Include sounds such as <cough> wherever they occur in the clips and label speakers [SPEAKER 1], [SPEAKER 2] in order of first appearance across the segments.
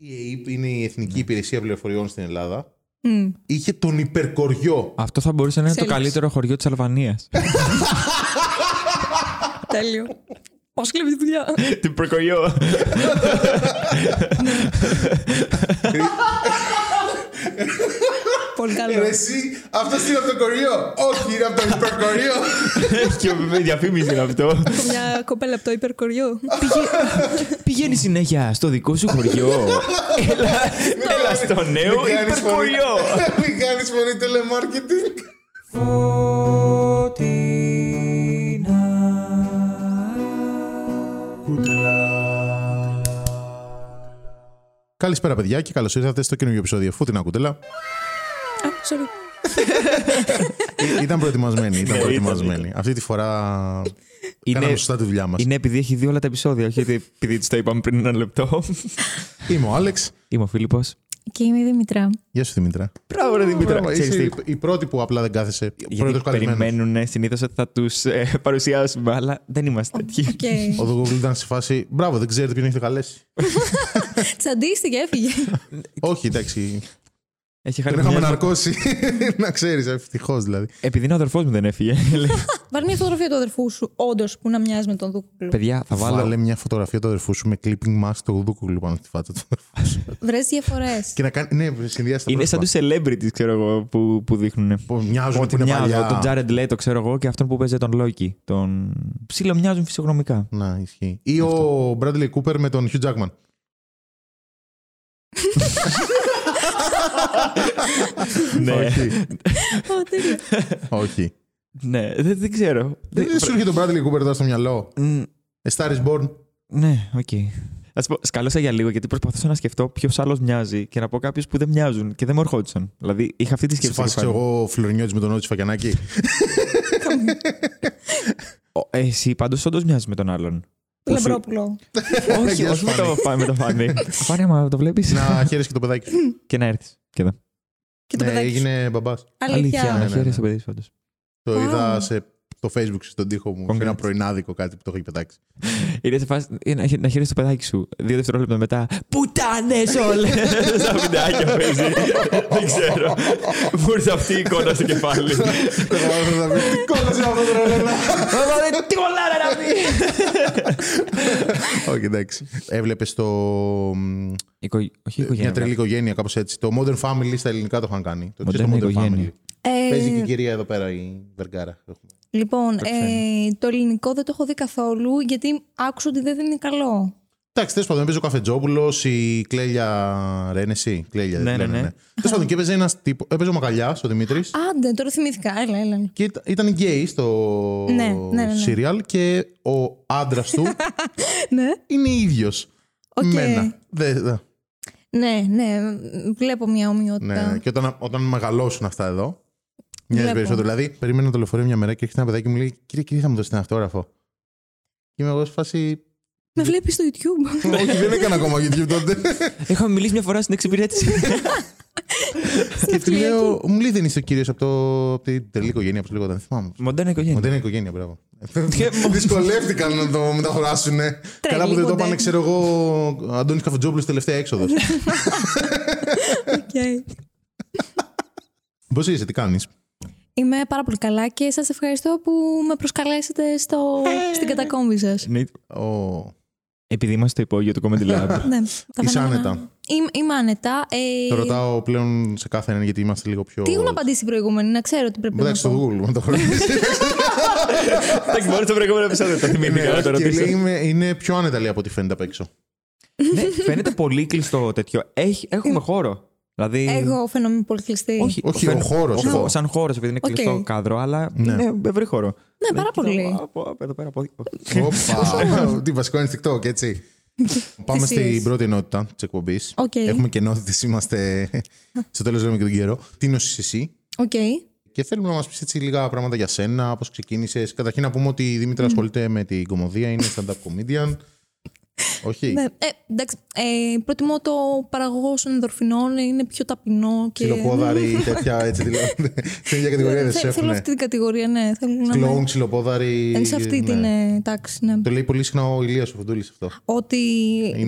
[SPEAKER 1] Η ΕΕΠ είναι η Εθνική Υπηρεσία Πληροφοριών στην Ελλάδα.
[SPEAKER 2] Μμ.
[SPEAKER 1] Είχε τον υπερκοριό.
[SPEAKER 3] Αυτό θα μπορούσε να είναι το
[SPEAKER 2] Εξέλιξη.
[SPEAKER 3] καλύτερο χωριό της Αλβανίας.
[SPEAKER 2] Τέλειο. Πώς κλέβεις τη δουλειά.
[SPEAKER 3] <laughs> Την προκοριό.
[SPEAKER 2] Πολύ
[SPEAKER 1] Ε, ρε,
[SPEAKER 2] καλό.
[SPEAKER 1] Εσύ, αυτός είναι από το κοριό. Όχι, είναι από το υπερκοριό.
[SPEAKER 3] Και διαφήμιση είναι αυτό.
[SPEAKER 2] Έχω μια κοπέλα από το υπερκοριό.
[SPEAKER 3] Πηγαίνει συνέχεια στο δικό σου χωριό. Έλα, <laughs> έλα στο νέο
[SPEAKER 1] Μην κάνεις φωνή-
[SPEAKER 3] υπερκοριό.
[SPEAKER 1] <laughs> Μην κάνει φωνή telemarketing. Καλησπέρα, παιδιά, και καλώς ήρθατε στο καινούργιο επεισόδιο Φούτινα Κουτέλα.
[SPEAKER 2] Α, sorry.
[SPEAKER 1] Ε, Ήταν προετοιμασμένοι. Ήταν <laughs>
[SPEAKER 3] Ναι,
[SPEAKER 1] προετοιμασμένοι. Αυτή τη φορά. Κάναμε σωστά τη δουλειά μας.
[SPEAKER 3] είναι επειδή έχει δει όλα τα επεισόδια, όχι επειδή της τα είπαμε πριν ένα <laughs> λεπτό.
[SPEAKER 1] Είμαι ο Άλεξ.
[SPEAKER 3] Είμαι ο Φίλιππος.
[SPEAKER 2] Και είμαι η Δημητρά.
[SPEAKER 1] Γεια σου, Δημήτρα.
[SPEAKER 3] Μπράβο, ρε Δημήτρη.
[SPEAKER 1] Μπράβο, είσαι η- η πρώτη που απλά δεν κάθεσαι. Πρώτο
[SPEAKER 3] Γιατί
[SPEAKER 1] καλυμμένο.
[SPEAKER 3] περιμένουν συνήθως ότι θα τους παρουσιάσουμε, αλλά δεν είμαστε τέτοιοι.
[SPEAKER 2] Οκ.
[SPEAKER 1] Ο Δογοβλή ήταν σε φάση. Μπράβο, δεν ξέρετε ποιον έχετε καλέσει.
[SPEAKER 2] Τσαντίστηκε, έφυγε.
[SPEAKER 1] Όχι, εντάξει.
[SPEAKER 3] Έχει χάρη
[SPEAKER 1] Τον είχαμε
[SPEAKER 3] μια- <laughs>
[SPEAKER 1] ναρκώσει. Να ξέρεις, ευτυχώς δηλαδή.
[SPEAKER 3] Επειδή είναι ο αδερφός μου δεν έφυγε. Λέει,
[SPEAKER 2] Βάλει μια φωτογραφία του αδερφού σου, όντως που να μοιάζει με τον Δούκοκλου.
[SPEAKER 3] Παιδιά, θα βάλω.
[SPEAKER 1] Βάλε μια φωτογραφία του αδερφού σου με clipping mask του δούκουλου πάνω στη φάτσα του.
[SPEAKER 2] Βρες διαφορές.
[SPEAKER 1] Και να κάνει. Ναι, συνδυάσει τα
[SPEAKER 3] Είναι σαν του
[SPEAKER 1] πρόσωπα.
[SPEAKER 3] celebrities, ξέρω εγώ, που, που δείχνουν.
[SPEAKER 1] Πω, Μοιάζουν που
[SPEAKER 3] Ότι
[SPEAKER 1] είναι
[SPEAKER 3] μοιάζουν. Τον
[SPEAKER 1] παλιά.
[SPEAKER 3] Τζάρεντ Λέι, το ξέρω εγώ, και αυτόν που παίζει τον Λόκι. Τον ψήλο μοιάζουν φυσιογνωμικά.
[SPEAKER 1] Να, ισχύει. Ή ο Bradley Cooper με τον Hugh Jackman.
[SPEAKER 3] ναι.
[SPEAKER 1] Όχι.
[SPEAKER 2] τέλειο.
[SPEAKER 1] Όχι.
[SPEAKER 3] ναι, δεν, <laughs> δεν ξέρω.
[SPEAKER 1] Δεν σου έρχεται ο Bradley Cooper τώρα στο μυαλό.
[SPEAKER 3] Μ,
[SPEAKER 1] A Star is Born.
[SPEAKER 3] Ναι, οκ. Θα σου πω, σκάλωσα για λίγο γιατί προσπαθούσα να σκεφτώ ποιος άλλος μοιάζει και να πω κάποιους που δεν μοιάζουν και δεν μου ερχόντουσαν. Δηλαδή είχα αυτή τη σκέψη.
[SPEAKER 1] Σε
[SPEAKER 3] στο
[SPEAKER 1] φάση ξέρω
[SPEAKER 3] κεφάλι.
[SPEAKER 1] εγώ ο Φλωρινιώτης με τον Νότσι
[SPEAKER 3] <laughs>
[SPEAKER 1] Φακιανάκη.
[SPEAKER 3] Ο- ε, Εσύ πάντως όντως μοιάζεις με τον
[SPEAKER 1] <laughs>
[SPEAKER 3] άλλον. Που σου-
[SPEAKER 2] Λαμπρόπουλο.
[SPEAKER 3] όχι,
[SPEAKER 1] Γεια
[SPEAKER 3] όχι
[SPEAKER 1] σου,
[SPEAKER 3] με το
[SPEAKER 1] Φάνη.
[SPEAKER 3] φάνη. Με το
[SPEAKER 1] <laughs>
[SPEAKER 3] φάνη. φάνη, άμα το βλέπεις.
[SPEAKER 1] Να χαίρεσαι και το παιδάκι. σου.
[SPEAKER 3] και να έρθεις. Και εδώ.
[SPEAKER 2] Και Ε, το
[SPEAKER 1] Ναι,
[SPEAKER 2] παιδάκι. σου.
[SPEAKER 1] Έγινε μπαμπάς.
[SPEAKER 3] Αλήθεια,
[SPEAKER 1] ναι,
[SPEAKER 3] να
[SPEAKER 2] Αλήθεια.
[SPEAKER 1] ναι,
[SPEAKER 3] χαίρεσαι
[SPEAKER 1] ναι.
[SPEAKER 3] το παιδί σου όντω.
[SPEAKER 1] Το
[SPEAKER 2] Wow.
[SPEAKER 1] είδα σε το facebook στον τοίχο μου. Σε
[SPEAKER 3] Congrats.
[SPEAKER 1] ένα πρωινάδικο κάτι που το είχε
[SPEAKER 3] <laughs>
[SPEAKER 1] πετάξει.
[SPEAKER 3] Είναι σε φάση ε, να χαι- να χαιρέσει το παιδάκι σου. Δύο δευτερόλεπτα μετά. Πουτάνες όλες! <laughs> Σαν βιντεάκι παίζει. Δεν ξέρω. Μου ήρθε αυτή η εικόνα στο κεφάλι.
[SPEAKER 1] Κόλλασε αυτό το ρολόι.
[SPEAKER 3] Τι κολλάρα να πει!
[SPEAKER 1] Όχι, εντάξει. Έβλεπες το. μ,
[SPEAKER 3] Όχι
[SPEAKER 1] Μια τρελή
[SPEAKER 3] οικογένεια.
[SPEAKER 1] οικογένεια, κάπως έτσι. Το Modern Family στα ελληνικά το είχαν κάνει. Το
[SPEAKER 3] Modern
[SPEAKER 1] ξέρεις το Modern Family.
[SPEAKER 3] οικογένεια.
[SPEAKER 2] Ε,
[SPEAKER 1] Παίζει και η κυρία εδώ πέρα, η Βεργάρα.
[SPEAKER 2] Λοιπόν,
[SPEAKER 3] Το
[SPEAKER 2] ε, το ελληνικό δεν το έχω δει καθόλου γιατί άκουσα ότι δεν είναι καλό.
[SPEAKER 1] Εντάξει, τέλος πάντων, παίζει ο Καφετζόπουλος, η Κλέλια Ρένεση. Κλέλια,
[SPEAKER 3] Ναι,
[SPEAKER 1] δεν
[SPEAKER 3] ναι,
[SPEAKER 1] λένε,
[SPEAKER 3] ναι.
[SPEAKER 1] ναι. Τέλος πάντων, και έπαιζε ένας τύπο. Έπαιζε ο Μακαλιάς, ο Δημήτρης.
[SPEAKER 2] Άντε, τώρα θυμήθηκα. Έλα, έλα.
[SPEAKER 1] Και ήταν- ήταν γκέι στο
[SPEAKER 2] Ναι, ναι, ναι, ναι.
[SPEAKER 1] σύριαλ και ο άντρας
[SPEAKER 2] <laughs>
[SPEAKER 1] του
[SPEAKER 2] ναι.
[SPEAKER 1] είναι ίδιος.
[SPEAKER 2] Οκ.
[SPEAKER 1] Μένα. Δε, δε.
[SPEAKER 2] Ναι, ναι. Βλέπω μια
[SPEAKER 1] Ναι,
[SPEAKER 2] ομοιότητα.
[SPEAKER 1] ναι. Και όταν, όταν μεγαλώσουν αυτά εδώ. Μοιάζει
[SPEAKER 2] Βλέπω.
[SPEAKER 1] περισσότερο. Δηλαδή, περίμενα το λεωφορείο μια μέρα και έρχεται ένα παιδάκι και μου λέει: Κύριε, κύριε, θα μου δώσετε ένα αυτόγραφο. Και είμαι εγώ σε φάση.
[SPEAKER 2] Με βλέπεις στο YouTube.
[SPEAKER 1] Όχι, δεν έκανα ακόμα YouTube τότε.
[SPEAKER 2] <laughs>
[SPEAKER 3] Έχω μιλήσει μια φορά στην εξυπηρέτηση. <laughs>
[SPEAKER 1] και του
[SPEAKER 2] αυτιλιακή.
[SPEAKER 1] λέω: Μου λέει δεν είσαι ο κύριος από, το... από την τελική οικογένεια, όπω λέγονταν. Θυμάμαι.
[SPEAKER 3] Μοντέρνα οικογένεια.
[SPEAKER 1] Μοντέρνα οικογένεια,
[SPEAKER 2] <laughs>
[SPEAKER 1] μπράβο.
[SPEAKER 3] Και-
[SPEAKER 1] Δυσκολεύτηκαν να το μεταφράσουν. Καλά που δεν το
[SPEAKER 2] μοντέρνα.
[SPEAKER 1] είπανε, ξέρω εγώ, Αντώνης Καφετζόπουλος τελευταία έξοδος.
[SPEAKER 2] <laughs> Οκ.
[SPEAKER 1] Πώς είσαι, τι κάνεις.
[SPEAKER 2] Είμαι πάρα πολύ καλά και σας ευχαριστώ που με προσκαλέσατε στο...
[SPEAKER 1] Ε.
[SPEAKER 2] στην κατακόμβη σας.
[SPEAKER 3] Ναι, Επειδή είμαστε στο υπόγειο του Comedy Lab.
[SPEAKER 2] ναι, τα
[SPEAKER 1] Είσαι
[SPEAKER 2] φαινόμενα.
[SPEAKER 1] άνετα.
[SPEAKER 2] Είμαι, είμαι άνετα. Ε,
[SPEAKER 1] Το ρωτάω πλέον σε κάθε έναν γιατί είμαστε λίγο πιο.
[SPEAKER 2] Τι έχουν απαντήσει οι προηγούμενοι, να ξέρω τι πρέπει να
[SPEAKER 1] Εντάξει, στο
[SPEAKER 2] πω.
[SPEAKER 1] Google, μου το χωρίζει.
[SPEAKER 3] <laughs> Εντάξει, μπορεί το προηγούμενο επεισόδιο. Το θυμήθηκα να το
[SPEAKER 1] Ναι, και λέει
[SPEAKER 3] ρωτήσω.
[SPEAKER 1] είμαι- είναι πιο άνετα λέει από ό,τι φαίνεται απ' έξω.
[SPEAKER 3] Ναι, Φαίνεται πολύ κλειστό τέτοιο. Έχει- Έχουμε χώρο. Δηλαδή.
[SPEAKER 2] Εγώ φαίνομαι πολύ κλειστή.
[SPEAKER 3] Όχι,
[SPEAKER 1] Όχι,
[SPEAKER 3] φαίνε-
[SPEAKER 1] ο χώρος,
[SPEAKER 3] όχι,
[SPEAKER 1] εγώ.
[SPEAKER 3] ο- Σαν χώρος, επειδή είναι
[SPEAKER 2] Οκ.
[SPEAKER 3] κλειστό κάδρο, αλλά
[SPEAKER 1] Ναι.
[SPEAKER 3] είναι ευρύ χώρο.
[SPEAKER 2] Ναι, πάρα
[SPEAKER 3] κοίτα,
[SPEAKER 2] πολύ.
[SPEAKER 3] από- από- από εδώ πέρα, από-
[SPEAKER 1] Όπα. Τι βασικό ενστικτό, και
[SPEAKER 2] <laughs>
[SPEAKER 1] έτσι. Πάμε
[SPEAKER 2] Θυσίες.
[SPEAKER 1] στην πρώτη ενότητα της εκπομπής.
[SPEAKER 2] Οκ.
[SPEAKER 1] Έχουμε <laughs> και ενότητε, είμαστε. Στο τέλος λέμε και τον καιρό. Τι νοσεί εσύ,
[SPEAKER 2] Οκ.
[SPEAKER 1] και θέλουμε να μας πεις έτσι λίγα πράγματα για σένα, πώς ξεκίνησες. Καταρχήν να πούμε ότι η Δήμητρα ασχολείται με την κομμωδία, είναι stand-up
[SPEAKER 2] <laughs>
[SPEAKER 1] comedian. Όχι.
[SPEAKER 2] Ναι, ε, εντάξει, ε, προτιμώ το παραγωγό ενδορφινών, είναι πιο ταπεινό. Και...
[SPEAKER 1] Ξυλοπόδαρη ή <laughs> τέτοια έτσι δηλώνονται. Στην ίδια κατηγορία δεν
[SPEAKER 2] Θε-
[SPEAKER 1] σε
[SPEAKER 2] Θέλω
[SPEAKER 1] έχουν.
[SPEAKER 2] αυτή την κατηγορία, ναι. Θέλω να
[SPEAKER 1] Κλόουν,
[SPEAKER 2] είμαι
[SPEAKER 1] ξυλοπόδαρη.
[SPEAKER 2] εν σε αυτή
[SPEAKER 1] ναι.
[SPEAKER 2] την ε, τάξη, ναι.
[SPEAKER 1] Το λέει πολύ συχνά ο Ηλίας ο Φουντούλης αυτό.
[SPEAKER 2] Ότι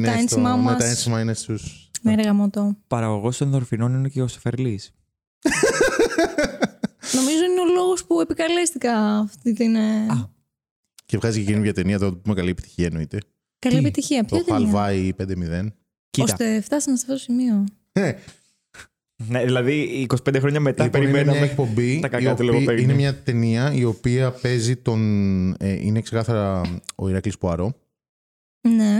[SPEAKER 2] τα
[SPEAKER 1] στο-
[SPEAKER 2] ένσημά
[SPEAKER 1] ναι,
[SPEAKER 2] μα.
[SPEAKER 1] Τα ένσημα είναι στους
[SPEAKER 2] Ναι, ρε γαμώτο.
[SPEAKER 3] Παραγωγό των δορφινών είναι και ο Σεφερλής.
[SPEAKER 2] Νομίζω είναι ο λόγος που επικαλέστηκα αυτή την. ε,
[SPEAKER 3] Α.
[SPEAKER 1] Και βγάζει και καινούργια ταινία, θα του πούμε καλή επιτυχία εννοείται.
[SPEAKER 2] Καλή
[SPEAKER 3] Τι?
[SPEAKER 2] επιτυχία. Ποια
[SPEAKER 1] Το
[SPEAKER 2] ταινία.
[SPEAKER 1] Χαλβάη 5-0.
[SPEAKER 3] Κοίτα.
[SPEAKER 2] Ώστε φτάσαμε σε αυτό το σημείο.
[SPEAKER 1] Ε,
[SPEAKER 3] Ναι, δηλαδή 25 χρόνια μετά
[SPEAKER 1] λοιπόν, είναι μια
[SPEAKER 3] περιμέναμε.
[SPEAKER 1] εκπομπή.
[SPEAKER 3] τα
[SPEAKER 1] η
[SPEAKER 3] κακά του
[SPEAKER 1] οποία,
[SPEAKER 3] λογοπαίγνια.
[SPEAKER 1] είναι μια ταινία η οποία παίζει τον. ε, είναι ξεκάθαρα ο Ηρακλή Πουαρό.
[SPEAKER 2] Ναι,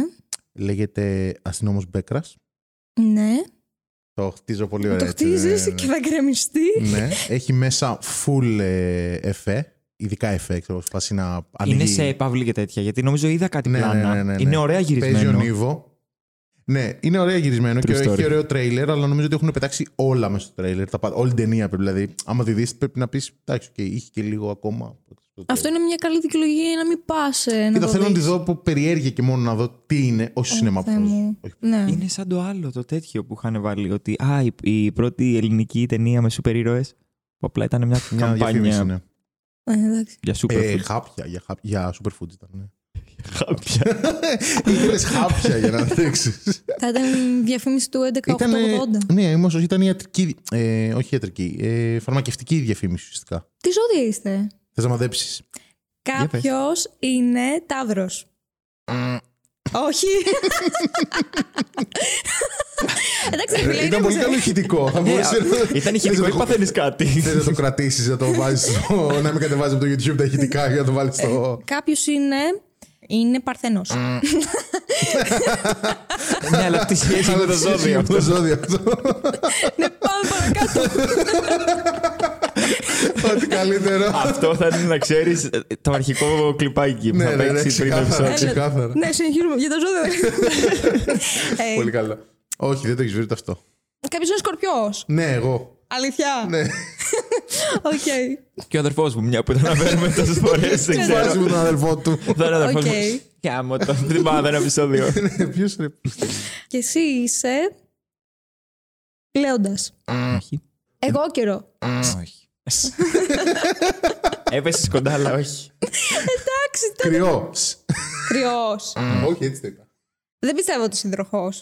[SPEAKER 1] Λέγεται Αστυνόμος Μπέκρας.
[SPEAKER 2] ναι.
[SPEAKER 1] Το χτίζω πολύ ωραία.
[SPEAKER 2] Το
[SPEAKER 1] έτσι, ναι,
[SPEAKER 2] χτίζει
[SPEAKER 1] ναι.
[SPEAKER 2] και θα γκρεμιστείς.
[SPEAKER 1] Ναι, έχει μέσα full ε, εφέ. Ειδικά εφέ, ξέρω, σε φάση να ανοίγει.
[SPEAKER 3] Είναι σε επαυλή και τέτοια, γιατί νομίζω είδα κάτι
[SPEAKER 1] Ναι, ναι,
[SPEAKER 3] πλάνα.
[SPEAKER 1] ναι, ναι, ναι.
[SPEAKER 3] Είναι ωραία
[SPEAKER 1] Παίζει ο
[SPEAKER 3] γυρισμένο.
[SPEAKER 1] Νίβο. Ναι, είναι ωραία γυρισμένο και
[SPEAKER 3] True
[SPEAKER 1] έχει
[SPEAKER 3] story.
[SPEAKER 1] ωραίο τρέιλερ, αλλά νομίζω ότι έχουν πετάξει όλα μέσα στο τρέιλερ. Τα, πάντα- όλη την ταινία πρέπει. Δηλαδή, άμα τη δεις, πρέπει να πεις εντάξει, και είχε και λίγο ακόμα.
[SPEAKER 2] Αυτό είναι μια καλή δικαιολογία για να μην πας.
[SPEAKER 1] Κοίτα, θέλω να τη δω από περιέργεια και μόνο να δω τι είναι, όχι σινεμά που
[SPEAKER 2] Θεέ
[SPEAKER 1] παίζει.
[SPEAKER 2] μου.
[SPEAKER 1] Όχι.
[SPEAKER 2] Ναι.
[SPEAKER 3] Είναι σαν το άλλο το τέτοιο που είχαν βάλει. Ότι α, η, η πρώτη ελληνική ταινία με σούπερ ήρωες. Που απλά ήταν μια
[SPEAKER 1] Μια διαφήμιση,
[SPEAKER 3] καμπάνια
[SPEAKER 1] ναι.
[SPEAKER 2] Ε, εντάξει.
[SPEAKER 3] για σούπερ
[SPEAKER 1] Ε,
[SPEAKER 3] ε,
[SPEAKER 1] χάπια, για, χάπια, για superfood ήταν. Ναι. <laughs>
[SPEAKER 3] χάπια.
[SPEAKER 1] Ήθελες χάπια για να δείξεις.
[SPEAKER 2] Θα ήταν διαφήμιση του 1180.
[SPEAKER 1] ναι, όμως ήταν ιατρική, ε, όχι ιατρική, ε, φαρμακευτική διαφήμιση ουσιαστικά.
[SPEAKER 2] Τι ζώδια είστε.
[SPEAKER 1] Θες να μαντέψεις.
[SPEAKER 2] Ε,
[SPEAKER 1] πες.
[SPEAKER 2] Κάποιος είναι τάβρος.
[SPEAKER 1] <laughs>
[SPEAKER 2] Όχι. Εντάξει, ρε φίλε,
[SPEAKER 1] Ήταν πολύ
[SPEAKER 2] ηρέμησε.
[SPEAKER 1] καλό ηχητικό. Θα μπορούσε να-
[SPEAKER 3] Ήταν η χειρή,
[SPEAKER 1] Θες να
[SPEAKER 3] μην
[SPEAKER 1] το-
[SPEAKER 3] παθαίνεις κάτι.
[SPEAKER 1] Θες
[SPEAKER 3] <laughs>
[SPEAKER 1] να το κρατήσεις, να το βάζεις, στο- να μην κατεβάζεις από το YouTube τα ηχητικά για να το βάλεις στο...
[SPEAKER 2] Κάποιος είναι. Είναι παρθενός.
[SPEAKER 3] Ναι, αλλά τι σχέση με το ζώδιο.
[SPEAKER 1] Το ζώδιο αυτό.
[SPEAKER 2] ναι, πάμε παρακάτω.
[SPEAKER 1] Ό,τι καλύτερο.
[SPEAKER 3] Αυτό θα είναι να ξέρεις το αρχικό κλιπάκι που
[SPEAKER 1] Ναι,
[SPEAKER 3] θα
[SPEAKER 1] ναι, ναι,
[SPEAKER 3] παίξεις πριν το
[SPEAKER 1] ξεκάθαρα,
[SPEAKER 3] επεισόδιο.
[SPEAKER 1] ξεκάθαρα.
[SPEAKER 2] ναι, συνεχίζουμε. Για το ζώδιο. ε,
[SPEAKER 1] Πολύ καλά. Όχι, δεν το έχεις βρει ούτε αυτό.
[SPEAKER 2] Κάποιος είναι σκορπιός.
[SPEAKER 1] Ναι, εγώ.
[SPEAKER 2] Αλήθεια.
[SPEAKER 1] Ναι.
[SPEAKER 2] Οκ.
[SPEAKER 3] Και ο αδερφός μου, μια που ήταν να
[SPEAKER 1] <laughs>
[SPEAKER 3] παίρνουμε τόσες φορές, δεν
[SPEAKER 2] Ξέρω.
[SPEAKER 1] Βάζει
[SPEAKER 3] ξέρω.
[SPEAKER 1] με τον αδελφό του.
[SPEAKER 3] Θα είναι ο αδερφός μου.
[SPEAKER 2] Οκ.
[SPEAKER 3] Κι άμα το θυμάμαι ένα επεισόδιο.
[SPEAKER 1] <laughs> Ποιο Ναι, ρε.
[SPEAKER 2] Και εσύ είσαι. Λέοντα.
[SPEAKER 3] Όχι.
[SPEAKER 2] Εγώ καιρό.
[SPEAKER 3] Όχι. Έπεσες Ε, κοντά, αλλά όχι.
[SPEAKER 2] Εντάξει, το
[SPEAKER 1] Κρυός.
[SPEAKER 2] κρυός.
[SPEAKER 1] Όχι, έτσι δεν ήταν.
[SPEAKER 2] Δεν πιστεύω ότι συντροχό.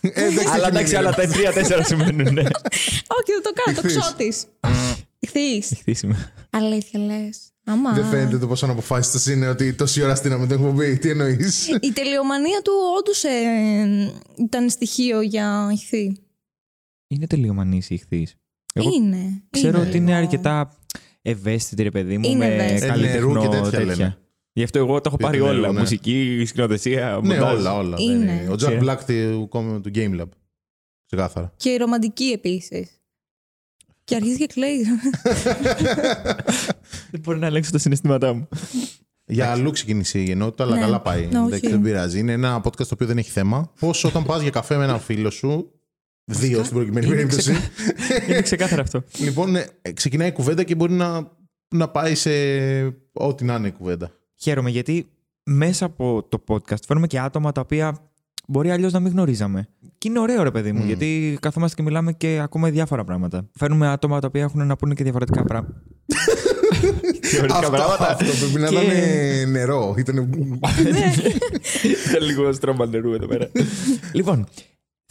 [SPEAKER 1] Ε, εντάξει,
[SPEAKER 3] Αλλά εντάξει, αλλά τα τρία-τέσσερα σημαίνουν. Ναι.
[SPEAKER 2] Όχι, δεν το κάνω, το
[SPEAKER 1] Ηχθείς.
[SPEAKER 2] ξώτης. Ηχθείς. Αλήθεια λες. Άμα.
[SPEAKER 1] Δεν φαίνεται το πόσο αναποφάσιστος είναι ότι τόση ώρα στείναμε την εκπομπή. Τι εννοείς.
[SPEAKER 2] Η τελειομανία του όντως ήταν στοιχείο για ηχθή.
[SPEAKER 3] Είναι τελειωμανή η ηχθής. Εγώ
[SPEAKER 2] Είναι.
[SPEAKER 3] Ξέρω
[SPEAKER 2] είναι
[SPEAKER 3] ότι είναι
[SPEAKER 2] λίγο.
[SPEAKER 3] αρκετά ευαίσθητη, ρε παιδί μου,
[SPEAKER 2] Είναι
[SPEAKER 3] με
[SPEAKER 2] ευαίσθητη.
[SPEAKER 1] Νερού
[SPEAKER 3] καλλιτεχνό
[SPEAKER 1] και τέτοια
[SPEAKER 3] τέτοια.
[SPEAKER 1] λένε.
[SPEAKER 3] Γι' αυτό εγώ τα έχω
[SPEAKER 1] Πείτε
[SPEAKER 3] πάρει
[SPEAKER 1] νερού,
[SPEAKER 3] όλα.
[SPEAKER 1] ναι.
[SPEAKER 3] Μουσική, σκηνοθεσία,
[SPEAKER 1] Ναι,
[SPEAKER 3] μοντάζ.
[SPEAKER 1] όλα, όλα.
[SPEAKER 2] Είναι.
[SPEAKER 1] δεν είναι. Ο Jack
[SPEAKER 3] Ξέρω.
[SPEAKER 1] Black του κόμμα του Game Lab. Ξεκάθαρα.
[SPEAKER 2] Και η ρομαντική επίσης. Και αρχίζει και κλαίει.
[SPEAKER 1] Mm.
[SPEAKER 3] Δεν μπορώ να ελέγξω τα συναισθήματά μου.
[SPEAKER 1] Για αλλού ξεκίνησε η γενότητα, αλλά
[SPEAKER 2] Ναι.
[SPEAKER 1] καλά πάει.
[SPEAKER 2] Ναι,
[SPEAKER 1] Εντάξει,
[SPEAKER 2] όχι.
[SPEAKER 1] Δεν πειράζει. Είναι ένα podcast το οποίο δεν έχει θέμα. Πώς όταν πας για καφέ με έναν φίλο σου. Δύο στην προκειμένη
[SPEAKER 3] είναι
[SPEAKER 1] περίπτωση.
[SPEAKER 3] Είναι ξεκάθαρο αυτό.
[SPEAKER 1] Λοιπόν, ε, ξεκινάει η κουβέντα και μπορεί να, να πάει σε ό,τι να είναι η κουβέντα.
[SPEAKER 3] Χαίρομαι γιατί μέσα από το podcast φέρνουμε και άτομα τα οποία μπορεί αλλιώς να μην γνωρίζαμε. Και είναι ωραίο, ρε παιδί μου,
[SPEAKER 1] Μμμ.
[SPEAKER 3] γιατί καθόμαστε και μιλάμε και ακούμε διάφορα πράγματα. Φέρνουμε άτομα τα οποία έχουν να πούνε και διαφορετικά πράγματα. <laughs> διαφορετικά
[SPEAKER 1] Αυτό, αυτό πρέπει να
[SPEAKER 3] Και-
[SPEAKER 1] ήταν ε, νερό. Ήταν...
[SPEAKER 3] Ήταν λίγο στρώμα νερού εδώ πέρα. <laughs> λοιπόν,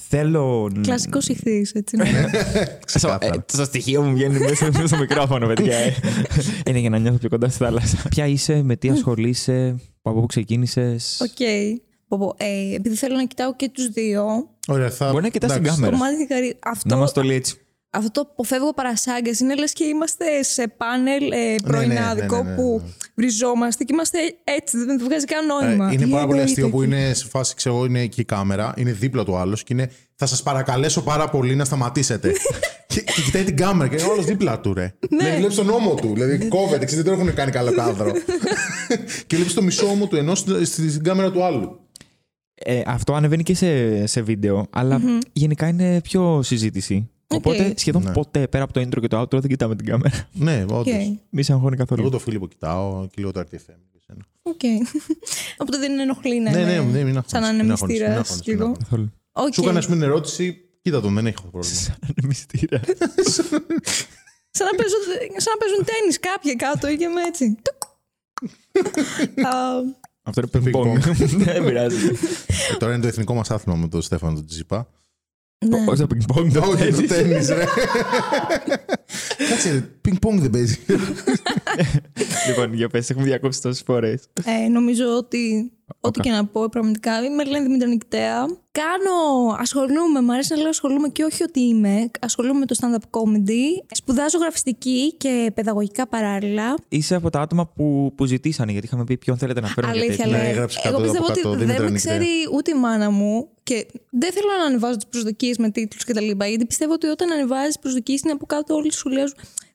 [SPEAKER 3] θέλω.
[SPEAKER 2] Κλασικός ηχθή, έτσι. ναι.
[SPEAKER 3] Στο, ε,
[SPEAKER 1] Ξεκάθαρα.
[SPEAKER 3] στο στοιχείο μου βγαίνει μέσα μέσα στο μικρόφωνο, παιδιά. ε. <laughs> Είναι για να νιώθω πιο κοντά στη <laughs> θάλασσα. Ποια είσαι, με τι ασχολείσαι, από πού ξεκίνησες.
[SPEAKER 2] Οκ. Πω, πω, ε, επειδή θέλω να κοιτάω και τους δύο.
[SPEAKER 1] Ωραία, θα...
[SPEAKER 3] Μπορεί να κοιτάς την
[SPEAKER 1] εντάξει.
[SPEAKER 3] κάμερα.
[SPEAKER 2] Το μάτι χαρί-
[SPEAKER 3] Να
[SPEAKER 2] Αυτό,
[SPEAKER 3] μας το λέει έτσι.
[SPEAKER 2] αυτό το αποφεύγω παρασάγκε είναι λες και είμαστε σε πάνελ ε,
[SPEAKER 1] ναι, ναι, ναι,
[SPEAKER 2] πρωινάδικο
[SPEAKER 1] ναι, ναι.
[SPEAKER 2] που βριζόμαστε και είμαστε έτσι. Δεν του βγάζει καν
[SPEAKER 1] Ε,
[SPEAKER 2] νόημα.
[SPEAKER 1] είναι
[SPEAKER 2] Τι
[SPEAKER 1] πάρα πολύ
[SPEAKER 2] εννοείται
[SPEAKER 1] αστείο που
[SPEAKER 2] εκεί.
[SPEAKER 1] είναι σε φάση, ξέρω εγώ, είναι εκεί η κάμερα, είναι δίπλα του άλλος και είναι Θα σας παρακαλέσω πάρα πολύ να
[SPEAKER 2] <laughs>
[SPEAKER 1] σταματήσετε. και, και κοιτάει την κάμερα και είναι όλο δίπλα του, ρε.
[SPEAKER 2] Ναι.
[SPEAKER 1] Δηλαδή βλέπεις τον ώμο του. Δηλαδή κόβεται, ξέρεις, δεν το έχουν κάνει καλό
[SPEAKER 2] <laughs>
[SPEAKER 1] κάδρο. και βλέπεις το μισό ώμο του ενός στην κάμερα του άλλου.
[SPEAKER 3] Ε, αυτό ανεβαίνει και σε, σε βίντεο, αλλά γενικά είναι πιο συζήτηση. Οπότε σχεδόν ποτέ πέρα από το intro και το outro δεν κοιτάμε την κάμερα. <laughs>
[SPEAKER 1] Ναι, όντως.
[SPEAKER 2] Οκ.
[SPEAKER 3] Μη σε αγχώνει
[SPEAKER 1] Εγώ
[SPEAKER 3] καθόλου.
[SPEAKER 1] το Φίλιππο κοιτάω και λίγο το RTFM. και σένα.
[SPEAKER 2] Οκ. <laughs> Οπότε δεν ενοχλεί να
[SPEAKER 1] Ναι, ναι,
[SPEAKER 2] είναι-
[SPEAKER 1] ναι, μην αγχώνεσαι,
[SPEAKER 2] σαν να είναι
[SPEAKER 1] μην αγχώνεσαι, μην
[SPEAKER 2] μυστήρα
[SPEAKER 1] αγχώνεσαι, μην
[SPEAKER 2] λίγο.
[SPEAKER 1] αγχώνεσαι.
[SPEAKER 3] Καθόλου.
[SPEAKER 2] Οκ.
[SPEAKER 1] Σου έκανα ας πούμε, την ερώτηση, κοίτα τον, δεν έχω
[SPEAKER 2] <laughs>
[SPEAKER 1] πρόβλημα.
[SPEAKER 3] Σαν μυστήρα.
[SPEAKER 2] Σαν να παίζουν, σαν να παίζουν τέννις κάποιοι κάτω ή και με έτσι.
[SPEAKER 1] <laughs>
[SPEAKER 2] Τουκ. Α,
[SPEAKER 3] αυτό είναι ping pong.
[SPEAKER 1] Ping
[SPEAKER 3] <laughs> Δεν πειράζει.
[SPEAKER 1] Ε, Τώρα είναι το εθνικό μας άθλημα με τον Στέφανο τον Τζιπά.
[SPEAKER 2] Ναι.
[SPEAKER 3] Όχι το πινκ-πονγκ, το
[SPEAKER 1] Όχι, το
[SPEAKER 3] παίζεις.
[SPEAKER 1] τέννις, ρε. Κάτσε, πινκ-πονγκ δεν παίζει.
[SPEAKER 3] <laughs> Λοιπόν, για πες, έχουμε διακόψει τόσες φορές.
[SPEAKER 2] Ε, νομίζω ότι ό,τι και να πω, πραγματικά είμαι η Μαριλένη Δημητρονικτέα. Κάνω, ασχολούμαι, μου αρέσει να λέω ασχολούμαι και όχι ότι είμαι. Ασχολούμαι με το stand-up comedy. Σπουδάζω γραφιστική και παιδαγωγικά παράλληλα.
[SPEAKER 3] Είσαι από τα άτομα που, που ζητήσανε, γιατί είχαμε πει ποιον θέλετε να φέρουμε. για
[SPEAKER 2] Αλήθεια,
[SPEAKER 3] τέτοιο.
[SPEAKER 1] Ναι,
[SPEAKER 2] λέει.
[SPEAKER 1] έγραψε κάτω
[SPEAKER 2] Εγώ
[SPEAKER 1] από
[SPEAKER 2] πιστεύω
[SPEAKER 1] κάτω,
[SPEAKER 2] ότι
[SPEAKER 1] Δήμητρα
[SPEAKER 2] δεν με
[SPEAKER 1] Νικτέα.
[SPEAKER 2] ξέρει ούτε η μάνα μου και δεν θέλω να ανεβάζω τις προσδοκίες με τίτλους κτλ. Γιατί πιστεύω ότι όταν ανεβάζεις προσδοκίες είναι από κάτω όλοι σου λέει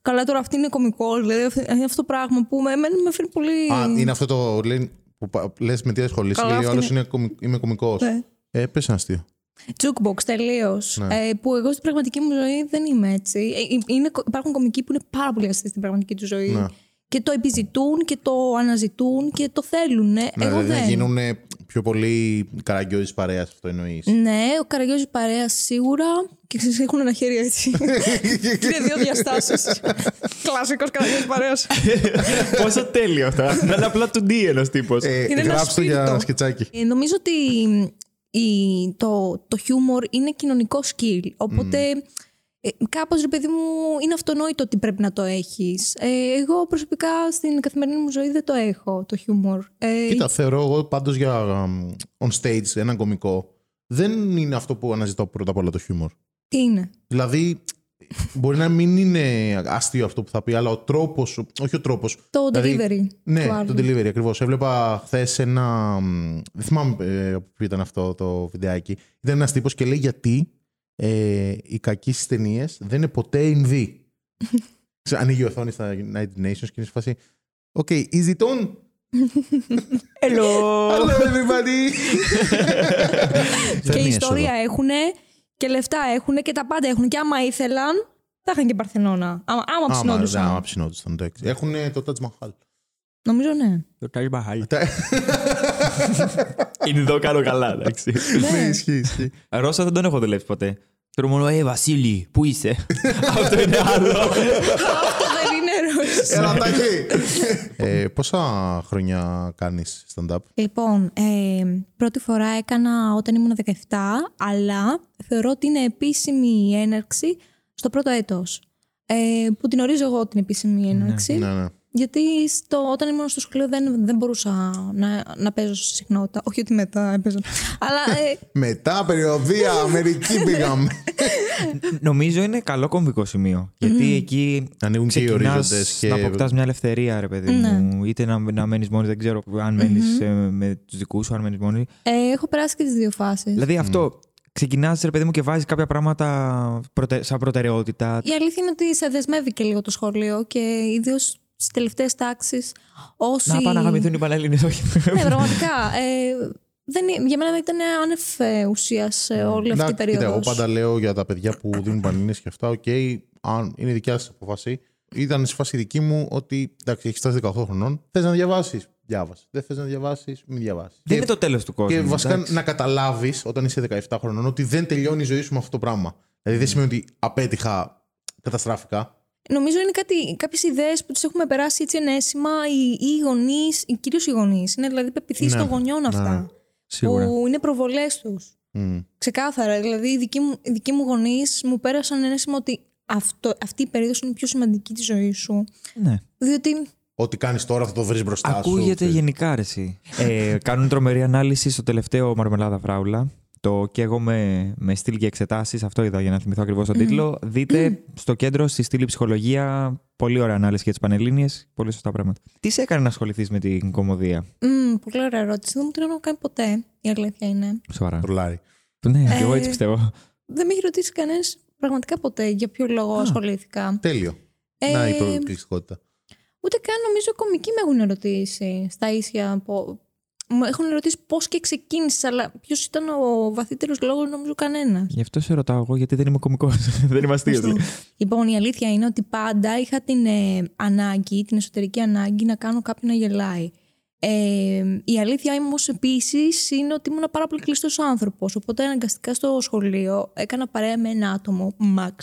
[SPEAKER 2] Καλά, τώρα αυτή είναι κωμικός. Δηλαδή αυτή- είναι αυτό το πράγμα που με, εμένα με φέρνει πολύ.
[SPEAKER 1] Α, είναι αυτό το λέει, που πα- λες με τι ασχολείσαι.
[SPEAKER 2] Καλά,
[SPEAKER 1] Λέει ο
[SPEAKER 2] αυτή
[SPEAKER 1] άλλος είναι κωμι- είμαι κωμικός.
[SPEAKER 2] Ναι.
[SPEAKER 1] Ε, πες ένα αστείο.
[SPEAKER 2] Jukebox τελείω. Ε, που εγώ στην πραγματική μου ζωή δεν είμαι έτσι. Ε, ε, είναι, υπάρχουν κομικοί που είναι πάρα πολύ αστείοι στην πραγματική του ζωή.
[SPEAKER 1] Ναι.
[SPEAKER 2] Και το επιζητούν και το αναζητούν και το θέλουν. Ε,
[SPEAKER 1] Ναι,
[SPEAKER 2] εγώ
[SPEAKER 1] δηλαδή να
[SPEAKER 2] δεν.
[SPEAKER 1] γίνουν πιο πολύ καραγκιόζης παρέας, αυτό εννοείς.
[SPEAKER 2] Ναι, ο Καραγιώζης παρέας σίγουρα. Και ξέρεις, έχουν ένα χέρι έτσι. είναι δύο διαστάσεις. Κλασικός Καραγιώζης παρέας.
[SPEAKER 3] Πόσο τέλειο αυτά. Να είναι απλά του D ενός τύπος.
[SPEAKER 1] Ε,
[SPEAKER 2] Είναι ένα
[SPEAKER 1] γράψτε για ένα
[SPEAKER 2] σπίρτο.
[SPEAKER 1] σκετσάκι.
[SPEAKER 2] Ε, νομίζω ότι η, το, το χιούμορ είναι κοινωνικό skill. Οπότε ε, κάπως ρε παιδί μου είναι αυτονόητο ότι πρέπει να το έχεις. Ε, εγώ προσωπικά στην καθημερινή μου ζωή δεν το έχω το χιούμορ. Ε,
[SPEAKER 1] Κοίτα, θεωρώ εγώ πάντως για um, on stage έναν κωμικό δεν είναι αυτό που αναζητώ πρώτα απ' όλα το χιούμορ.
[SPEAKER 2] Τι είναι.
[SPEAKER 1] Δηλαδή, μπορεί να μην είναι αστείο αυτό που θα πει, αλλά ο τρόπος. Όχι ο τρόπος.
[SPEAKER 2] Το
[SPEAKER 1] Δηλαδή,
[SPEAKER 2] delivery.
[SPEAKER 1] Ναι,
[SPEAKER 2] του
[SPEAKER 1] το
[SPEAKER 2] άλλου.
[SPEAKER 1] delivery ακριβώς. Έβλεπα χθες ένα. μ, Δεν θυμάμαι ε, που ήταν αυτό το βιντεάκι. Ήταν ένας τύπος και λέει γιατί ε, οι κακοί στι ταινίες δεν είναι ποτέ
[SPEAKER 2] <laughs>
[SPEAKER 1] Ινδοί. Ξε- Ανοίγει η οθόνης στα United Nations και είναι σε φάση. Οκ, okay, is it on?
[SPEAKER 3] Hello!
[SPEAKER 1] Hello everybody!
[SPEAKER 2] Και
[SPEAKER 1] Φέρνει
[SPEAKER 2] ιστορία έχουν και λεφτά έχουν και τα πάντα έχουν. Και άμα έσοδο. θα είχαν και Παρθενώνα. Άμα, άμα
[SPEAKER 1] έσοδο. Άμα, ναι,
[SPEAKER 2] ψινόντουσαν.
[SPEAKER 1] άμα ψινόντουσαν, το έξι. Έχουν το Taj Mahal.
[SPEAKER 2] Νομίζω ναι.
[SPEAKER 3] Το Taj Mahal. Είναι εδώ κάνω καλά, εντάξει.
[SPEAKER 1] Ναι, ισχύει, ισχύει.
[SPEAKER 3] Ρώσα δεν τον έχω δουλέψει ποτέ. Ξέρω μόνο, Ε, Βασίλη, πού είσαι. Αυτό είναι άλλο.
[SPEAKER 2] Αυτό <laughs> δεν είναι ερώτηση.
[SPEAKER 1] Έλα, Τάκη! ε, πόσα χρόνια κάνεις
[SPEAKER 2] <laughs>
[SPEAKER 1] stand-up?
[SPEAKER 2] Λοιπόν, ε, πρώτη φορά έκανα όταν ήμουν 17, αλλά θεωρώ ότι είναι επίσημη η έναρξη στο πρώτο έτος. Ε, που την ορίζω εγώ την επίσημη έναρξη.
[SPEAKER 1] ναι, ναι.
[SPEAKER 2] Γιατί στο, όταν ήμουν στο σχολείο δεν, δεν μπορούσα να, να παίζω σε συχνότητα. Όχι ότι μετά
[SPEAKER 1] <laughs>
[SPEAKER 2] έπαιζα. αλλά ε,
[SPEAKER 1] Μετά περιοδία, Αμερική πήγαμε.
[SPEAKER 3] Νομίζω είναι καλό κομβικό σημείο. Γιατί εκεί
[SPEAKER 1] Ανοίγουν και οι
[SPEAKER 3] ξεκινάς
[SPEAKER 1] ορίζοντες και- Ναι.
[SPEAKER 3] Να αποκτάς μια ελευθερία, ρε παιδί μου. Είτε να, να μένεις μόνο, δεν ξέρω αν μένεις με τους δικούς σου, αν μένεις μόνο.
[SPEAKER 2] ε, έχω περάσει και τις δύο φάσεις.
[SPEAKER 3] Δηλαδή αυτό. Ξεκινάς, ρε παιδί μου, και βάζεις κάποια πράγματα προτε- σαν προτεραιότητα.
[SPEAKER 2] Η αλήθεια είναι ότι σε δεσμεύει και λίγο το σχολείο και ιδίως στι τελευταίες τάξεις. Όσοι...
[SPEAKER 3] Να πάνε να γαμηθούν οι Πανελλήνες, όχι.
[SPEAKER 2] Ναι, πραγματικά. Ε, δεν, είναι- για μένα δεν ήταν άνευ ε, ουσίας όλη αυτή η
[SPEAKER 1] Ναι. κοίτα, εγώ
[SPEAKER 2] περίοδο.
[SPEAKER 1] πάντα λέω για τα παιδιά που δίνουν πανελλήνες και αυτά, οκ, αν είναι δικιά σας απόφαση. Ήταν σε φάση δική μου ότι εντάξει, έχεις φτάσει 18 χρονών. Θες να διαβάσεις, διάβασε. Δεν θες να διαβάσεις, μην διαβάσεις.
[SPEAKER 3] Δεν είναι το τέλος του κόσμου.
[SPEAKER 1] Και βασικά
[SPEAKER 3] εντάξει.
[SPEAKER 1] να καταλάβεις όταν είσαι 17 χρονών ότι δεν τελειώνει η ζωή σου με αυτό το πράγμα. Δηλαδή
[SPEAKER 3] Mm.
[SPEAKER 1] δεν σημαίνει ότι απέτυχα, καταστράφηκα.
[SPEAKER 2] Νομίζω είναι κάτι, κάποιες ιδέες που τις έχουμε περάσει έτσι ενέσιμα οι, οι γονείς, οι- κυρίως οι γονείς. Είναι δηλαδή πεπιθήσεις
[SPEAKER 1] Ναι,
[SPEAKER 2] των γονιών
[SPEAKER 1] ναι,
[SPEAKER 2] αυτά.
[SPEAKER 3] Σίγουρα.
[SPEAKER 2] Που είναι προβολές τους.
[SPEAKER 3] Mm.
[SPEAKER 1] Μμ.
[SPEAKER 2] Ξεκάθαρα. Δηλαδή, οι δικοί μου, οι δικοί μου γονείς μου πέρασαν ένα σήμα ότι αυτό, αυτή η περίοδος είναι η πιο σημαντική της ζωής σου.
[SPEAKER 3] Ναι.
[SPEAKER 2] Διότι.
[SPEAKER 1] Ό,τι κάνεις τώρα θα το βρεις μπροστά σου.
[SPEAKER 3] Ακούγεται
[SPEAKER 1] ξέρεις.
[SPEAKER 3] γενικά ρε εσύ. Ε, κάνουν τρομερή ανάλυση στο τελευταίο Μαρμελάδα Φράουλα. Το και εγώ με, με στυλ και εξετάσεις, αυτό είδα για να θυμηθώ ακριβώς τον τίτλο. Δείτε στο κέντρο στη στήλη ψυχολογία. Πολύ ωραία ανάλυση για τις Πανελλήνιες. Πολύ σωστά πράγματα. Τι σε έκανε να ασχοληθείς με την κομμωδία,
[SPEAKER 2] Μ, πολύ ωραία ερώτηση. Δεν μου την έχω κάνει ποτέ. Η αλήθεια είναι.
[SPEAKER 3] σοβαρά.
[SPEAKER 1] Ρολάρι.
[SPEAKER 3] ναι, και εγώ έτσι πιστεύω.
[SPEAKER 2] Δεν με έχει ρωτήσει κανένας πραγματικά ποτέ για ποιο λόγο ασχολήθηκα.
[SPEAKER 1] Τέλειο.
[SPEAKER 2] Ε,
[SPEAKER 1] Να η προκλητικότητα.
[SPEAKER 2] Ούτε καν νομίζω κομικοί με έχουν ερωτήσει στα ίσια. πο- Μου έχουν ερωτήσει πώς και ξεκίνησες, αλλά ποιος ήταν ο βαθύτερος λόγος, νομίζω κανένας.
[SPEAKER 3] Γι' αυτό σε ρωτάω εγώ, γιατί δεν είμαι κωμικός. <laughs> δεν είμαι αστείο.
[SPEAKER 2] Λοιπόν, η αλήθεια είναι ότι πάντα είχα την ε, ανάγκη, την εσωτερική ανάγκη να κάνω κάποιον να γελάει. Ε, η αλήθεια όμως επίσης είναι ότι ήμουν πάρα πολύ κλειστός άνθρωπος. Οπότε αναγκαστικά στο σχολείο έκανα παρέα με ένα άτομο, Max.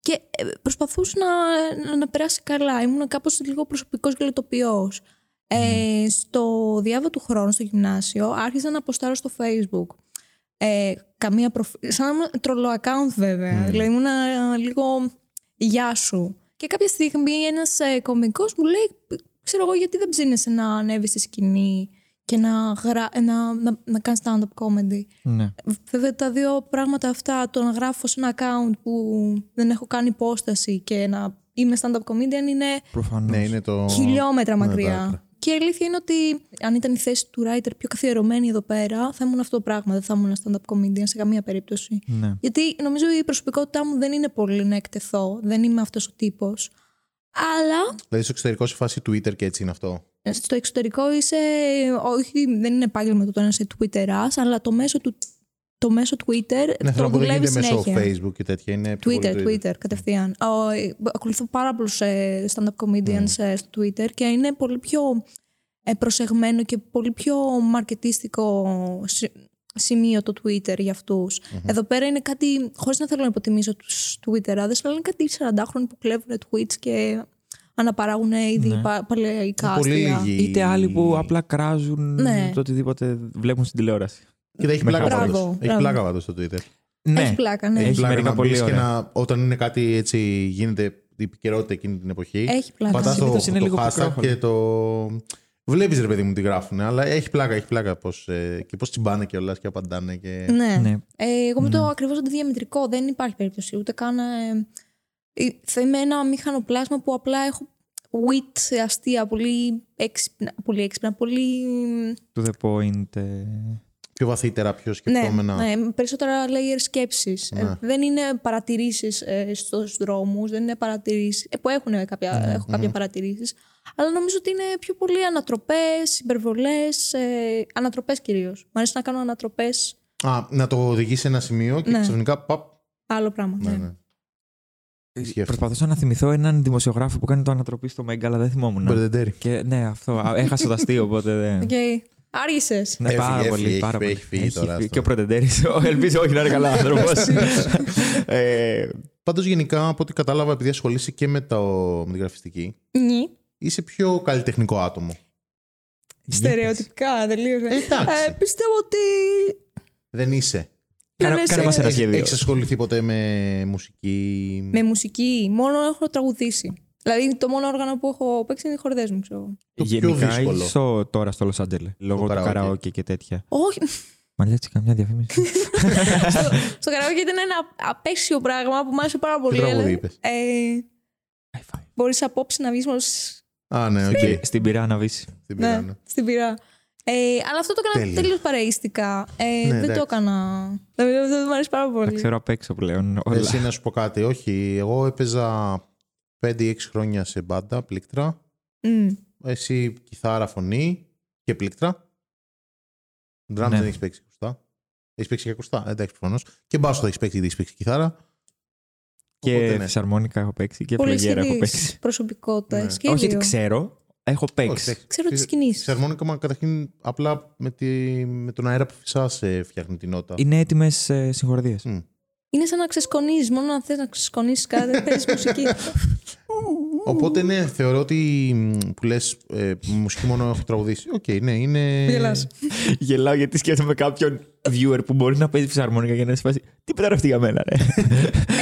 [SPEAKER 2] Και ε, προσπαθούσε να, να, να περάσει καλά. Ήμουν κάπως λίγο προσωπικός γελοτοποιό. Ε, στο διάβα του χρόνου στο γυμνάσιο άρχισα να αποστάρω στο Facebook. ε, καμία προφ... Σαν τρολο account βέβαια. Δηλαδή ήμουν λίγο γεια σου. Και κάποια στιγμή ένας ε, κωμικός μου λέει, ξέρω εγώ γιατί δεν ψήνεσαι να ανέβεις στη σκηνή και να, γρα... να, να, να κάνεις stand-up comedy.
[SPEAKER 3] Ναι.
[SPEAKER 2] Βέβαια τα δύο πράγματα αυτά, το να γράφω σε ένα account που δεν έχω κάνει υπόσταση και να είμαι stand-up comedian είναι
[SPEAKER 3] Προφανώς.
[SPEAKER 1] Ναι, είναι το.
[SPEAKER 2] χιλιόμετρα
[SPEAKER 1] Ναι, τα
[SPEAKER 2] μακριά.
[SPEAKER 1] άκρα.
[SPEAKER 2] Και η αλήθεια είναι ότι αν ήταν η θέση του writer πιο καθιερωμένη εδώ πέρα, θα ήμουν αυτό το πράγμα. Δεν θα ήμουν ένα stand-up comedian σε καμία περίπτωση.
[SPEAKER 3] Ναι.
[SPEAKER 2] Γιατί νομίζω η προσωπικότητά μου δεν είναι πολύ να εκτεθώ. Δεν είμαι αυτός ο τύπος. Αλλά
[SPEAKER 1] Δηλαδή στο εξωτερικό σε φάση Twitter και έτσι είναι αυτό.
[SPEAKER 2] στο εξωτερικό είσαι. Όχι, δεν είναι επάγγελμα το να είσαι Twitterά, αλλά το μέσο του. Το μέσο Twitter
[SPEAKER 1] Ναι, θέλω
[SPEAKER 2] Ε, το
[SPEAKER 1] να πω δεν
[SPEAKER 2] δουλεύει
[SPEAKER 1] γίνεται μέσω
[SPEAKER 2] συνέχεια.
[SPEAKER 1] Facebook και τέτοια. Είναι πιο
[SPEAKER 2] Twitter,
[SPEAKER 1] πολύ το ίδιο.
[SPEAKER 2] Twitter, κατευθείαν. Ο, ε, ακολουθώ πάρα πολλούς stand-up comedians
[SPEAKER 1] Ναι.
[SPEAKER 2] ε, στο Twitter και είναι πολύ πιο ε, προσεγμένο και πολύ πιο μαρκετίστικο σι- σημείο το Twitter για αυτους Εδώ πέρα είναι κάτι, χωρίς να θέλω να υποτιμήσω τους Twitterάδες, αλλά είναι κάτι 40χρονοι που κλέβουν tweets και αναπαράγουν ήδη πα, παλαιαϊκά
[SPEAKER 1] Είναι Ναι. Πολύ
[SPEAKER 2] αστεία.
[SPEAKER 1] λίγοι.
[SPEAKER 3] Είτε άλλοι που απλά κράζουν
[SPEAKER 2] Ναι.
[SPEAKER 3] το οτιδήποτε βλέπουν στην τηλεόραση.
[SPEAKER 1] Κοίτα, έχει
[SPEAKER 3] Με
[SPEAKER 1] πλάκα
[SPEAKER 2] χαρά.
[SPEAKER 1] πάντως.
[SPEAKER 2] Μπράβο,
[SPEAKER 1] Έχει
[SPEAKER 2] μπράβο.
[SPEAKER 1] πλάκα πάντως το Twitter.
[SPEAKER 2] Έχει πλάκα, ναι.
[SPEAKER 1] Έχει
[SPEAKER 3] Έχει
[SPEAKER 1] πλάκα
[SPEAKER 3] μερικά
[SPEAKER 1] να
[SPEAKER 3] πολύ
[SPEAKER 1] μπεις και
[SPEAKER 3] ωραία.
[SPEAKER 1] να, όταν είναι κάτι έτσι γίνεται η επικαιρότητα εκείνη την εποχή.
[SPEAKER 2] Έχει πλάκα.
[SPEAKER 1] Πατάς το,
[SPEAKER 3] Συνήθως είναι
[SPEAKER 1] το
[SPEAKER 3] λίγο
[SPEAKER 1] hashtag
[SPEAKER 3] πικρόχολο.
[SPEAKER 1] και το... Βλέπεις ρε παιδί μου τι γράφουν, αλλά έχει πλάκα, έχει πλάκα πώς, ε, και πώς τσιμπάνε και όλα και απαντάνε και...
[SPEAKER 2] Ναι.
[SPEAKER 3] Ναι.
[SPEAKER 2] Ε, εγώ με το ακριβώ αντιδιαμετρικό δεν υπάρχει περίπτωση. Ούτε καν. ε, ε, θα είμαι ένα μηχανοπλάσμα που απλά έχω wit αστεία, πολύ έξυπνα, πολύ. Έξυπνα, πολύ
[SPEAKER 3] To the point. ε,
[SPEAKER 1] Πιο βαθύτερα, πιο
[SPEAKER 2] ναι,
[SPEAKER 1] σκεπτόμενα.
[SPEAKER 2] ναι, με περισσότερα layer σκέψης.
[SPEAKER 1] Ναι.
[SPEAKER 2] δεν είναι παρατηρήσεις ε, στους δρόμους, δεν είναι παρατηρήσεις. Ε, που έχουν κάποια,
[SPEAKER 1] Ναι,
[SPEAKER 2] έχω κάποια παρατηρήσεις. Αλλά νομίζω ότι είναι πιο πολύ ανατροπές, υπερβολές. Ε, ανατροπές κυρίως. Μ' αρέσει να κάνω ανατροπές.
[SPEAKER 1] Α, να το οδηγείς σε ένα σημείο και
[SPEAKER 2] Ναι.
[SPEAKER 1] ξαφνικά παπ.
[SPEAKER 2] Άλλο πράγμα.
[SPEAKER 1] Ναι,
[SPEAKER 2] ναι.
[SPEAKER 1] ναι. Ισχύει αυτό.
[SPEAKER 3] Προσπαθούσα να θυμηθώ έναν δημοσιογράφο που κάνει το ανατροπή στο Μέγκα, αλλά δεν θυμόμουν.
[SPEAKER 1] Μπερδεντέρι.
[SPEAKER 3] Και ναι, αυτό. Α, Έχασα το αστείο, οπότε
[SPEAKER 1] <laughs>
[SPEAKER 3] δεν.
[SPEAKER 2] Οκ. Άργησες.
[SPEAKER 3] Ναι,
[SPEAKER 1] Έφυγε,
[SPEAKER 3] πάρα
[SPEAKER 1] έφυγε,
[SPEAKER 3] πολύ.
[SPEAKER 1] έχει
[SPEAKER 3] Πάρα
[SPEAKER 1] φύγει,
[SPEAKER 3] πολύ.
[SPEAKER 1] έχει φύγει τώρα αυτό.
[SPEAKER 3] Και ο Πρωτεντέρη. Ελπίζω όχι να είναι
[SPEAKER 1] <laughs>
[SPEAKER 3] καλά Ε, άνθρωπο.
[SPEAKER 1] Πάντως, γενικά, από ό,τι κατάλαβα, επειδή ασχολείσαι και με, το, με τη γραφιστική,
[SPEAKER 2] Ναι.
[SPEAKER 1] είσαι πιο καλλιτεχνικό άτομο.
[SPEAKER 2] Στερεοτυπικά, τελείως.
[SPEAKER 1] Ε, εντάξει.
[SPEAKER 2] πιστεύω ότι.
[SPEAKER 1] Δεν είσαι.
[SPEAKER 2] δεν
[SPEAKER 3] Κάνε μα
[SPEAKER 2] σε-
[SPEAKER 3] ένα σχέδιο.
[SPEAKER 1] Έχεις ασχοληθεί ποτέ με μουσική.
[SPEAKER 2] Με μουσική μόνο έχω τραγουδήσει. Δηλαδή το μόνο όργανο που έχω παίξει είναι οι χορδές μου, ξέρω εγώ.
[SPEAKER 1] Το πιο
[SPEAKER 3] Γενικά
[SPEAKER 1] δύσκολο.
[SPEAKER 3] ή στο- τώρα στο Λος Άντζελε. Λόγω του
[SPEAKER 1] καραόκε.
[SPEAKER 3] καραόκε και τέτοια.
[SPEAKER 2] Όχι.
[SPEAKER 3] Μαλιά έτσι καμιά διαφήμιση.
[SPEAKER 2] στο, στο καραόκι ήταν ένα απέσιο πράγμα που μου άρεσε πάρα πολύ.
[SPEAKER 1] τραγούδι
[SPEAKER 2] αλλά,
[SPEAKER 1] είπες?
[SPEAKER 2] Ε,
[SPEAKER 3] High five.
[SPEAKER 2] Μπορείς απόψε να βγεις μόνο σ-
[SPEAKER 1] Α, ναι, <laughs> οκ.
[SPEAKER 3] Και στην πειρά να βύσει.
[SPEAKER 1] Την
[SPEAKER 2] ναι,
[SPEAKER 1] πήρα, ναι.
[SPEAKER 2] στην πυρά. Ε, αλλά αυτό το έκανα
[SPEAKER 1] Τέλεια.
[SPEAKER 2] τελείως παρεϊστικά. Ε, δεν
[SPEAKER 1] εντάξει.
[SPEAKER 2] το έκανα. Δηλαδή, Δεν δεν μου αρέσει πάρα
[SPEAKER 3] Τα
[SPEAKER 2] πολύ.
[SPEAKER 3] ξέρω απ' έξω πλέον. όλα.
[SPEAKER 1] Εσύ να σου πω κάτι. Όχι, εγώ έπαιζα 5-6 χρόνια σε μπάντα, πλήκτρα.
[SPEAKER 2] Μμ.
[SPEAKER 1] Εσύ κιθάρα, φωνή και πλήκτρα. Drums
[SPEAKER 3] Ναι.
[SPEAKER 1] δεν έχεις παίξει ακουστά. Έχεις παίξει και ακουστά, εντάξει προφανώς. Και μπάσο θα έχεις παίξει, δεν έχεις παίξει κιθάρα. Οπότε,
[SPEAKER 3] Και
[SPEAKER 1] ναι.
[SPEAKER 3] φυσαρμόνικα έχω παίξει και
[SPEAKER 2] Πολύ
[SPEAKER 3] φλογέρα έχω
[SPEAKER 2] σχεδί
[SPEAKER 3] παίξει.
[SPEAKER 2] προσωπικότητες.
[SPEAKER 1] Ναι.
[SPEAKER 2] Και οι
[SPEAKER 3] Όχι ότι
[SPEAKER 2] δύο.
[SPEAKER 3] ξέρω, έχω παίξει.
[SPEAKER 2] Ξέρω τις κινήσεις.
[SPEAKER 1] Σε αρμόνικα, μα καταρχήν απλά με, τη, με τον αέρα που φυσάς ε, φτιάχνει την νότα.
[SPEAKER 3] Είναι ε, έτοιμε συγχωρδίε.
[SPEAKER 1] Μμ.
[SPEAKER 2] Είναι σαν να ξεσκονίζεις. Μόνο αν θες να ξεσκονίσει κάτι, παίζεις
[SPEAKER 1] <laughs>
[SPEAKER 2] μουσική.
[SPEAKER 1] Οπότε ναι, θεωρώ ότι μ, που λες ε, μουσική μόνο έχω τραγουδήσει. Οκ, ναι, είναι...
[SPEAKER 2] Γελάς.
[SPEAKER 3] Γελάω γιατί σκέφτομαι κάποιον viewer που μπορεί να παίζει φυσαρμόνικα και να είναι σε φάση, Τι πετάνε αυτή για μένα, ρε.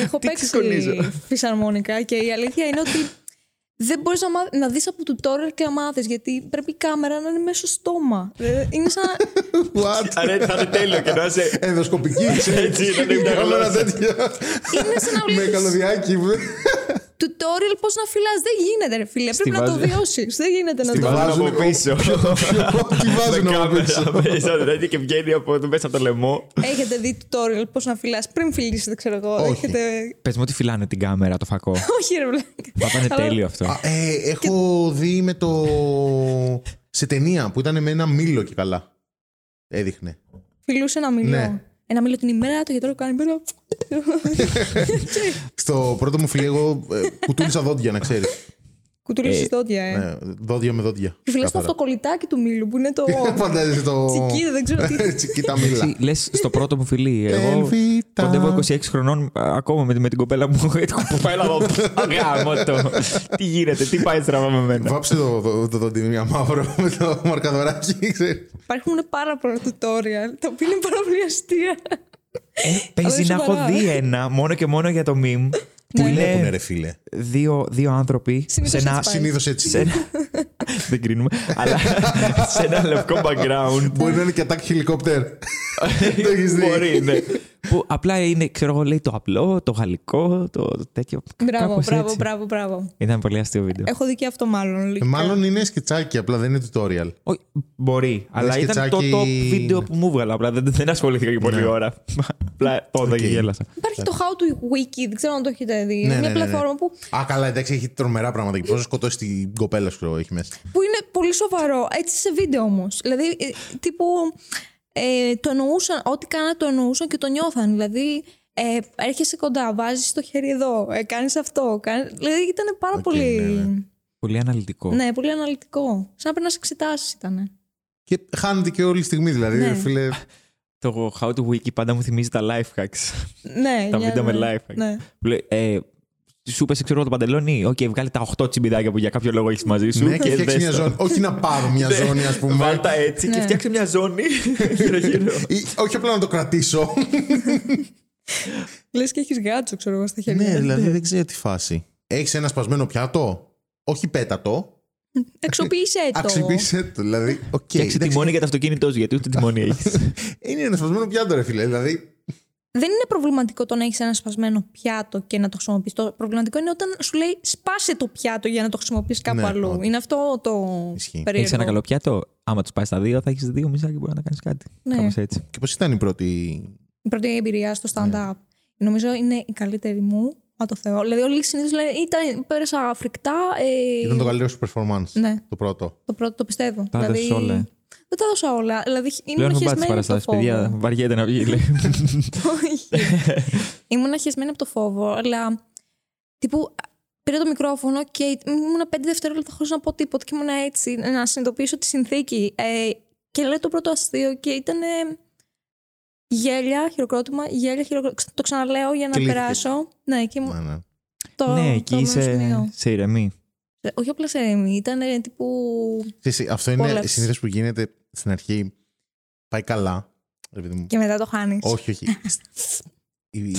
[SPEAKER 2] Έχω
[SPEAKER 3] Τι
[SPEAKER 2] παίξει
[SPEAKER 3] ξεσκονίζω.
[SPEAKER 2] φυσαρμόνικα και η αλήθεια είναι ότι δεν μπορείς να, μάθ- να δεις από tutorial και να μάθεις γιατί πρέπει η κάμερα να είναι μέσα στο στόμα. Ε, Είναι σαν.
[SPEAKER 1] <laughs> What?
[SPEAKER 3] Αρέ, θα είναι τέλειο και να είσαι.
[SPEAKER 1] Ε, Ενδοσκοπική.
[SPEAKER 3] Έτσι, να είναι μια
[SPEAKER 1] Κάμερα
[SPEAKER 3] γλώσσα.
[SPEAKER 1] τέτοια.
[SPEAKER 2] είναι σαν να
[SPEAKER 1] Με
[SPEAKER 2] βλέπει
[SPEAKER 1] καλωδιάκι.
[SPEAKER 2] tutorial πώς να φυλάς. Δεν γίνεται, ρε φίλε. Πρέπει να το
[SPEAKER 3] βάζω-
[SPEAKER 2] βιώσεις. Δεν γίνεται να
[SPEAKER 3] Τη
[SPEAKER 2] το.
[SPEAKER 3] βάζουν
[SPEAKER 1] βάζουν
[SPEAKER 3] από πίσω.
[SPEAKER 1] Τι βάζουν να
[SPEAKER 3] <laughs> κάμερα μέσα, δηλαδή και βγαίνει από το μέσα από το λαιμό.
[SPEAKER 2] Έχετε δει tutorial πώς να φυλάς πριν φιλήσετε, ξέρω εγώ.
[SPEAKER 1] Όχι.
[SPEAKER 2] Έχετε...
[SPEAKER 3] Πες μου ότι φυλάνε την κάμερα, το φακό.
[SPEAKER 2] Όχι, ρε βλάκα.
[SPEAKER 3] Θα πάνε
[SPEAKER 2] Αλλά-
[SPEAKER 3] τέλειο αυτό.
[SPEAKER 1] Α, ε, έχω δει με το. σε ταινία που ήταν με ένα μήλο και καλά. Έδειχνε.
[SPEAKER 2] Φιλούσε ένα μήλο.
[SPEAKER 1] Ναι.
[SPEAKER 2] Ένα μήλο την ημέρα, το γιατρό κάνει πέρα.
[SPEAKER 1] Στο πρώτο μου φιλί, εγώ ε, κουτούλησα δόντια, να ξέρεις.
[SPEAKER 2] Κουτουλήσει ε, δόντια, ε.
[SPEAKER 1] Ναι, δόντια με δόντια.
[SPEAKER 2] Φιλά το αυτοκολλητάκι του μήλου που είναι το.
[SPEAKER 1] Φαντάζεσαι το.
[SPEAKER 2] Τσικίδα, δεν ξέρω τι.
[SPEAKER 1] Τσικίτα μήλα.
[SPEAKER 3] Λες στο πρώτο μου φιλί. Εγώ
[SPEAKER 1] Ελβίτα.
[SPEAKER 3] κοντεύω 26 χρονών α, ακόμα με, με την κοπέλα μου. <laughs> Έχω πάει να δω. Γάμο το. Τι γίνεται, τι πάει στραβά με μένα.
[SPEAKER 1] Βάψε το το- το δόντι μια μαύρο με το μαρκαδοράκι. ξέρεις.
[SPEAKER 2] Υπάρχουν πάρα πολλά tutorial τα οποία είναι πάρα πολύ αστεία.
[SPEAKER 3] Ε, Παίζει να
[SPEAKER 2] σοβαρά.
[SPEAKER 3] έχω δει ένα μόνο και μόνο για το meme. Που
[SPEAKER 1] Τι Βλέπουνε
[SPEAKER 3] είναι
[SPEAKER 1] ρε φίλε.
[SPEAKER 3] δύο, δύο άνθρωποι σε
[SPEAKER 2] Συνήθως
[SPEAKER 3] ένα.
[SPEAKER 2] έτσι πάει.
[SPEAKER 1] Συνήθως
[SPEAKER 3] σε
[SPEAKER 1] έτσι.
[SPEAKER 3] ένα- <laughs> δεν κρίνουμε. αλλά σε ένα λευκό background.
[SPEAKER 1] Μπορεί να είναι και attack χελικόπτερ. Το έχεις δει.
[SPEAKER 3] Μπορεί, ναι. Που απλά είναι, ξέρω εγώ, λέει το απλό, το γαλλικό, το τέτοιο.
[SPEAKER 2] Μπράβο,
[SPEAKER 3] κάπως
[SPEAKER 2] μπράβο, Ε-
[SPEAKER 3] έτσι.
[SPEAKER 2] μπράβο, μπράβο.
[SPEAKER 3] Ήταν πολύ αστείο βίντεο.
[SPEAKER 2] Έχω δει και αυτό μάλλον. λογικά.
[SPEAKER 1] Ναι. Ε, Μάλλον είναι σκετσάκι, απλά δεν είναι tutorial.
[SPEAKER 3] Όχι, μπορεί, αλλά ήταν το
[SPEAKER 1] σκετσάκι-
[SPEAKER 3] top βίντεο που μου έβγαλα. Απλά δεν, δεν ασχολήθηκα και πολλή ώρα. Απλά το είδα και
[SPEAKER 1] Ναι. Οκ.
[SPEAKER 3] γέλασα.
[SPEAKER 2] Υπάρχει το How to Wiki, δεν ξέρω αν το έχετε δει.
[SPEAKER 1] Ναι,
[SPEAKER 2] Είναι
[SPEAKER 1] ναι,
[SPEAKER 2] μια
[SPEAKER 1] ναι, ναι.
[SPEAKER 2] πλατφόρμα που
[SPEAKER 1] Α, καλά, εντάξει, έχει τρομερά πράγματα. Και πώ να σκοτώσει την κοπέλα σου, ξέρω, έχει μέσα.
[SPEAKER 2] που είναι πολύ σοβαρό. Έτσι σε βίντεο όμως. Δηλαδή, ε, τύπου. Ε, το εννοούσαν, ό,τι κάνα το εννοούσαν και το νιώθαν. Δηλαδή, ε, έρχεσαι κοντά, βάζεις το χέρι εδώ, ε, κάνεις αυτό. Κάνεις... Δηλαδή, ήταν πάρα
[SPEAKER 1] Οκ,
[SPEAKER 2] πολύ.
[SPEAKER 1] ναι, ναι.
[SPEAKER 3] Πολύ αναλυτικό.
[SPEAKER 2] Ναι, πολύ αναλυτικό. Σαν να περνά εξετάσει ήταν.
[SPEAKER 1] Και χάνεται και όλη η στιγμή, δηλαδή.
[SPEAKER 2] Ναι.
[SPEAKER 1] ρε Φίλε,
[SPEAKER 3] Το How to Wiki πάντα μου θυμίζει τα life hacks.
[SPEAKER 2] Ναι,
[SPEAKER 3] Τα
[SPEAKER 2] ναι,
[SPEAKER 3] βίντεο
[SPEAKER 2] ναι.
[SPEAKER 3] με live hack.
[SPEAKER 2] Ναι.
[SPEAKER 3] Που λέει, ε, σου πες ξέρω εγώ, το παντελόνι. Οκ, βγάλε τα 8 τσιμπιδάκια που για κάποιο λόγο έχεις μαζί σου.
[SPEAKER 1] ναι, και Ναι. φτιάξει
[SPEAKER 3] δες
[SPEAKER 1] μια
[SPEAKER 3] τα.
[SPEAKER 1] ζώνη. Όχι να πάρω μια ζώνη, ας πούμε.
[SPEAKER 3] Βάλ τα έτσι και
[SPEAKER 2] Ναι.
[SPEAKER 3] φτιάξε μια ζώνη <laughs> γύρω-γύρω.
[SPEAKER 1] Ή- Όχι απλά να το κρατήσω.
[SPEAKER 2] Λες και έχεις γάτσο, ξέρω εγώ, στα χέρια.
[SPEAKER 1] ναι, δηλαδή δεν ξέρω τι φάση. Έχεις ένα σπασμένο πιάτο. Όχι πέτατο.
[SPEAKER 2] Αξιοποίησέ Ε, το.
[SPEAKER 1] Αξιπίσε το. Δηλαδή, οκ.
[SPEAKER 3] Φτιάξε
[SPEAKER 1] εντάξει,
[SPEAKER 3] τιμόνι για το αυτοκίνητό σου, γιατί ούτε τιμόνι έχεις.
[SPEAKER 1] Είναι ένα σπασμένο πιάτο, ρε φίλε. Δηλαδή,
[SPEAKER 2] Δεν είναι προβληματικό το να έχεις ένα σπασμένο πιάτο και να το χρησιμοποιείς. Το προβληματικό είναι όταν σου λέει σπάσε το πιάτο για να το χρησιμοποιήσει κάπου
[SPEAKER 1] Ναι,
[SPEAKER 2] αλλού.
[SPEAKER 1] όντως.
[SPEAKER 2] Είναι αυτό το
[SPEAKER 1] Ισχύει.
[SPEAKER 2] περίεργο.
[SPEAKER 3] Έχεις ένα καλό πιάτο. Άμα του πάει στα δύο, θα έχεις δύο μισά και μπορεί να κάνεις κάτι.
[SPEAKER 2] Ναι.
[SPEAKER 3] Κάπως έτσι.
[SPEAKER 1] και πώς ήταν η πρώτη.
[SPEAKER 2] Η πρώτη εμπειρία στο stand-up.
[SPEAKER 1] Ναι.
[SPEAKER 2] Νομίζω είναι η καλύτερη μου. Μα το Θεό. Δηλαδή, όλοι συνήθως λένε ήταν, πέρασα φρικτά. Ε,
[SPEAKER 1] Ήταν το καλύτερο σου performance.
[SPEAKER 2] Ναι,
[SPEAKER 1] Το πρώτο.
[SPEAKER 2] το πρώτο το πιστεύω.
[SPEAKER 3] Τα
[SPEAKER 2] δηλαδή,
[SPEAKER 3] έδωσες όλα, ε.
[SPEAKER 2] Δεν τα έδωσα όλα. Δηλαδή,
[SPEAKER 3] Πλέον
[SPEAKER 2] ήμουν
[SPEAKER 3] έχω πάει τι
[SPEAKER 2] χεσμένη από το
[SPEAKER 3] παραστάσεις,
[SPEAKER 2] φόβο.
[SPEAKER 3] παιδιά. Βαριέται να βγει. λέει.
[SPEAKER 1] <laughs>
[SPEAKER 2] Όχι. ήμουν χεσμένη από το φόβο, αλλά τύπου πήρα το μικρόφωνο και ήμουν πέντε δευτερόλεπτα χωρίς να πω τίποτα και ήμουν έτσι να συνειδητοποιήσω τη συνθήκη. Ε, και λέω το πρώτο αστείο και ήταν γέλια, χειροκρότημα, γέλια, χειροκρότημα. Το ξαναλέω για να
[SPEAKER 1] Κλείθηκε.
[SPEAKER 2] περάσω. Ναι, και ήμουν
[SPEAKER 1] Ναι, ναι.
[SPEAKER 2] το,
[SPEAKER 3] Ναι,
[SPEAKER 2] το
[SPEAKER 3] εκεί
[SPEAKER 2] μόνο
[SPEAKER 3] είσαι
[SPEAKER 2] σημείο.
[SPEAKER 3] σε ηρεμή.
[SPEAKER 2] Ε, Όχι απλά σε έμι, ήταν τύπου...
[SPEAKER 1] Ξέρεις, Αυτό είναι
[SPEAKER 2] Κόλαψης.
[SPEAKER 1] συνήθω που γίνεται στην αρχή. Πάει καλά. ρε παιδί μου.
[SPEAKER 2] Και Ναι. μετά το χάνεις.
[SPEAKER 1] Όχι, όχι. η, η-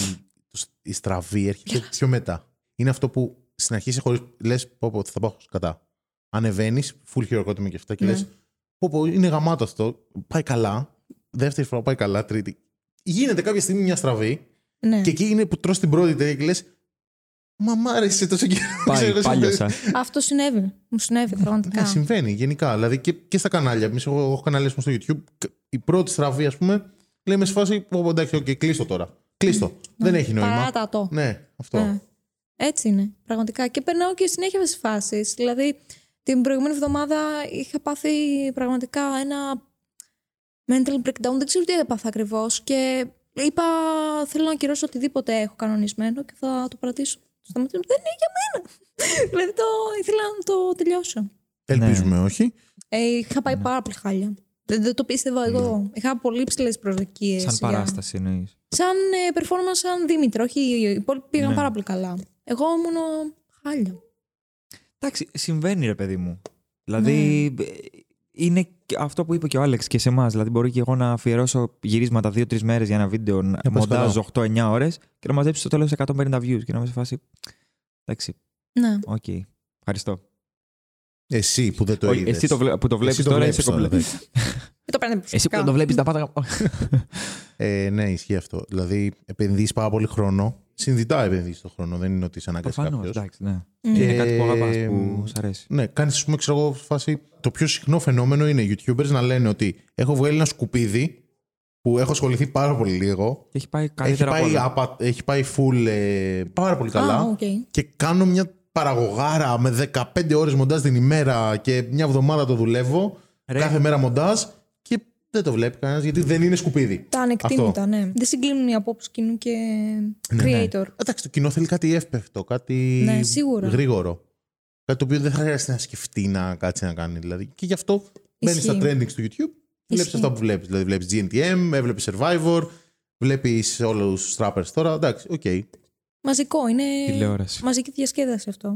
[SPEAKER 1] το σ- η στραβή έρχεται πιο μετά. Είναι αυτό που στην αρχή σε χωρίς, λες πω πω θα πάω κατά. Ανεβαίνεις, φουλ χειροκρότημα και αυτά και
[SPEAKER 2] Ναι.
[SPEAKER 1] λες πω πω είναι γαμάτο αυτό, πάει καλά. Δεύτερη φορά πάει καλά, τρίτη. Γίνεται κάποια στιγμή μια στραβή
[SPEAKER 2] Ναι.
[SPEAKER 1] και εκεί είναι που τρως την πρώτη τέτοια και λες Μα μ' άρεσε τόσο καιρό.
[SPEAKER 3] Πάει,
[SPEAKER 1] ξέρω,
[SPEAKER 3] πάλιωσα.
[SPEAKER 2] Αυτό συνέβη. Μου συνέβη πραγματικά.
[SPEAKER 1] Ναι, συμβαίνει γενικά. Δηλαδή και, και στα κανάλια. Εμείς, εγώ έχω κανάλια ας πούμε, στο YouTube. κα- Η πρώτη στραβή, ας πούμε, λέμε σε φάση. «Ω, Εντάξει, οκ, κλείστο τώρα. Κλείστο. Δεν έχει νόημα.
[SPEAKER 2] Ναι. Παράτα το.
[SPEAKER 1] Ναι, αυτό.
[SPEAKER 2] Ναι. Έτσι είναι, πραγματικά. Και περνάω και συνέχεια με τι φάσεις. Δηλαδή, την προηγούμενη εβδομάδα είχα πάθει πραγματικά ένα mental breakdown. Δεν ξέρω τι έπαθα ακριβώς. Και είπα, θέλω να ακυρώσω οτιδήποτε έχω κανονισμένο και θα το παρατήσω. Σταματήσω. Δεν είναι για μένα. <laughs> δηλαδή, το, ήθελα να το τελειώσω.
[SPEAKER 1] Ελπίζουμε
[SPEAKER 3] Ναι.
[SPEAKER 1] όχι.
[SPEAKER 2] Ε, είχα πάει πάρα πολύ χάλια. Δεν, δεν το πίστευα εγώ. Είχα πολύ ψηλές προσδοκίες.
[SPEAKER 3] Ναι. Σαν παράσταση εννοείς.
[SPEAKER 2] Σαν ε, performance, σαν Δήμητρο. Όχι, οι υπόλοιποι πήγαν
[SPEAKER 3] Ναι.
[SPEAKER 2] πάρα πολύ καλά. Εγώ ήμουν χάλια.
[SPEAKER 3] Εντάξει, συμβαίνει ρε παιδί μου. Δηλαδή ε, είναι και αυτό που είπε και ο Άλεξ και σε εμάς. Δηλαδή μπορεί και εγώ να αφιερώσω γυρίσματα 2-3 μέρες για ένα βίντεο, να
[SPEAKER 1] πας
[SPEAKER 3] μοντάζ 8-9 ώρες και να μαζέψω στο τέλος 150 views και να είμαι σε φάση. Εντάξει,
[SPEAKER 2] Ναι.
[SPEAKER 3] οκ. Ευχαριστώ.
[SPEAKER 1] Εσύ που δεν το
[SPEAKER 3] Όχι,
[SPEAKER 1] είδες.
[SPEAKER 3] εσύ το βλέ- που το βλέπει τώρα, είσαι κομπλέ.
[SPEAKER 2] Μην Ε, το παίρνετε
[SPEAKER 3] Εσύ που
[SPEAKER 2] προσωπικά.
[SPEAKER 3] το βλέπεις, τα πάντα.
[SPEAKER 1] ε, ναι, ισχύει αυτό. Δηλαδή, επενδύεις πάρα πολύ χρόνο. Συνδυτά επενδύει τον χρόνο. Δεν είναι ότι είσαι αναγκαστικά
[SPEAKER 3] Προφανώς,
[SPEAKER 1] κάποιος.
[SPEAKER 3] εντάξει, ναι.
[SPEAKER 2] Μμ.
[SPEAKER 3] Είναι κάτι που αγαπά,
[SPEAKER 1] Ε,
[SPEAKER 3] που σ' αρέσει.
[SPEAKER 1] Ναι, κάνεις, ας πούμε, ξέρω εγώ, φάση. Το πιο συχνό φαινόμενο είναι οι YouTubers να λένε ότι έχω βγάλει ένα σκουπίδι που έχω ασχοληθεί πάρα πολύ λίγο.
[SPEAKER 3] Και έχει πάει
[SPEAKER 1] Έχει
[SPEAKER 3] καλύτερα από
[SPEAKER 1] πάει,
[SPEAKER 3] όλα.
[SPEAKER 1] απα- έχει πάει full ε, πάρα πολύ καλά.
[SPEAKER 2] Α, οκ.
[SPEAKER 1] Και κάνω μια παραγωγάρα με 15 ώρες μοντάζ την ημέρα και μια εβδομάδα το δουλεύω.
[SPEAKER 3] Ρε.
[SPEAKER 1] Κάθε μέρα μοντάζ και δεν το βλέπει κανένας γιατί δεν είναι σκουπίδι.
[SPEAKER 2] Τα ανεκτήμητα, ναι. Δεν συγκλίνουν οι απόψεις κοινού και
[SPEAKER 3] Ναι,
[SPEAKER 2] creator.
[SPEAKER 1] Εντάξει, το κοινό θέλει κάτι εύπευτο, κάτι
[SPEAKER 2] Ναι, σίγουρα.
[SPEAKER 1] γρήγορο. Κάτι το οποίο δεν θα χρειάζεται να σκεφτεί να κάτσει να κάνει. Δηλαδή. Και γι' αυτό μπαίνεις στα
[SPEAKER 2] Ισχύει.
[SPEAKER 1] trendings του YouTube, βλέπει
[SPEAKER 2] Ισχύει.
[SPEAKER 1] αυτά που βλέπεις. Δηλαδή, βλέπεις GNTM, έβλεπες Survivor, βλέπεις όλους τους trappers τώρα. Εντάξει, οκ.
[SPEAKER 2] Μαζικό, είναι
[SPEAKER 3] Ε, Τηλεόραση.
[SPEAKER 2] μαζική διασκέδαση αυτό.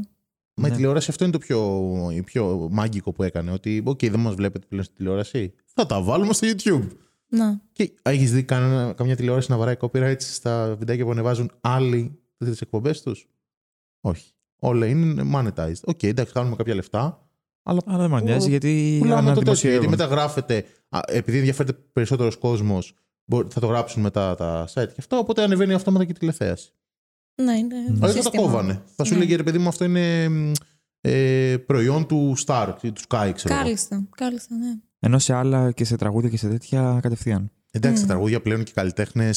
[SPEAKER 1] Μα η
[SPEAKER 3] Ναι.
[SPEAKER 1] τηλεόραση αυτό είναι το πιο, η πιο μάγικο που έκανε. Ότι, οκ, δεν μας βλέπετε πλέον στη τηλεόραση. Θα τα βάλουμε στο YouTube.
[SPEAKER 2] Να.
[SPEAKER 1] Και έχεις δει κανένα, καμιά τηλεόραση να βαράει copyright στα βιντεάκια που ανεβάζουν άλλοι τι εκπομπές τους. Όχι. Όλα είναι monetized. Οκ, εντάξει, κάνουμε κάποια λεφτά. Αλλά
[SPEAKER 3] Αλλά δεν μα νοιάζει γιατί
[SPEAKER 1] πουλάμε το τέτοιο. Γιατί
[SPEAKER 3] αναδημοσιεύουν.
[SPEAKER 1] μετά γράφεται. α, Επειδή ενδιαφέρεται περισσότερο κόσμο, θα το γράψουν μετά τα site και αυτά. Οπότε ανεβαίνει αυτόματα και η τηλεθέαση.
[SPEAKER 2] Ναι, είναι.
[SPEAKER 3] Αλλά
[SPEAKER 1] Αλλά
[SPEAKER 2] το
[SPEAKER 1] δεν θα τα
[SPEAKER 2] σύστημα.
[SPEAKER 1] κόβανε. Θα σου
[SPEAKER 2] Ναι.
[SPEAKER 1] λέγε ρε παιδί μου, αυτό είναι μ, ε, προϊόν του Star, του Sky, ξέρω εγώ.
[SPEAKER 2] Κάλλιστα, κάλλιστα, ναι.
[SPEAKER 3] Ενώ σε άλλα και σε τραγούδια και σε τέτοια κατευθείαν.
[SPEAKER 1] Εντάξει, τα
[SPEAKER 2] Mm.
[SPEAKER 1] τραγούδια πλέον και οι καλλιτέχνες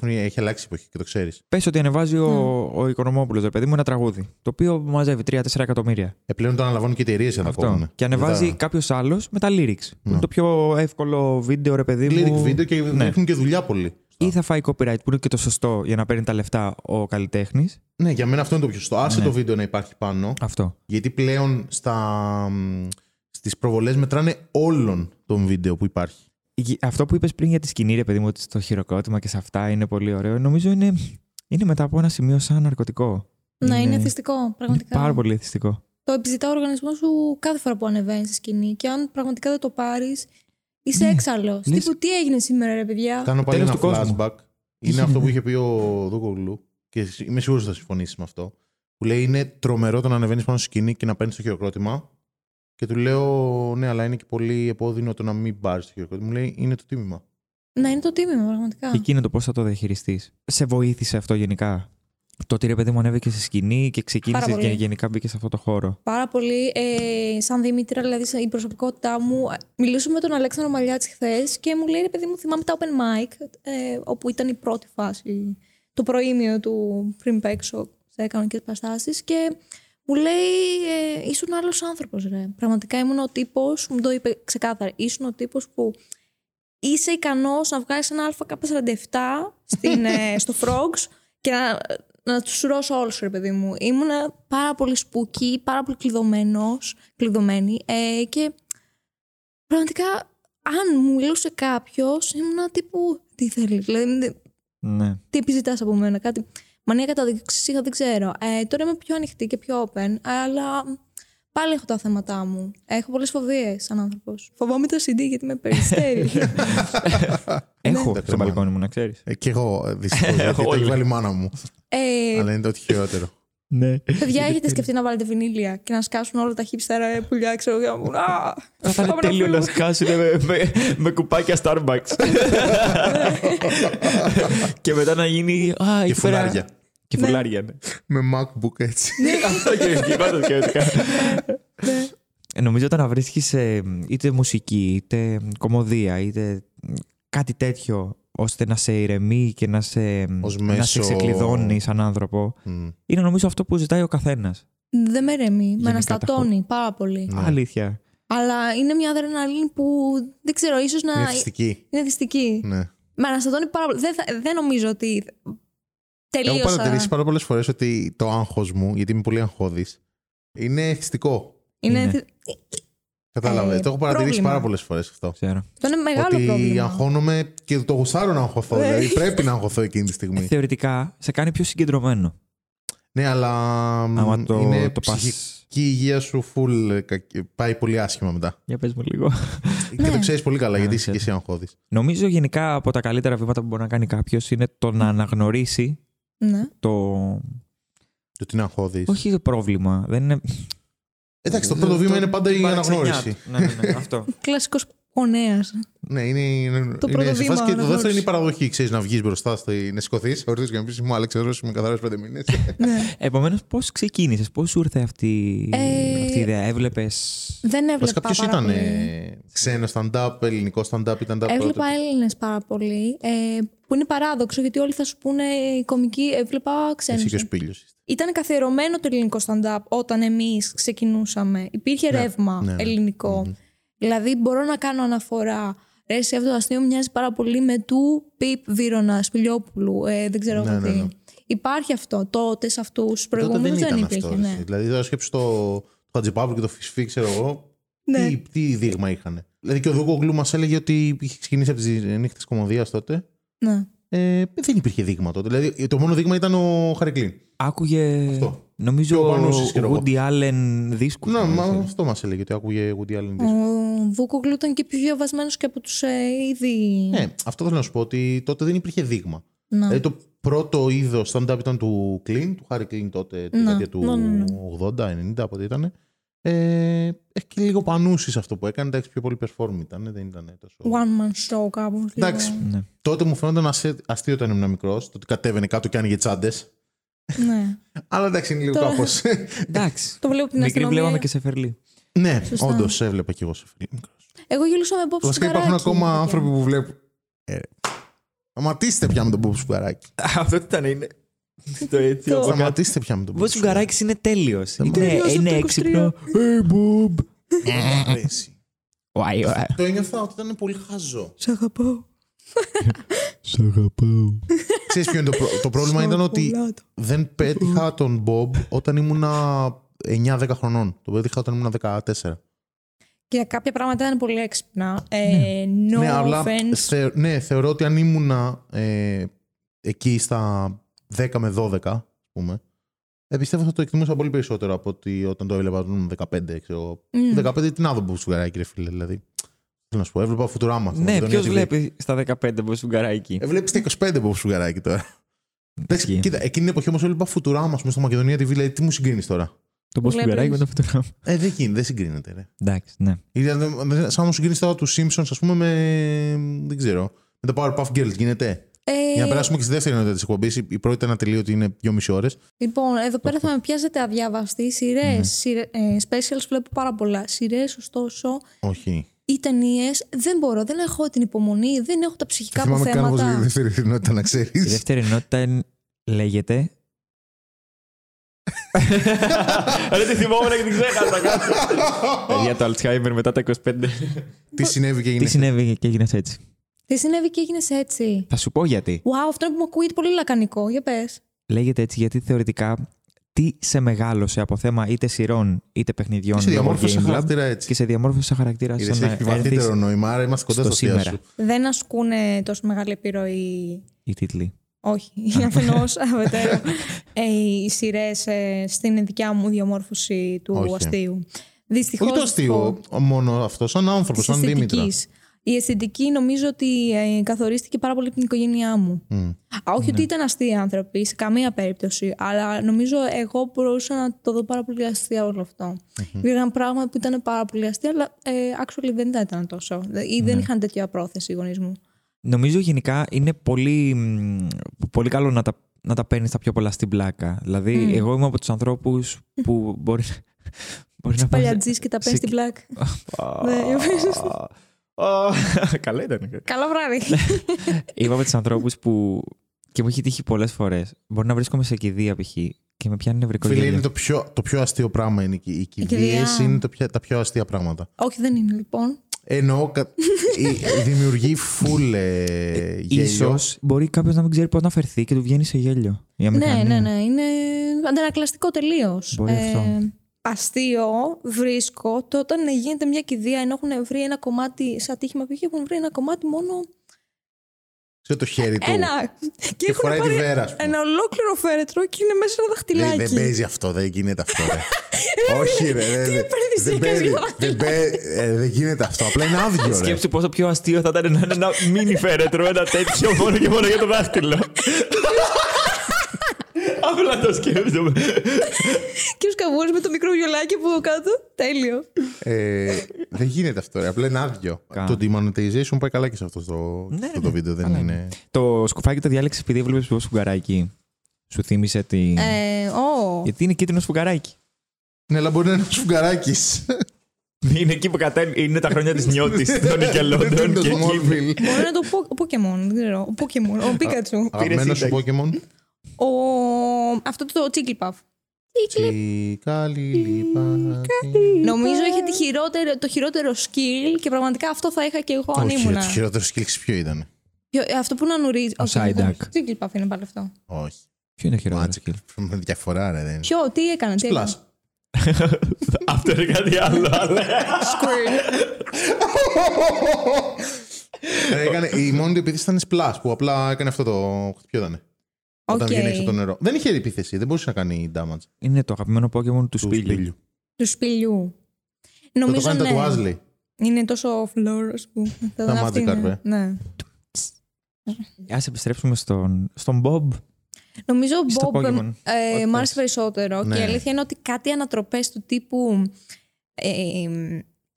[SPEAKER 1] έχει αλλάξει η εποχή και το ξέρεις.
[SPEAKER 3] Πες ότι ανεβάζει
[SPEAKER 2] Ναι.
[SPEAKER 3] ο, ο Οικονομόπουλος, ρε παιδί μου, ένα τραγούδι. Το οποίο μαζεύει 3-4 εκατομμύρια.
[SPEAKER 1] Ε, πλέον το αναλαμβάνουν και εταιρείε να τα κόβουν.
[SPEAKER 3] Και ανεβάζει
[SPEAKER 1] Δεν
[SPEAKER 3] κάποιος κάποιο άλλος με τα lyrics. Που είναι το πιο εύκολο βίντεο, ρε παιδί
[SPEAKER 1] τα- Ναι. lyric
[SPEAKER 3] μου.
[SPEAKER 1] βίντεο και
[SPEAKER 3] Ναι.
[SPEAKER 1] έχουν και δουλειά πολύ.
[SPEAKER 3] Ή θα φάει copyright που είναι και το σωστό για να παίρνει τα λεφτά ο καλλιτέχνης.
[SPEAKER 1] Ναι, για μένα αυτό είναι το πιο σωστό. Άσε το βίντεο να υπάρχει πάνω.
[SPEAKER 3] Αυτό.
[SPEAKER 1] Γιατί πλέον στα, μ, στις προβολές μετράνε όλων των βίντεο που υπάρχει.
[SPEAKER 3] Γι- Αυτό που είπες πριν για τη σκηνή, ρε παιδί μου, ότι στο χειροκρότημα και σε αυτά είναι πολύ ωραίο. Νομίζω είναι, είναι μετά από ένα σημείο σαν ναρκωτικό.
[SPEAKER 2] Ναι, είναι θυστικό,
[SPEAKER 3] είναι
[SPEAKER 2] πραγματικά.
[SPEAKER 3] πάρα πολύ εθιστικό.
[SPEAKER 2] Το επιζητά ο οργανισμός σου κάθε φορά που ανεβαίνεις στη σκηνή. Και αν πραγματικά δεν το πάρεις, είσαι
[SPEAKER 3] Ναι.
[SPEAKER 2] έξαλλος.
[SPEAKER 3] Λες-
[SPEAKER 2] Τύπου τι έγινε σήμερα, ρε παιδιά.
[SPEAKER 1] Κάνω πάλι
[SPEAKER 3] τέλος
[SPEAKER 1] ένα
[SPEAKER 3] του κόσμου.
[SPEAKER 1] flashback. Είναι αυτό που είχε πει ο Δούκογλου και σ- είμαι σίγουρος ότι θα συμφωνήσεις με αυτό. Που λέει είναι τρομερό το να ανεβαίνεις πάνω στη σκηνή και να παίρνεις το χειροκρότημα. Και του λέω, ναι, αλλά είναι και πολύ επώδυνο το να μην πάρεις το χειροκρότημα. Μου λέει, είναι το τίμημα.
[SPEAKER 2] Να είναι το τίμημα, πραγματικά.
[SPEAKER 3] Εκεί είναι το πώς θα το διαχειριστείς. Σε βοήθησε αυτό γενικά. Το ότι ρε παιδί μου ανέβηκε στη σκηνή και ξεκίνησε
[SPEAKER 2] Πάρα
[SPEAKER 3] και
[SPEAKER 2] πολύ.
[SPEAKER 3] γενικά μπήκε σε αυτό το χώρο.
[SPEAKER 2] Πάρα πολύ. Ε, σαν Δημήτρη, δηλαδή σαν- η προσωπικότητά μου. Μιλούσαμε με τον Αλέξανδρο Μαλιάτση χθες και μου λέει: «Ρε Παιδί μου, θυμάμαι τα open mic, ε, όπου ήταν η πρώτη φάση. Το προήμιο του πριν παίξω σε κανονικές παραστάσεις. Και μου λέει: ε, Ήσουν άλλος άνθρωπος, ρε. Πραγματικά ήμουν ο τύπος, μου το είπε ξεκάθαρα. Ήσουν ο τύπος που είσαι ικανός να βγάλεις ένα ΑΚ47 στην, ε, στο Frogs και να, να τους σουρώσω όλους, ρε παιδί μου. Ήμουνα πάρα πολύ σπούκι, πάρα πολύ κλειδωμένος, κλειδωμένη ε, και πραγματικά αν μου μιλούσε κάποιος, ήμουνα τύπου. Τι θέλεις, δηλαδή, δε-
[SPEAKER 3] Ναι.
[SPEAKER 2] τι επιζητάς από μένα, κάτι. Μανία καταδίκηση είχα, δεν ξέρω. Ε, τώρα είμαι πιο ανοιχτή και πιο open, αλλά πάλι έχω τα θέματα μου. Έχω πολλές φοβίες σαν άνθρωπος. Φοβάμαι το CD γιατί με περιστέρει.
[SPEAKER 3] Έχω
[SPEAKER 1] Εντάξει,
[SPEAKER 3] στον
[SPEAKER 1] εμένα.
[SPEAKER 3] μπαλκόνι μου, να ξέρεις.
[SPEAKER 1] Ε, και εγώ δυστυχώς. <laughs> γιατί το
[SPEAKER 3] Όλοι.
[SPEAKER 1] έχει βάλει η μάνα μου.
[SPEAKER 2] ε,
[SPEAKER 1] αλλά είναι το
[SPEAKER 2] <laughs>
[SPEAKER 1] χειρότερο.
[SPEAKER 3] Ναι.
[SPEAKER 2] Παιδιά, έχετε σκεφτεί να βάλετε βινίλια και να σκάσουν όλα τα χύψερα πουλιά, ξέρω εγώ. Α,
[SPEAKER 3] Θα είναι
[SPEAKER 2] πάμε να
[SPEAKER 3] τέλειο να
[SPEAKER 2] φύγουμε.
[SPEAKER 3] σκάσουν με, με, με κουπάκια
[SPEAKER 2] <laughs>
[SPEAKER 3] Starbucks. και μετά να γίνει. Α,
[SPEAKER 1] και
[SPEAKER 3] εκεί πέρα-
[SPEAKER 1] φουνάρια.
[SPEAKER 3] Και φουλάρια. ναι.
[SPEAKER 1] Με MacBook έτσι.
[SPEAKER 2] Ναι.
[SPEAKER 3] <laughs> Αυτό και εγώ το σκέφτηκα. Ε, Νομίζω όταν βρίσκει είτε μουσική, είτε κομμωδία, είτε κάτι τέτοιο, ώστε να σε ηρεμεί και να σε,
[SPEAKER 1] Ως
[SPEAKER 3] να σε
[SPEAKER 1] μέσο-
[SPEAKER 3] ξεκλειδώνει σαν άνθρωπο,
[SPEAKER 1] Μμ.
[SPEAKER 3] είναι νομίζω αυτό που ζητάει ο καθένας.
[SPEAKER 2] Δεν με ρεμεί, με
[SPEAKER 3] τα
[SPEAKER 2] αναστατώνει πάρα πολύ.
[SPEAKER 1] Ναι.
[SPEAKER 3] Αλήθεια.
[SPEAKER 2] Αλλά είναι μια αδρεναλίνη που δεν ξέρω, ίσως να.
[SPEAKER 1] Είναι θυστική.
[SPEAKER 2] Είναι θυστική.
[SPEAKER 1] Ναι.
[SPEAKER 2] Με αναστατώνει πάρα πολύ. Δεν, θα- δεν νομίζω ότι.
[SPEAKER 1] Έχω παρατηρήσει
[SPEAKER 2] Τελείωσα.
[SPEAKER 1] πάρα πολλές φορές ότι το άγχος μου, γιατί είμαι πολύ αγχώδης, είναι θυστικό.
[SPEAKER 2] Είναι...
[SPEAKER 3] Είναι.
[SPEAKER 2] θυ-
[SPEAKER 1] Κατάλαβε.
[SPEAKER 2] Ε,
[SPEAKER 1] το έχω παρατηρήσει
[SPEAKER 2] πρόβλημα.
[SPEAKER 1] πάρα πολλές φορές αυτό.
[SPEAKER 3] Ξέρω.
[SPEAKER 2] Αυτό είναι μεγάλο
[SPEAKER 1] ότι
[SPEAKER 2] πρόβλημα.
[SPEAKER 1] αγχώνομαι και το γουστάρω να αγχωθώ.
[SPEAKER 2] Ναι.
[SPEAKER 1] δηλαδή πρέπει να αγχωθώ εκείνη τη
[SPEAKER 2] <laughs>
[SPEAKER 1] στιγμή.
[SPEAKER 3] Ε, Θεωρητικά σε κάνει πιο συγκεντρωμένο.
[SPEAKER 1] ναι, αλλά μ,
[SPEAKER 3] Άμα το,
[SPEAKER 1] είναι
[SPEAKER 3] το πας-
[SPEAKER 1] ψυχική υγεία σου full. κακ- Πάει πολύ άσχημα μετά.
[SPEAKER 3] Για πες μου λίγο.
[SPEAKER 1] Και
[SPEAKER 2] Ναι.
[SPEAKER 1] το ξέρεις πολύ καλά,
[SPEAKER 3] Ναι,
[SPEAKER 1] γιατί είσαι και
[SPEAKER 3] ξέρω.
[SPEAKER 1] εσύ αγχώδης.
[SPEAKER 3] Νομίζω γενικά από τα καλύτερα βήματα που μπορεί να κάνει κάποιος είναι το να αναγνωρίσει
[SPEAKER 2] Ναι.
[SPEAKER 3] το.
[SPEAKER 1] Το ότι είναι αγχώδη.
[SPEAKER 3] Όχι το πρόβλημα. Δεν είναι...
[SPEAKER 1] Εντάξει, το πρώτο βήμα είναι πάντα η
[SPEAKER 3] παραξενιά
[SPEAKER 1] αναγνώριση.
[SPEAKER 3] του. Ναι, ναι, ναι, αυτό.
[SPEAKER 1] <laughs>
[SPEAKER 2] Κλασικός γονέα.
[SPEAKER 1] Ναι, είναι, είναι,
[SPEAKER 2] Το
[SPEAKER 1] είναι
[SPEAKER 2] πρώτο
[SPEAKER 1] σε
[SPEAKER 2] βήμα,
[SPEAKER 1] φάση και το
[SPEAKER 2] αναγνώριση.
[SPEAKER 1] δεύτερο είναι η παραδοχή. Ξέρεις να βγεις μπροστά, στη, να σηκωθεί, ορθεί και να πεις: Μου Άλεξε, Ρώση, με καθαρά πέντε μήνες.
[SPEAKER 2] ναι.
[SPEAKER 3] Επομένως, πώς ξεκίνησες, πώς σου ήρθε αυτή,
[SPEAKER 2] Ε,
[SPEAKER 3] αυτή η ιδέα, έβλεπες.
[SPEAKER 2] Δεν
[SPEAKER 1] Βασικά,
[SPEAKER 2] έβλεπα.
[SPEAKER 1] ποιος
[SPEAKER 2] πάρα
[SPEAKER 1] ήταν
[SPEAKER 2] πολύ.
[SPEAKER 1] ε, ξένος stand-up, ελληνικό stand-up, ήταν τα
[SPEAKER 2] Έβλεπα
[SPEAKER 1] πρώτα.
[SPEAKER 2] Έλληνες πάρα πολύ. Ε, που είναι παράδοξο γιατί όλοι θα σου πούνε οι κομικοί. Έβλεπα ξένους.
[SPEAKER 1] Εσύ και ο Σπίλιος.
[SPEAKER 2] Ήταν καθιερωμένο το ελληνικό stand-up όταν εμείς ξεκινούσαμε. Υπήρχε ρεύμα
[SPEAKER 1] ναι, ναι.
[SPEAKER 2] ελληνικό. Δηλαδή, μπορώ να κάνω αναφορά. Ρε, σε αυτό το αστείο μοιάζει πάρα πολύ με του Πιπ Βίρονα Σπηλιόπουλου. Ε, δεν ξέρω
[SPEAKER 1] Ναι,
[SPEAKER 2] εγώ
[SPEAKER 1] ναι,
[SPEAKER 2] τι.
[SPEAKER 1] ναι.
[SPEAKER 2] Υπάρχει αυτό. Τότε σε αυτούς του
[SPEAKER 1] Τότε
[SPEAKER 2] προηγούμενου δεν,
[SPEAKER 1] ήταν
[SPEAKER 2] υπήρχε.
[SPEAKER 1] αυτό.
[SPEAKER 2] ναι.
[SPEAKER 1] ρε. Δηλαδή, τώρα σκέψου το. Χατζηπαύλου και το Φυσφή, ξέρω εγώ.
[SPEAKER 2] Ναι.
[SPEAKER 1] Τι, τι δείγμα είχαν. Δηλαδή και ο Δούγκογκλου μας έλεγε ότι είχε ξεκινήσει από τις νύχτες κομμωδίας τότε.
[SPEAKER 2] Ναι.
[SPEAKER 1] Ε, δεν υπήρχε δείγμα τότε. Δηλαδή το μόνο δείγμα ήταν ο Χαρικλίν.
[SPEAKER 3] Άκουγε.
[SPEAKER 1] Αυτό.
[SPEAKER 3] Νομίζω
[SPEAKER 1] Και ο
[SPEAKER 3] ο
[SPEAKER 1] Πανούσης, ξέρω εγώ.
[SPEAKER 3] Woody Allen δίσκους.
[SPEAKER 1] Ναι, μα,
[SPEAKER 3] νομίζω.
[SPEAKER 1] αυτό μας έλεγε ότι άκουγε Woody Allen.
[SPEAKER 2] Ο Βούκογλου ήταν και πιο διαβασμένος και από τους ε, ήδη.
[SPEAKER 1] Ναι, αυτό θέλω να σου πω ότι τότε δεν υπήρχε δείγμα.
[SPEAKER 2] Να.
[SPEAKER 1] Δηλαδή το πρώτο είδος stand-up ήταν του Κλίν, του Χάρη Κλίν τότε, τη
[SPEAKER 2] Ναι,
[SPEAKER 1] δεκαετία
[SPEAKER 2] ναι, ναι, ναι.
[SPEAKER 1] του 80-90 από ό,τι ήταν. Ε, έχει και λίγο πανούση αυτό που έκανε. Εντάξει, πιο πολύ perform ήταν, ε, δεν ήταν τόσο.
[SPEAKER 2] One man show κάπως.
[SPEAKER 1] Εντάξει.
[SPEAKER 3] Ναι.
[SPEAKER 1] Τότε μου φαίνονταν ασε- αστείο όταν ήμουν μικρός, το ότι κατέβαινε κάτω και άνοιγε τσάντες.
[SPEAKER 2] Ναι.
[SPEAKER 1] Αλλά εντάξει, είναι λίγο
[SPEAKER 2] Τώρα-
[SPEAKER 1] κάπως.
[SPEAKER 3] Εντάξει.
[SPEAKER 2] Το βλέπω την
[SPEAKER 3] Μικρή βλέπαμε
[SPEAKER 2] αστυνομία.
[SPEAKER 3] και σε φερλί.
[SPEAKER 1] <laughs> ναι,
[SPEAKER 2] Σωστά.
[SPEAKER 1] όντως έβλεπα κι εγώ σε φίλοι μικρός.
[SPEAKER 2] Εγώ γελούσα με Bob
[SPEAKER 1] Βασικά υπάρχουν
[SPEAKER 2] Σουγκαράκη,
[SPEAKER 1] ακόμα
[SPEAKER 2] παιδιά.
[SPEAKER 1] άνθρωποι που βλέπουν. Ε, σταματήστε πια με τον Μπομπ Σουγκαράκη.
[SPEAKER 3] Αυτό ήταν είναι. Το έτσι.
[SPEAKER 2] Το-
[SPEAKER 1] Σταματήστε πια με τον
[SPEAKER 3] Ο
[SPEAKER 1] Μπομπ Σουγκαράκη.
[SPEAKER 3] Σουγκαράκη είναι τέλειος. Ναι, Είναι,
[SPEAKER 2] Τέλειος από
[SPEAKER 3] είναι
[SPEAKER 2] το 23.
[SPEAKER 3] έξυπνο. Hey, Bob.
[SPEAKER 1] Μ' αρέσει.
[SPEAKER 3] Why, why?
[SPEAKER 1] Ναι, Το ένιωθα ότι ήταν πολύ χαζό.
[SPEAKER 2] Σ' αγαπάω.
[SPEAKER 3] Σ' αγαπάω.
[SPEAKER 1] Ξέρεις ποιο είναι το, προ- το πρόβλημα ήταν ότι
[SPEAKER 2] Σοκολάτα.
[SPEAKER 1] δεν πέτυχα τον Μπομπ όταν ήμουνα 9-10 χρονών. Το πέτυχα όταν ήμουνα 14.
[SPEAKER 2] Και κάποια πράγματα ήταν πολύ έξυπνα. Ε, No
[SPEAKER 1] ναι, αλλά
[SPEAKER 2] offense.
[SPEAKER 1] θε- ναι, θεωρώ ότι αν ήμουνα ε, εκεί στα 10 με 12, ας πούμε, ε, πιστεύω θα το εκτιμούσα πολύ περισσότερο από ότι όταν το έβλεπα όταν ήμουν 15. Ξέρω. εγώ.
[SPEAKER 2] Μμμ.
[SPEAKER 1] 15 τι να δω που σου ρε φίλε. Δηλαδή. Θέλω να σου πω, έβλεπα φουτουρά
[SPEAKER 3] Ναι, ποιο βλέπει στα 15 που Σουγκαράκη.
[SPEAKER 1] Βλέπει Ε, τα 25 που σου τώρα. Εντάξει,
[SPEAKER 3] Ισχύει.
[SPEAKER 1] κοίτα, εκείνη την εποχή όμως έβλεπα φουτουρά μα στο Μακεδονία TV. Δηλαδή, τι μου συγκρίνεις τώρα.
[SPEAKER 3] Το Bob
[SPEAKER 2] Βλέπεις.
[SPEAKER 3] Σουγκαράκη με το φωτογράφο.
[SPEAKER 1] Ε, δεν, γίνει, δεν συγκρίνεται, ρε.
[SPEAKER 3] Εντάξει, ναι.
[SPEAKER 1] Ήταν, ε, σαν να μου συγκρίνεις τώρα του Simpsons, ας πούμε, με. Δεν ξέρω. Με τα Powerpuff Girls, γίνεται.
[SPEAKER 2] Ε,
[SPEAKER 1] Για να περάσουμε και στη δεύτερη ενότητα της εκπομπής. Η- Η πρώτη ήταν ατελείωτη, είναι 2,5 ώρες.
[SPEAKER 2] Λοιπόν, εδώ πέρα θα με πιάσετε αδιάβαστη.
[SPEAKER 1] Ναι.
[SPEAKER 2] Σειρέ, ε, specials βλέπω πάρα πολλά. Σειρές, ωστόσο,
[SPEAKER 1] Όχι.
[SPEAKER 2] ή ταινίες δεν μπορώ. Δεν έχω την υπομονή, δεν έχω τα ψυχικά μου
[SPEAKER 1] Θυμάμαι καν πως η
[SPEAKER 2] θέματα.
[SPEAKER 1] δεύτερη ενότητα, να ξέρεις.
[SPEAKER 3] Η δεύτερη ενότητα είναι- λέγεται. Αλλά τη θυμόμουν και την ξέχασα. Για το Alzheimer μετά τα 25.
[SPEAKER 1] Τι συνέβη και
[SPEAKER 3] Τι
[SPEAKER 1] έγινε.
[SPEAKER 3] συνέβη και έγινε έτσι.
[SPEAKER 2] Τι συνέβη και έγινε έτσι.
[SPEAKER 3] Θα σου πω γιατί.
[SPEAKER 2] Wow, αυτό που μου ακούγεται πολύ λακανικό. Για πες.
[SPEAKER 3] Λέγεται έτσι γιατί θεωρητικά τι σε μεγάλωσε από θέμα είτε σειρών είτε παιχνιδιών.
[SPEAKER 1] Είσαι
[SPEAKER 3] λόγω
[SPEAKER 1] διαμόρφωση
[SPEAKER 3] Game Lab
[SPEAKER 1] χαρακτήρα
[SPEAKER 3] και
[SPEAKER 1] έτσι.
[SPEAKER 3] σε διαμόρφωσε σαν χαρακτήρα.
[SPEAKER 1] Η
[SPEAKER 3] σαν
[SPEAKER 1] έχει
[SPEAKER 3] να
[SPEAKER 1] βαθύτερο
[SPEAKER 3] έρθεις
[SPEAKER 1] νόημα, άρα είμαστε κοντά
[SPEAKER 3] στο
[SPEAKER 1] στο θεία
[SPEAKER 3] σήμερα.
[SPEAKER 1] σου.
[SPEAKER 2] Δεν ασκούνε τόσο μεγάλη επιρροή.
[SPEAKER 3] οι τίτλοι.
[SPEAKER 2] Όχι, <laughs> αφενός,
[SPEAKER 1] <laughs>
[SPEAKER 2] αφετέρου. ε, οι σειρές στην δικιά μου διαμόρφωση του
[SPEAKER 1] Όχι.
[SPEAKER 2] αστείου. Δυστυχώς.
[SPEAKER 1] Όχι το αστείο, μόνο αυτός, σαν άνθρωπος, σαν Δήμητρα.
[SPEAKER 2] Η αισθητική νομίζω ότι ε, καθορίστηκε πάρα πολύ από την οικογένειά μου.
[SPEAKER 1] Μμ. Ναι.
[SPEAKER 2] Α, όχι ότι ήταν αστείοι άνθρωποι, σε καμία περίπτωση. Αλλά νομίζω εγώ μπορούσα να το δω πάρα πολύ αστεία όλο αυτό. Υπήρχαν πράγματα που ήταν πάρα πολύ αστεία, αλλά ε, actually δεν τα ήταν τόσο. Δε- Ή
[SPEAKER 1] Ναι.
[SPEAKER 2] δεν είχαν τέτοια πρόθεση οι γονείς μου.
[SPEAKER 3] Νομίζω γενικά είναι πολύ, μ, πολύ καλό να τα, να τα παίρνεις τα πιο πολλά στην πλάκα. Δηλαδή, εγώ είμαι από τους ανθρώπους που <laughs> μπορεί, μπορεί να πάει.
[SPEAKER 2] Παλιατζή και τα παίρνεις
[SPEAKER 3] σε-
[SPEAKER 2] στην πλάκ. <laughs> Ναι,
[SPEAKER 3] Καλά ήταν.
[SPEAKER 2] Καλό βράδυ.
[SPEAKER 3] Είμαι από τους ανθρώπους που. και μου έχει τύχει πολλές φορές. Μπορεί να βρίσκομαι σε κηδεία π.χ. και με πιάνει νευρικό
[SPEAKER 1] Φίλε, είναι
[SPEAKER 3] γέλιο.
[SPEAKER 1] το πιο, το πιο αστείο πράγμα είναι εκεί. Οι κηδείε
[SPEAKER 2] κηδεία.
[SPEAKER 1] είναι το πιο- τα πιο αστεία πράγματα.
[SPEAKER 2] όχι, δεν είναι λοιπόν.
[SPEAKER 1] Εννοώ,
[SPEAKER 2] <laughs>
[SPEAKER 1] κα... η- δημιουργεί φουλ ε, γέλιο.
[SPEAKER 3] σω μπορεί κάποιος να μην ξέρει πώ να φερθεί και του βγαίνει σε γέλιο. η αμηχανία.
[SPEAKER 2] Ναι, ναι, ναι. Είναι αντανακλαστικό τελείως.
[SPEAKER 3] Μπορεί αυτό.
[SPEAKER 2] Αστείο βρίσκω το όταν γίνεται μια κηδεία ενώ έχουν βρει ένα κομμάτι σαν τύχημα που είχε, έχουν βρει ένα κομμάτι μόνο.
[SPEAKER 1] Σε το χέρι του.
[SPEAKER 2] Ένα! Και
[SPEAKER 1] Και
[SPEAKER 2] έχουν
[SPEAKER 1] φοράει τη
[SPEAKER 2] πάρει
[SPEAKER 1] βέρα, ας πούμε.
[SPEAKER 2] ένα ολόκληρο φέρετρο και είναι μέσα
[SPEAKER 1] Δεν,
[SPEAKER 2] ένα δαχτυλάκι.
[SPEAKER 1] δεν παίζει αυτό, δεν γίνεται αυτό. Ρε. Όχι, ρε. ρε, ρε.
[SPEAKER 2] επένδυση
[SPEAKER 1] δεν,
[SPEAKER 2] έκανες
[SPEAKER 1] παίζει,
[SPEAKER 2] για τα
[SPEAKER 1] δεν, παί- ε, δεν γίνεται αυτό. Απλά είναι άδειο. ρε.
[SPEAKER 3] Σκέψου πόσο πιο αστείο θα ήταν να είναι ένα
[SPEAKER 2] <laughs>
[SPEAKER 3] μίνι φέρετρο, ένα τέτοιο μόνο και μόνο για το δάχτυλο. Απλά το σκέφτομαι.
[SPEAKER 2] Και ο σκαβούρη με το μικρό βιολάκι που έχω κάτω. Τέλειο.
[SPEAKER 1] ε, δεν γίνεται αυτό. Ρε. Απλά είναι άδειο.
[SPEAKER 3] Κα.
[SPEAKER 1] το demonetization πάει καλά και σε αυτό το, αυτό
[SPEAKER 3] Ναι, ναι,
[SPEAKER 1] το
[SPEAKER 3] ναι.
[SPEAKER 1] βίντεο. Δεν
[SPEAKER 3] Καλά
[SPEAKER 1] είναι.
[SPEAKER 3] Το σκουφάκι το διάλεξες επειδή έβλεπες το σφουγγαράκι. Σου θύμισε τη.
[SPEAKER 2] Ε, ω.
[SPEAKER 3] Γιατί είναι κίτρινο σφουγγαράκι.
[SPEAKER 1] Ναι, αλλά μπορεί να είναι ένας σφουγγαράκι.
[SPEAKER 3] <laughs> Είναι εκεί που κατέλ... είναι τα χρόνια της <laughs> νιώτης των Νικελόντων και εκεί.
[SPEAKER 2] Μπορεί να το πω. Ο Pokémon, δεν ξέρω. Ο Pokémon, ο Pikachu.
[SPEAKER 1] Αγαπημένος σου
[SPEAKER 3] σύνταξη.
[SPEAKER 1] Pokémon.
[SPEAKER 2] ο... Αυτό το Jigglypuff.
[SPEAKER 1] Τι καλή λίπα.
[SPEAKER 2] Νομίζω είχε τη χειρότερη- το χειρότερο skill και πραγματικά αυτό θα είχα και εγώ αν
[SPEAKER 1] Όχι, ρε,
[SPEAKER 2] ήμουνα.
[SPEAKER 1] το χειρότερο skill ξέρεις ποιο ήταν.
[SPEAKER 2] Ποιο- ε, Αυτό που να νουρίζει.
[SPEAKER 3] Ο Psyduck.
[SPEAKER 2] Jigglypuff είναι πάλι αυτό.
[SPEAKER 1] Όχι.
[SPEAKER 3] Ποιο είναι χειρότερο
[SPEAKER 1] Μάτσε, με διαφορά ρε δεν είναι.
[SPEAKER 2] Ποιο, τι έκανε, τι έκανε.
[SPEAKER 1] Plus.
[SPEAKER 3] <laughs> Αυτό είναι κάτι άλλο. αλλά-
[SPEAKER 2] Squirt.
[SPEAKER 1] Ε, Έκανε- η μόνη του επίθεση ήταν splash που απλά έκανε αυτό το. Ποιο ήταν. Όταν
[SPEAKER 2] Οκ.
[SPEAKER 1] βγαίνει έξω από το νερό. Δεν είχε επίθεση, δεν μπορούσε να κάνει damage.
[SPEAKER 3] Είναι το αγαπημένο Pokémon του
[SPEAKER 1] Του
[SPEAKER 3] Σπίλι.
[SPEAKER 1] σπήλιου.
[SPEAKER 2] Του σπηλιού.
[SPEAKER 1] Θα το
[SPEAKER 2] Νομίζω
[SPEAKER 1] κάνει τα του
[SPEAKER 2] ναι.
[SPEAKER 1] Άσλι.
[SPEAKER 2] Είναι τόσο φλόρο που.
[SPEAKER 1] Τα
[SPEAKER 2] αυτή
[SPEAKER 1] Magic
[SPEAKER 2] είναι.
[SPEAKER 1] Carp, ε.
[SPEAKER 2] Ναι.
[SPEAKER 3] Ας επιστρέψουμε στον, στον Bob.
[SPEAKER 2] Νομίζω ο
[SPEAKER 3] Στο
[SPEAKER 2] Bob
[SPEAKER 3] Pokémon.
[SPEAKER 2] ε,
[SPEAKER 3] Ό,τι
[SPEAKER 2] μ'
[SPEAKER 3] θες.
[SPEAKER 2] άρεσε περισσότερο
[SPEAKER 1] Ναι.
[SPEAKER 2] και η αλήθεια είναι ότι κάτι ανατροπές του τύπου ε,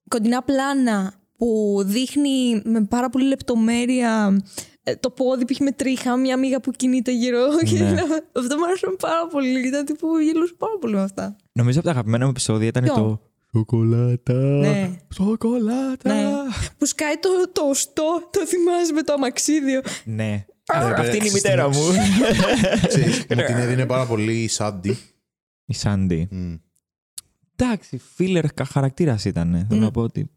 [SPEAKER 2] κοντινά πλάνα που δείχνει με πάρα πολύ λεπτομέρεια ε, το πόδι που έχει με τρίχα, μια μύγα που κινείται γύρω. <laughs> και
[SPEAKER 3] Ναι.
[SPEAKER 2] Αυτό μου άρεσε πάρα πολύ. Ήταν τύπου γελούσε πάρα πολύ με αυτά.
[SPEAKER 3] Νομίζω από τα αγαπημένα μου επεισόδια ήταν
[SPEAKER 2] Ποιο?
[SPEAKER 3] το. Σοκολάτα.
[SPEAKER 2] Ναι.
[SPEAKER 3] Σοκολάτα.
[SPEAKER 2] Ναι. Που σκάει το, το οστό, το θυμάσαι με το αμαξίδιο.
[SPEAKER 3] Ναι.
[SPEAKER 1] Ρε,
[SPEAKER 3] Αυτή είναι η
[SPEAKER 1] στην-
[SPEAKER 3] μητέρα μου. <laughs>
[SPEAKER 1] Ξέρεις, Μου την έδινε πάρα πολύ η Σάντι.
[SPEAKER 3] Η Σάντι.
[SPEAKER 1] Μμ.
[SPEAKER 3] Εντάξει, φίλερ χαρακτήρα ήταν. Θέλω να πω ότι.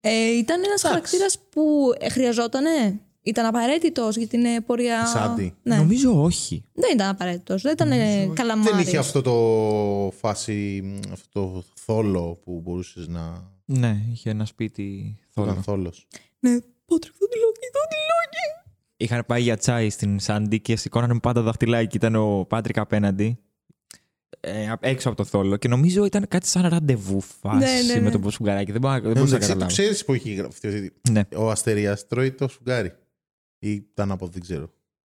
[SPEAKER 2] Ε, ήταν ένας χαρακτήρας που ε, χρειαζότανε. Ήταν απαραίτητος για την ε, πορεία.
[SPEAKER 1] Σάντι.
[SPEAKER 2] Ναι.
[SPEAKER 3] Νομίζω όχι.
[SPEAKER 2] Δεν ήταν απαραίτητος. Δεν ήταν ε, καλαμάρι.
[SPEAKER 1] Δεν είχε αυτό το φάση, μ, αυτό το θόλο που μπορούσες να.
[SPEAKER 3] Ναι, είχε ένα σπίτι
[SPEAKER 1] Ήταν
[SPEAKER 3] θόλος.
[SPEAKER 1] θόλο.
[SPEAKER 2] Ναι, πότρε, δοντιλόκι, δοντιλόκι.
[SPEAKER 3] Είχαν πάει για τσάι στην Σάντι και σηκώνανε μου πάντα δαχτυλάκι. Ήταν ο Πάτρικ απέναντι. ε, απ- έξω από το θόλο και νομίζω ήταν κάτι σαν ραντεβού φάση
[SPEAKER 2] Ναι, ναι, ναι.
[SPEAKER 3] με τον σφουγγαράκι. Δεν, μπορώ- δεν μπορούσα να
[SPEAKER 1] Εντάξει, το
[SPEAKER 3] καταλάβω.
[SPEAKER 1] ξέρεις που έχει γραφτεί. ότι
[SPEAKER 3] Ναι.
[SPEAKER 1] Ο αστερία τρώει το σουγκάρι. Ή ήταν από δεν ξέρω.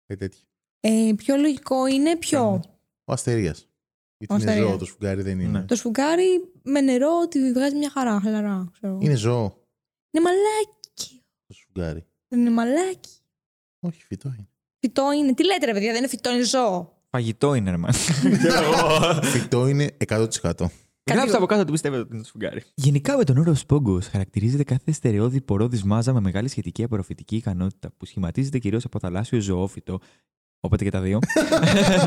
[SPEAKER 1] Κάτι τέτοιο.
[SPEAKER 2] Ε, πιο λογικό είναι
[SPEAKER 1] Ναι.
[SPEAKER 2] ποιο.
[SPEAKER 1] Ο αστερίας.
[SPEAKER 2] Ο
[SPEAKER 1] Γιατί είναι
[SPEAKER 2] Αστερίας.
[SPEAKER 1] ζώο το σφουγγάρι, δεν
[SPEAKER 3] Ναι.
[SPEAKER 1] είναι.
[SPEAKER 2] Το σφουγγάρι με νερό ότι βγάζει μια χαρά, χαλαρά. Ξέρω.
[SPEAKER 1] Είναι ζώο
[SPEAKER 2] Είναι μαλάκι.
[SPEAKER 1] το σφουγγάρι.
[SPEAKER 2] Δεν είναι μαλάκι.
[SPEAKER 1] Όχι, φυτό
[SPEAKER 3] <laughs>
[SPEAKER 1] είναι.
[SPEAKER 2] Φυτό είναι. Τι λέτε, ρε παιδιά, δεν είναι φυτό, είναι ζώο.
[SPEAKER 3] Φαγητό είναι, ρε μα.
[SPEAKER 1] Φυτό είναι 100%.
[SPEAKER 3] Γράψτε από κάτω ότι πιστεύετε ότι είναι σφουγγάρι. Γενικά με τον όρος Σπόγκο χαρακτηρίζεται κάθε στερεώδη πορόδη μάζα με μεγάλη σχετική απορροφητική ικανότητα που σχηματίζεται κυρίως από θαλάσσιο ζωόφυτο. Οπότε και τα <laughs> δύο.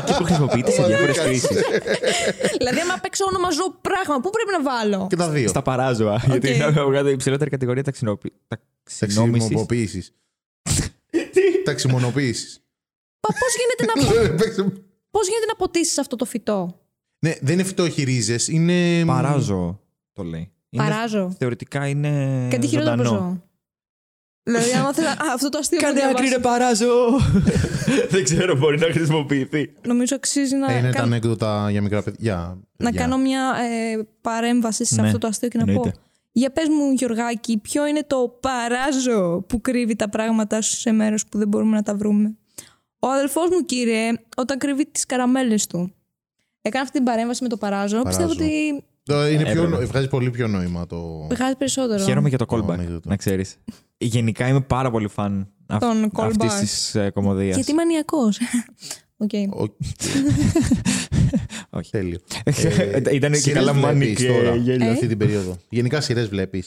[SPEAKER 3] και που χρησιμοποιείται σε διάφορε χρήσει.
[SPEAKER 2] δηλαδή, άμα παίξω όνομα ζώο πράγμα, πού πρέπει να βάλω.
[SPEAKER 1] Και τα δύο.
[SPEAKER 3] Στα παράζωα. Γιατί είναι <laughs> από κάτω η υψηλότερη κατηγορία ταξινόπη... ταξινόμηση.
[SPEAKER 1] <laughs> Ταξιμοποίηση. Ταξιμονοποίηση.
[SPEAKER 3] <laughs>
[SPEAKER 2] Πώς γίνεται,
[SPEAKER 1] <laughs>
[SPEAKER 2] να... πώς γίνεται να ποτίσεις αυτό το φυτό.
[SPEAKER 1] Ναι, δεν είναι φυτό, έχει ρίζες. Είναι.
[SPEAKER 3] Παράζωο το λέει. Είναι-
[SPEAKER 2] Παράζω.
[SPEAKER 3] Θεωρητικά
[SPEAKER 1] Ε,
[SPEAKER 3] είναι.
[SPEAKER 2] Κάτι χειρότερο από
[SPEAKER 3] ζωντανό.
[SPEAKER 2] ζώο. Δηλαδή, άμα θέλω. Α, αυτό το αστείο που
[SPEAKER 3] Κάντε άκρη,
[SPEAKER 2] διαβάσα,
[SPEAKER 3] ρε παράζω! <laughs> Δεν ξέρω, μπορεί να χρησιμοποιηθεί.
[SPEAKER 2] Νομίζω αξίζει να,
[SPEAKER 1] Ε, είναι τα
[SPEAKER 2] κάνω-
[SPEAKER 1] ανέκδοτα για μικρά παιδιά. για
[SPEAKER 2] να
[SPEAKER 1] παιδιά.
[SPEAKER 2] κάνω μια ε, παρέμβαση σε
[SPEAKER 3] Ναι,
[SPEAKER 2] αυτό το αστείο και να
[SPEAKER 3] εννοείται.
[SPEAKER 2] πω. Για πες μου, Γιωργάκη, ποιο είναι το παράζο που κρύβει τα πράγματά σου σε μέρος που δεν μπορούμε να τα βρούμε. Ο αδελφός μου, κύριε, όταν κρύβει τις καραμέλες του. Έκανε αυτή την παρέμβαση με το παράζο.
[SPEAKER 1] Παράζο.
[SPEAKER 2] Πιστεύω ότι
[SPEAKER 1] Το- Είναι πιο...
[SPEAKER 3] Έπρεπε.
[SPEAKER 1] νο- Βγάζει πολύ πιο νόημα το.
[SPEAKER 2] βγάζει περισσότερο.
[SPEAKER 3] Χαίρομαι για το
[SPEAKER 1] Το
[SPEAKER 3] callback,
[SPEAKER 1] ανέκδοτο.
[SPEAKER 3] να ξέρεις. Γενικά είμαι πάρα πολύ φαν
[SPEAKER 2] Τον callback.
[SPEAKER 3] αυτής της κομμωδίας.
[SPEAKER 2] Γιατί μανιακός. <laughs> Οκ.
[SPEAKER 1] Ο-
[SPEAKER 3] <laughs> Όχι. Ε,
[SPEAKER 1] Τέλειο. Ε,
[SPEAKER 3] Ήταν και
[SPEAKER 1] σειρές
[SPEAKER 3] καλά μάνι
[SPEAKER 1] βλέπεις
[SPEAKER 3] και
[SPEAKER 1] τώρα,
[SPEAKER 3] γέλιο.
[SPEAKER 2] Ε?
[SPEAKER 1] Αυτή την περίοδο. Γενικά σειρές βλέπεις.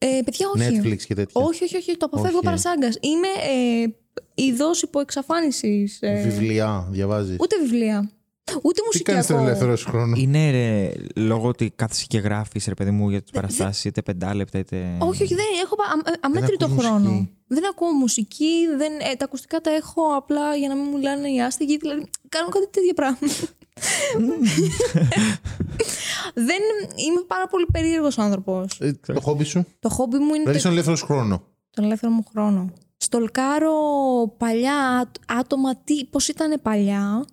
[SPEAKER 2] Ε, παιδιά, όχι.
[SPEAKER 1] Netflix και τέτοια.
[SPEAKER 2] Όχι, όχι, όχι. Το αποφεύγω
[SPEAKER 1] Όχι.
[SPEAKER 2] παρασάγκας. Είμαι ε, είδο υποεξαφάνιση. Ε,
[SPEAKER 1] Βιβλία διαβάζεις.
[SPEAKER 2] Ούτε βιβλία. Ούτε
[SPEAKER 1] Τι
[SPEAKER 2] μουσική
[SPEAKER 1] κάνεις τον
[SPEAKER 2] ακούω.
[SPEAKER 1] ελεύθερο σου
[SPEAKER 2] Ε,
[SPEAKER 1] χρόνο.
[SPEAKER 3] Είναι ρε, λόγω ότι κάθεσαι και γράφεις, ρε παιδί μου, για τις παραστάσεις, είτε πεντάλεπτα, είτε.
[SPEAKER 2] Όχι, όχι, δεν έχω πα- α- α- αμέτρητο
[SPEAKER 1] ακούς
[SPEAKER 2] χρόνο.
[SPEAKER 1] μουσική.
[SPEAKER 2] Δεν ακούω μουσική, δεν, ε, τα ακουστικά τα έχω απλά για να μην μου λένε οι άστεγοι. Δηλαδή, κάνω κάτι τέτοια πράγματα. δεν, είμαι πάρα πολύ περίεργος άνθρωπος.
[SPEAKER 1] Ε, Το χόμπι σου.
[SPEAKER 2] Το χόμπι μου είναι
[SPEAKER 1] Δηλαδή
[SPEAKER 2] το,
[SPEAKER 1] στον ελεύθερο σου χρόνο.
[SPEAKER 2] τον ελεύθερο μου χρόνο. Στολκάρω παλιά άτ- άτομα, τι, πώς ήταν παλιά.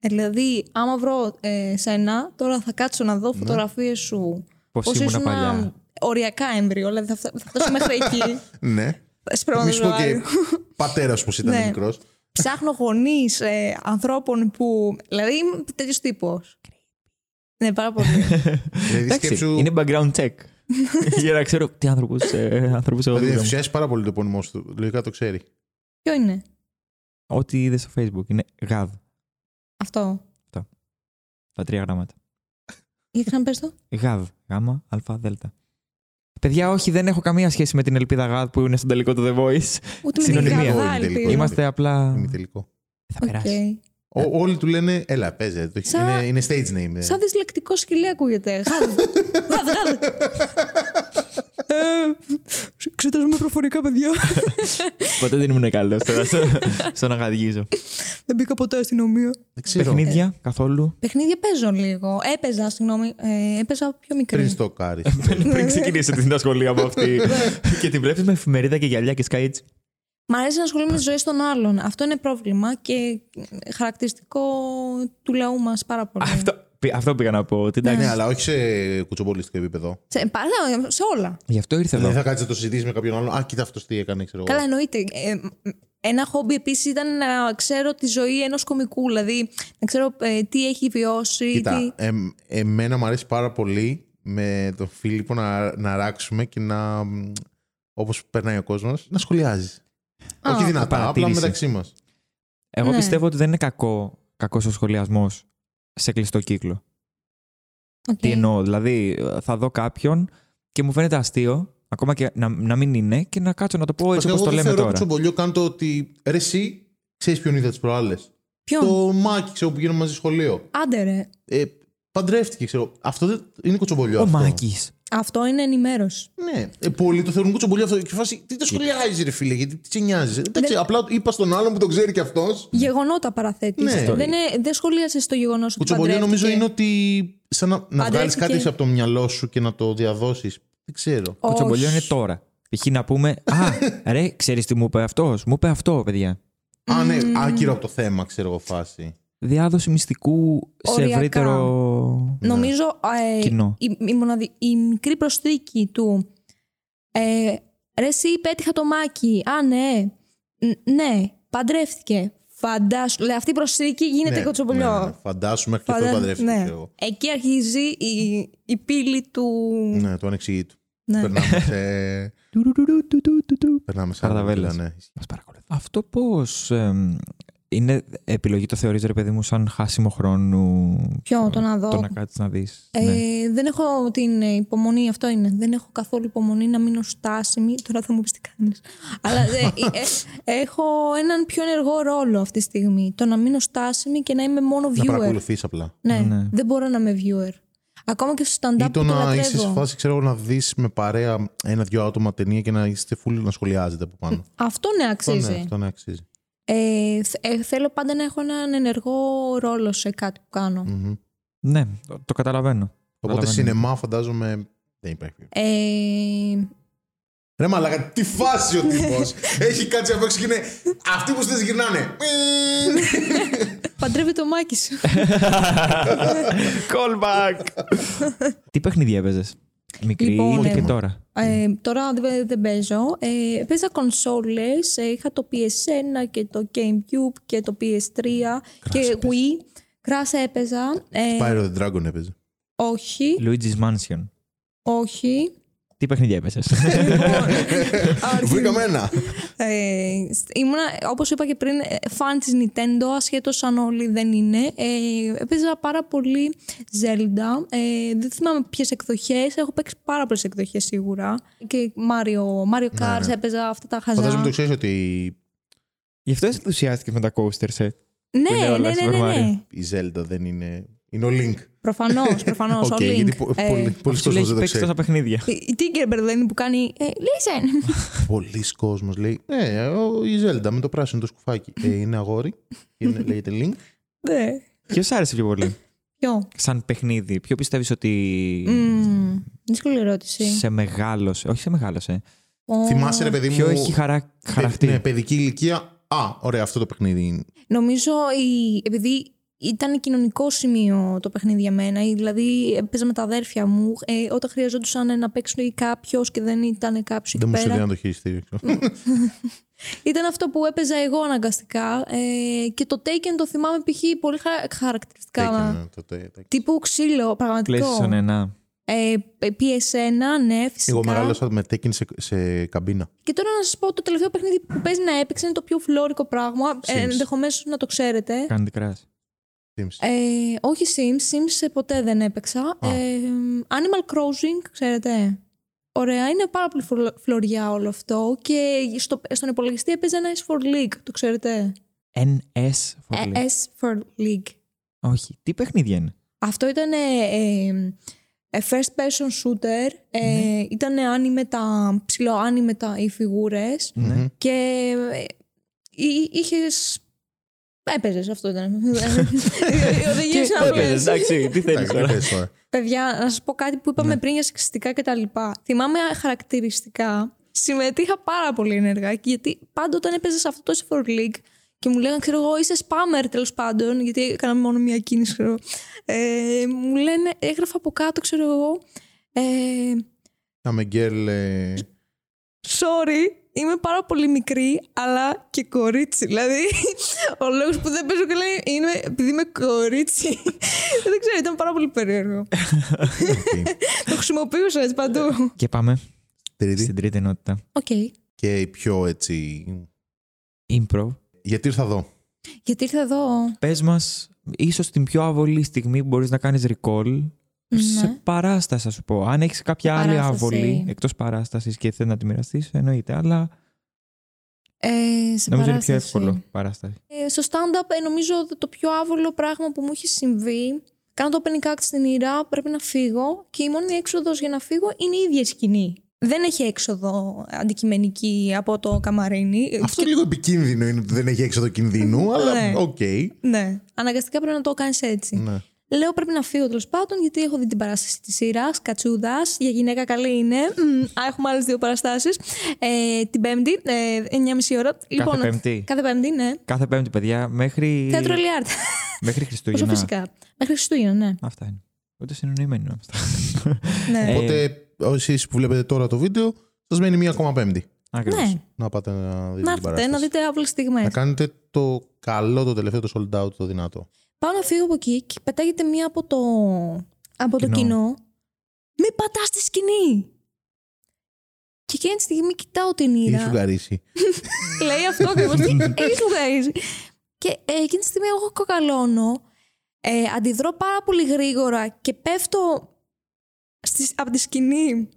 [SPEAKER 2] Ε, Δηλαδή, άμα βρω ε, σένα, τώρα θα κάτσω να δω φωτογραφίες σου.
[SPEAKER 3] Πώς
[SPEAKER 2] Πώς
[SPEAKER 3] ήμουνα
[SPEAKER 2] ήσουν
[SPEAKER 3] παλιά.
[SPEAKER 2] οριακά έμπριο, δηλαδή θα, φτα- θα φτάσω μέχρι εκεί.
[SPEAKER 1] Ναι.
[SPEAKER 2] Σπρώω το
[SPEAKER 1] Μη σου πω
[SPEAKER 2] ζωάρι.
[SPEAKER 1] και πατέρας που ήταν
[SPEAKER 2] Ναι.
[SPEAKER 1] μικρός.
[SPEAKER 2] Ψάχνω γονείς ε, ανθρώπων που... Δηλαδή, είμαι τέτοιος τύπος. Ναι, πάρα πολύ.
[SPEAKER 1] Δηλαδή
[SPEAKER 3] Εντάξει,
[SPEAKER 1] σκέψου.
[SPEAKER 3] είναι background
[SPEAKER 2] <laughs>
[SPEAKER 3] check. για να ξέρω τι άνθρωπος άνθρωπος εγώ
[SPEAKER 1] Δηλαδή
[SPEAKER 3] δίπλα μου.
[SPEAKER 1] ενθουσιάζει πάρα πολύ το επώνυμό σου. Λογικά το ξέρει.
[SPEAKER 2] Ποιο είναι
[SPEAKER 3] Ό,τι είδες στο Facebook είναι γαδ.
[SPEAKER 2] αυτό.
[SPEAKER 3] Τα τρία γράμματα.
[SPEAKER 2] Γιατί να πες το.
[SPEAKER 3] Γαδ. Γάμα, αλφα, δέλτα. Παιδιά, όχι, δεν έχω καμία σχέση με την ελπίδα γαδ που είναι στον τελικό του The Voice.
[SPEAKER 2] Ούτε με την
[SPEAKER 3] Συνωνυμία.
[SPEAKER 2] καβά,
[SPEAKER 1] Όλοι τελικώς.
[SPEAKER 2] ελπίζω.
[SPEAKER 3] Είμαστε απλά.
[SPEAKER 1] Μη τελικό.
[SPEAKER 3] Θα
[SPEAKER 2] Οκ.
[SPEAKER 3] περάσει.
[SPEAKER 1] Ο- Όλοι του λένε, έλα, παίζε. το έχει-
[SPEAKER 2] Σαν-
[SPEAKER 1] είναι- Είναι stage name. ε.
[SPEAKER 2] Σαν δυσλεκτικό σκυλί ακούγεται. Γαδ, γαδ, γαδ. Ε, Εξετάζουμε προφορικά, παιδιά.
[SPEAKER 3] Ποτέ δεν ήμουν καλός τώρα στο, στο να γαδιγίζω.
[SPEAKER 2] Δεν μπήκα ποτέ αστυνομία.
[SPEAKER 1] <laughs> Δεν ξέρω.
[SPEAKER 3] Παιχνίδια καθόλου.
[SPEAKER 2] Παιχνίδια παίζω λίγο. Έπαιζα, συγγνώμη. ε, έπαιζα πιο μικρή.
[SPEAKER 1] Πριν στο
[SPEAKER 2] Ε,
[SPEAKER 1] κάρι.
[SPEAKER 3] Πριν ξεκινήσει την ασχολία μου αυτή. και την βλέπεις με εφημερίδα και γυαλιά και σκάει έτσι.
[SPEAKER 2] Μ' αρέσει να ασχολούμαι με τι ζωέ των άλλων. Αυτό είναι πρόβλημα και χαρακτηριστικό του λαού μας πάρα πολύ.
[SPEAKER 3] Αυτό, πη- αυτό πήγα να πω. ότι εντάξει.
[SPEAKER 1] ναι, αλλά όχι σε κουτσομπολιστικό επίπεδο.
[SPEAKER 2] Σε, παρά, σε όλα.
[SPEAKER 3] Γι' αυτό ήρθε
[SPEAKER 1] Δεν
[SPEAKER 3] εδώ.
[SPEAKER 1] θα κάτσει να το συζητήσει με κάποιον άλλον. Α, κοίτα αυτός τι έκανε, ξέρω
[SPEAKER 2] Καλά,
[SPEAKER 1] εγώ.
[SPEAKER 2] εννοείται. Ε, μ, ένα χόμπι επίσης ήταν να ξέρω τη ζωή ενός κομικού. Δηλαδή να ξέρω ε, τι έχει βιώσει.
[SPEAKER 1] Κοίτα,
[SPEAKER 2] τι...
[SPEAKER 1] εμ- εμένα μου αρέσει πάρα πολύ με τον Φίλιππο να, να ράξουμε και να. Όπως περνάει ο κόσμος, να σχολιάζει.
[SPEAKER 2] Α,
[SPEAKER 1] Όχι δυνατά, απλά
[SPEAKER 3] παρατήρηση.
[SPEAKER 1] μεταξύ μας.
[SPEAKER 3] Εγώ
[SPEAKER 2] Ναι.
[SPEAKER 3] πιστεύω ότι δεν είναι κακό κακός ο σχολιασμός σε κλειστό κύκλο.
[SPEAKER 2] οκ.
[SPEAKER 3] Τι εννοώ, δηλαδή ε, θα δω κάποιον και μου φαίνεται αστείο, ακόμα και να, να μην είναι, και να κάτσω να το πω έτσι
[SPEAKER 1] Βασικά,
[SPEAKER 3] όπως
[SPEAKER 1] εγώ
[SPEAKER 3] το
[SPEAKER 1] δεν
[SPEAKER 3] λέμε
[SPEAKER 1] θεωρώ
[SPEAKER 3] τώρα.
[SPEAKER 1] κουτσομπολιό καν το ότι. Ρε, εσύ ξέρεις ποιον είδα τις προάλλες.
[SPEAKER 2] Ποιον.
[SPEAKER 1] Το Μάκη, ξέρω που πηγαίνουμε μαζί σχολείο.
[SPEAKER 2] Άντε ρε.
[SPEAKER 1] Ε, παντρεύτηκε, ξέρω. Αυτό δεν είναι κουτσομπολιό.
[SPEAKER 3] Ο
[SPEAKER 1] αυτό.
[SPEAKER 3] Μάκης.
[SPEAKER 2] Αυτό είναι ενημέρωση.
[SPEAKER 1] Ναι. Ε, πολλοί το θεωρούν κουτσομπολιό αυτό. Και φάση, τι το σχολιάζει, ρε φίλε, γιατί τι σε νοιάζει. Εντάξει, απλά είπα στον άλλον που τον ξέρει κι αυτός.
[SPEAKER 2] Γεγονότα παραθέτεις.
[SPEAKER 1] Ναι.
[SPEAKER 2] Δεν, ε, δεν σχολίασες το γεγονός ότι.
[SPEAKER 1] Κουτσομπολιό νομίζω
[SPEAKER 2] παντρεύτηκε.
[SPEAKER 1] είναι ότι. σαν να, να βγάλει
[SPEAKER 2] Παντρεύτηκε.
[SPEAKER 1] κάτι από το μυαλό σου και να το διαδώσεις. Δεν ξέρω.
[SPEAKER 2] Όχι.
[SPEAKER 3] Κουτσομπολιό είναι τώρα. Π.χ. να πούμε,
[SPEAKER 1] <laughs>
[SPEAKER 3] Α, ρε, ξέρεις τι μου είπε αυτός. Μου είπε αυτό, παιδιά.
[SPEAKER 1] Α, ναι, άκυρο από το θέμα, ξέρω εγώ, φάση.
[SPEAKER 2] Ναι,
[SPEAKER 3] Διάδοση μυστικού σε
[SPEAKER 2] Οριακά.
[SPEAKER 3] ευρύτερο.
[SPEAKER 1] Ναι.
[SPEAKER 2] Νομίζω ε,
[SPEAKER 3] Κοινό.
[SPEAKER 2] η, η, μοναδι- η μικρή προσθήκη του. Ε, ρε, εσύ πέτυχα το μάκι. Α, ναι. Ν- ναι, παντρεύτηκε. Φαντάσου. Λέει, αυτή η προσθήκη γίνεται
[SPEAKER 1] Ναι,
[SPEAKER 2] κοτσομπολιό.
[SPEAKER 1] ναι, ναι. Φαντάσου μέχρι και αυτό
[SPEAKER 2] Φαντα-
[SPEAKER 1] παντρεύτηκε.
[SPEAKER 2] ναι.
[SPEAKER 1] ξέρω εγώ.
[SPEAKER 2] Εκεί αρχίζει η, η πύλη του.
[SPEAKER 1] Ναι, το ανεξηγήτου.
[SPEAKER 2] Ναι. <laughs>
[SPEAKER 1] Περνάμε σε. Περνάμε σε. άλλα
[SPEAKER 3] Καρδαβέλες.
[SPEAKER 1] βίλα, ναι.
[SPEAKER 3] Μας παρακολουθεί. Αυτό πώ. είναι επιλογή το θεωρείς ρε παιδί μου σαν χάσιμο χρόνου
[SPEAKER 2] Ποιο, το να δω.
[SPEAKER 3] το να κάτσεις να δεις
[SPEAKER 2] Ε,
[SPEAKER 3] ναι.
[SPEAKER 2] Δεν έχω την ε, υπομονή, αυτό είναι. Δεν έχω καθόλου υπομονή να μείνω στάσιμη. Τώρα θα μου πεις τι κάνεις. Αλλά ε, ε, ε, έχω έναν πιο ενεργό ρόλο αυτή τη στιγμή. Το να μείνω στάσιμη και να είμαι μόνο
[SPEAKER 1] Να
[SPEAKER 2] viewer.
[SPEAKER 1] παρακολουθείς απλά.
[SPEAKER 2] Ναι,
[SPEAKER 3] Ναι.
[SPEAKER 2] δεν μπορώ να είμαι viewer. Ακόμα και στο
[SPEAKER 1] Ή
[SPEAKER 2] stand-up
[SPEAKER 1] το
[SPEAKER 2] που το
[SPEAKER 1] να είσαι σε
[SPEAKER 2] λατρεύω.
[SPEAKER 1] φάση, ξέρω εγώ, να δεις με παρέα ένα-δυο άτομα ταινία και να είστε full να σχολιάζετε από πάνω.
[SPEAKER 2] Αυτό ναι,
[SPEAKER 1] Αυτό
[SPEAKER 2] αξίζει.
[SPEAKER 1] ναι, αυτό ναι, αξίζει.
[SPEAKER 2] Ε, θ- ε, θέλω πάντα να έχω έναν ενεργό ρόλο σε κάτι που κάνω.
[SPEAKER 1] Μμμ.
[SPEAKER 3] ναι, το, το καταλαβαίνω
[SPEAKER 1] Οπότε
[SPEAKER 3] Καταλαβαίνω.
[SPEAKER 1] σινεμά φαντάζομαι δεν υπάρχει.
[SPEAKER 2] Ε,
[SPEAKER 1] Ρε μαλακα, τι φάση ο τύπος. Έχει κάτσει απ' έξω και είναι αυτοί που στις γυρνάνε.
[SPEAKER 2] παντρεύει το μάκι σου.
[SPEAKER 3] Callback. Τι παιχνίδι έπαιζες. Μικρή
[SPEAKER 2] Λοιπόν,
[SPEAKER 3] ήμουν
[SPEAKER 2] ε,
[SPEAKER 3] και τώρα.
[SPEAKER 2] Ε, τώρα δεν, δεν παίζω. Ε, παίζα κονσόλες. Ε, είχα το PS1 και το GameCube και το PS3 και Wii. Κράσα έπαιζα. Ε,
[SPEAKER 1] Pyro the Dragon έπαιζε.
[SPEAKER 2] όχι,
[SPEAKER 3] Luigi's Mansion.
[SPEAKER 2] όχι. Λοιπόν,
[SPEAKER 3] Τι παιχνίδι έπαιζε.
[SPEAKER 1] Βρήκαμε ένα.
[SPEAKER 2] Ε, ήμουνα, όπως είπα και πριν, ε, φαν της Nintendo, ασχέτως αν όλοι δεν είναι. Ε, έπαιζα πάρα πολύ Zelda. Ε, δεν θυμάμαι ποιες εκδοχές. Έχω παίξει πάρα πολλές εκδοχές σίγουρα. Και Mario, Mario Kart έπαιζα αυτά τα χαζά.
[SPEAKER 1] Ναι, Φαντάζομαι το ξέρεις ότι
[SPEAKER 3] <laughs> Γι' αυτό ενθουσιάστηκε με τα coasters, ε.
[SPEAKER 2] Ναι,
[SPEAKER 3] είναι όλα
[SPEAKER 2] ναι, ναι,
[SPEAKER 3] Super
[SPEAKER 2] ναι, ναι.
[SPEAKER 3] Mario.
[SPEAKER 1] η Zelda δεν είναι... Είναι ο Link.
[SPEAKER 2] Προφανώς,
[SPEAKER 1] <laughs>
[SPEAKER 2] προφανώς.
[SPEAKER 1] Οκ,
[SPEAKER 2] ο Link.
[SPEAKER 1] γιατί πο-
[SPEAKER 2] ε,
[SPEAKER 1] πολλοί- πολλοί
[SPEAKER 3] Σου
[SPEAKER 1] κόσμος
[SPEAKER 3] λέει έχει
[SPEAKER 1] δεν το
[SPEAKER 3] παίξεις
[SPEAKER 1] ξέρει.
[SPEAKER 3] τόσα παιχνίδια.
[SPEAKER 2] η- η Tinkerbell δεν είναι που κάνει. Ε,
[SPEAKER 1] <laughs>
[SPEAKER 2] listen!
[SPEAKER 1] Πολλοί κόσμος λέει «Ναι, ο- η Zelda με το πράσινο το σκουφάκι. Ε, είναι αγόρι, είναι, λέγεται Link.
[SPEAKER 2] ναι.
[SPEAKER 3] Ποιος άρεσε πιο πολύ.
[SPEAKER 2] Ποιο.
[SPEAKER 3] Σαν παιχνίδι, ποιο πιστεύεις ότι.
[SPEAKER 2] Μμμ, Δύσκολη ερώτηση.
[SPEAKER 3] σε μεγάλωσε. Όχι σε μεγάλωσε.
[SPEAKER 2] Ο-
[SPEAKER 1] Θυμάσαι ρε παιδί μου...
[SPEAKER 3] Ποιο έχει χαρά...
[SPEAKER 1] παι-
[SPEAKER 3] χαραχτεί.
[SPEAKER 1] Ναι, παιδική ηλικία. Α, ωραία, αυτό το παιχνίδι είναι.
[SPEAKER 2] Νομίζω η- επειδή ήταν κοινωνικό σημείο το παιχνίδι για μένα, ή δηλαδή ε, παίζα με τα αδέρφια μου, ε, όταν χρειαζόντουσαν να παίξουν ή κάποιος και δεν ήταν κάποιος
[SPEAKER 1] Δεν
[SPEAKER 2] εκεί
[SPEAKER 1] μου σου
[SPEAKER 2] πέρα.
[SPEAKER 1] δίνει το χειριστήριο.
[SPEAKER 2] Ήταν αυτό που έπαιζα εγώ αναγκαστικά. Ε, και το Taken το θυμάμαι π.χ. πολύ χα- χαρακτηριστικά.
[SPEAKER 1] Έκανα το- το- το-
[SPEAKER 2] Τύπου ξύλο, πραγματικό.
[SPEAKER 3] PlayStation 1.
[SPEAKER 2] Ε, PS1, ναι, φυσικά.
[SPEAKER 1] Εγώ μεγάλωσα με Tekken σε, σε καμπίνα.
[SPEAKER 2] Και τώρα να σας πω το τελευταίο παιχνίδι που παίζει να έπαιξε είναι το πιο φλόρικο πράγμα. Ε, Ενδεχομένως να το ξέρετε.
[SPEAKER 3] Candy Crush.
[SPEAKER 1] Teams.
[SPEAKER 2] Ε, όχι Sims, Sims ε, ποτέ δεν έπαιξα. Ε, Animal Crossing, ξέρετε. Ωραία, είναι πάρα πολύ φλο- φλωριά όλο αυτό. Και στο, στον υπολογιστή έπαιζε ένα S4 League, το ξέρετε.
[SPEAKER 3] NS. for
[SPEAKER 2] Ε,
[SPEAKER 3] League.
[SPEAKER 2] S4 League.
[SPEAKER 3] Όχι. Τι παιχνίδια είναι.
[SPEAKER 2] Αυτό ήταν ε, ε, Ε, First person shooter
[SPEAKER 3] Ναι.
[SPEAKER 2] ε, ήταν άνιμε τα, ψηλό άνιμε τα οι φιγουρες
[SPEAKER 3] Ναι.
[SPEAKER 1] Μμμ.
[SPEAKER 2] και ε, εί- είχες... Έπαιζες αυτό
[SPEAKER 3] <laughs>
[SPEAKER 2] ήταν. <laughs> Οι οδηγίες
[SPEAKER 3] Και-
[SPEAKER 2] να
[SPEAKER 3] Έπαιζε,
[SPEAKER 2] βλέπεις.
[SPEAKER 3] εντάξει, τι θέλει
[SPEAKER 1] Εντάξει, δεν
[SPEAKER 3] τώρα.
[SPEAKER 1] πες τώρα.
[SPEAKER 2] Παιδιά, να σας πω κάτι που είπαμε πριν για σεξιστικά και τα λοιπά. Θυμάμαι χαρακτηριστικά. Συμμετείχα πάρα πολύ ενεργά γιατί πάντα όταν έπαιζα σε αυτό το C4 League και μου λέγανε, ξέρω εγώ, είσαι spammer τέλος πάντων, γιατί έκαναμε μόνο μία κίνηση, ξέρω εγώ. Ε, μου λένε, έγραφα από κάτω, ξέρω εγώ. Ε,
[SPEAKER 1] Είχαμε γκέλ. ε,
[SPEAKER 2] sorry, είμαι πάρα πολύ μικρή, αλλά και κορίτσι. Δηλαδή, ο λόγος που δεν παίζω καλά είναι επειδή είμαι κορίτσι. δεν ξέρω, ήταν πάρα πολύ περίεργο.
[SPEAKER 1] οκ.
[SPEAKER 2] Το χρησιμοποιούσα έτσι παντού.
[SPEAKER 3] Και πάμε
[SPEAKER 1] Τρίτη.
[SPEAKER 3] στην τρίτη ενότητα.
[SPEAKER 2] Οκ.
[SPEAKER 1] Και η πιο έτσι.
[SPEAKER 3] Improv.
[SPEAKER 1] Γιατί ήρθα εδώ.
[SPEAKER 2] Γιατί ήρθα εδώ.
[SPEAKER 3] Πες μας, ίσως την πιο αβολή στιγμή που μπορείς να κάνεις recall σε παράσταση, α σου πω. Αν έχεις κάποια άλλη
[SPEAKER 2] Ναι. Παράσταση.
[SPEAKER 3] αβολή εκτός παράστασης και θέλεις να τη μοιραστείς, εννοείται. Αλλά
[SPEAKER 2] Ε, σε
[SPEAKER 3] νομίζω είναι
[SPEAKER 2] παράσταση.
[SPEAKER 3] πιο εύκολο παράσταση.
[SPEAKER 2] Ε, στο stand-up ε, νομίζω το πιο άβολο πράγμα που μου έχει συμβεί. Κάνω το opening act στην Ήρα, πρέπει να φύγω και η μόνη έξοδος για να φύγω είναι η ίδια σκηνή. Δεν έχει έξοδο αντικειμενική από το καμαρίνι. Ε,
[SPEAKER 1] Αυτό
[SPEAKER 2] και-
[SPEAKER 1] λίγο επικίνδυνο είναι ότι δεν έχει έξοδο κινδύνου, αλλά
[SPEAKER 2] Ναι.
[SPEAKER 1] οκ.
[SPEAKER 2] Ναι, αναγκαστικά πρέπει να το κάνεις έτσι.
[SPEAKER 1] Ναι.
[SPEAKER 2] Λέω πρέπει να φύγω τέλος πάντων, γιατί έχω δει την παράσταση της Ήρα, Κατσούδας. Για γυναίκα καλή είναι. Μμμ, Α, έχουμε άλλες δύο παραστάσεις. Ε, την Πέμπτη, ε, 9.30 ώρα. Λοιπόν,
[SPEAKER 3] Πέμπτη.
[SPEAKER 2] Κάθε Πέμπτη, ναι.
[SPEAKER 3] Κάθε Πέμπτη, παιδιά, μέχρι,
[SPEAKER 2] Θέατρο Ελιάρτα.
[SPEAKER 3] μέχρι
[SPEAKER 2] <laughs> Όσο
[SPEAKER 3] Χριστούγεννα.
[SPEAKER 2] φυσικά. Μέχρι Χριστούγεννα, ναι.
[SPEAKER 3] Αυτά είναι. Ούτε συνεννοημένοι είναι
[SPEAKER 2] <laughs>
[SPEAKER 3] αυτά.
[SPEAKER 2] ναι.
[SPEAKER 1] Οπότε, όσοι που βλέπετε τώρα το βίντεο, σας μένει μία ακόμα Πέμπτη.
[SPEAKER 3] Ακριβώς.
[SPEAKER 2] ναι.
[SPEAKER 1] Να πάτε να δείτε
[SPEAKER 2] Να
[SPEAKER 1] την
[SPEAKER 2] έρθετε,
[SPEAKER 1] παράσταση.
[SPEAKER 2] να δείτε ναι. αύριο στιγμές.
[SPEAKER 1] Να κάνετε το καλό, το τελευταίο, το sold out, το δυνατό.
[SPEAKER 2] Πάω να φύγω από εκεί και πετάγεται μία από το, από το
[SPEAKER 3] Κοινό.
[SPEAKER 2] κοινό. Μη πατάς στη σκηνή! Και εκείνη τη στιγμή κοιτάω την
[SPEAKER 1] Τι
[SPEAKER 2] Ήρα.
[SPEAKER 1] σου
[SPEAKER 2] <laughs>
[SPEAKER 1] καρίσει.
[SPEAKER 2] Λέει
[SPEAKER 1] <laughs>
[SPEAKER 2] αυτό ακριβώς. Τι έχει μου γαΐζει. Και ε, εκείνη τη στιγμή εγώ κοκαλώνω. Ε, αντιδρώ πάρα πολύ γρήγορα και πέφτω στις, από τη σκηνή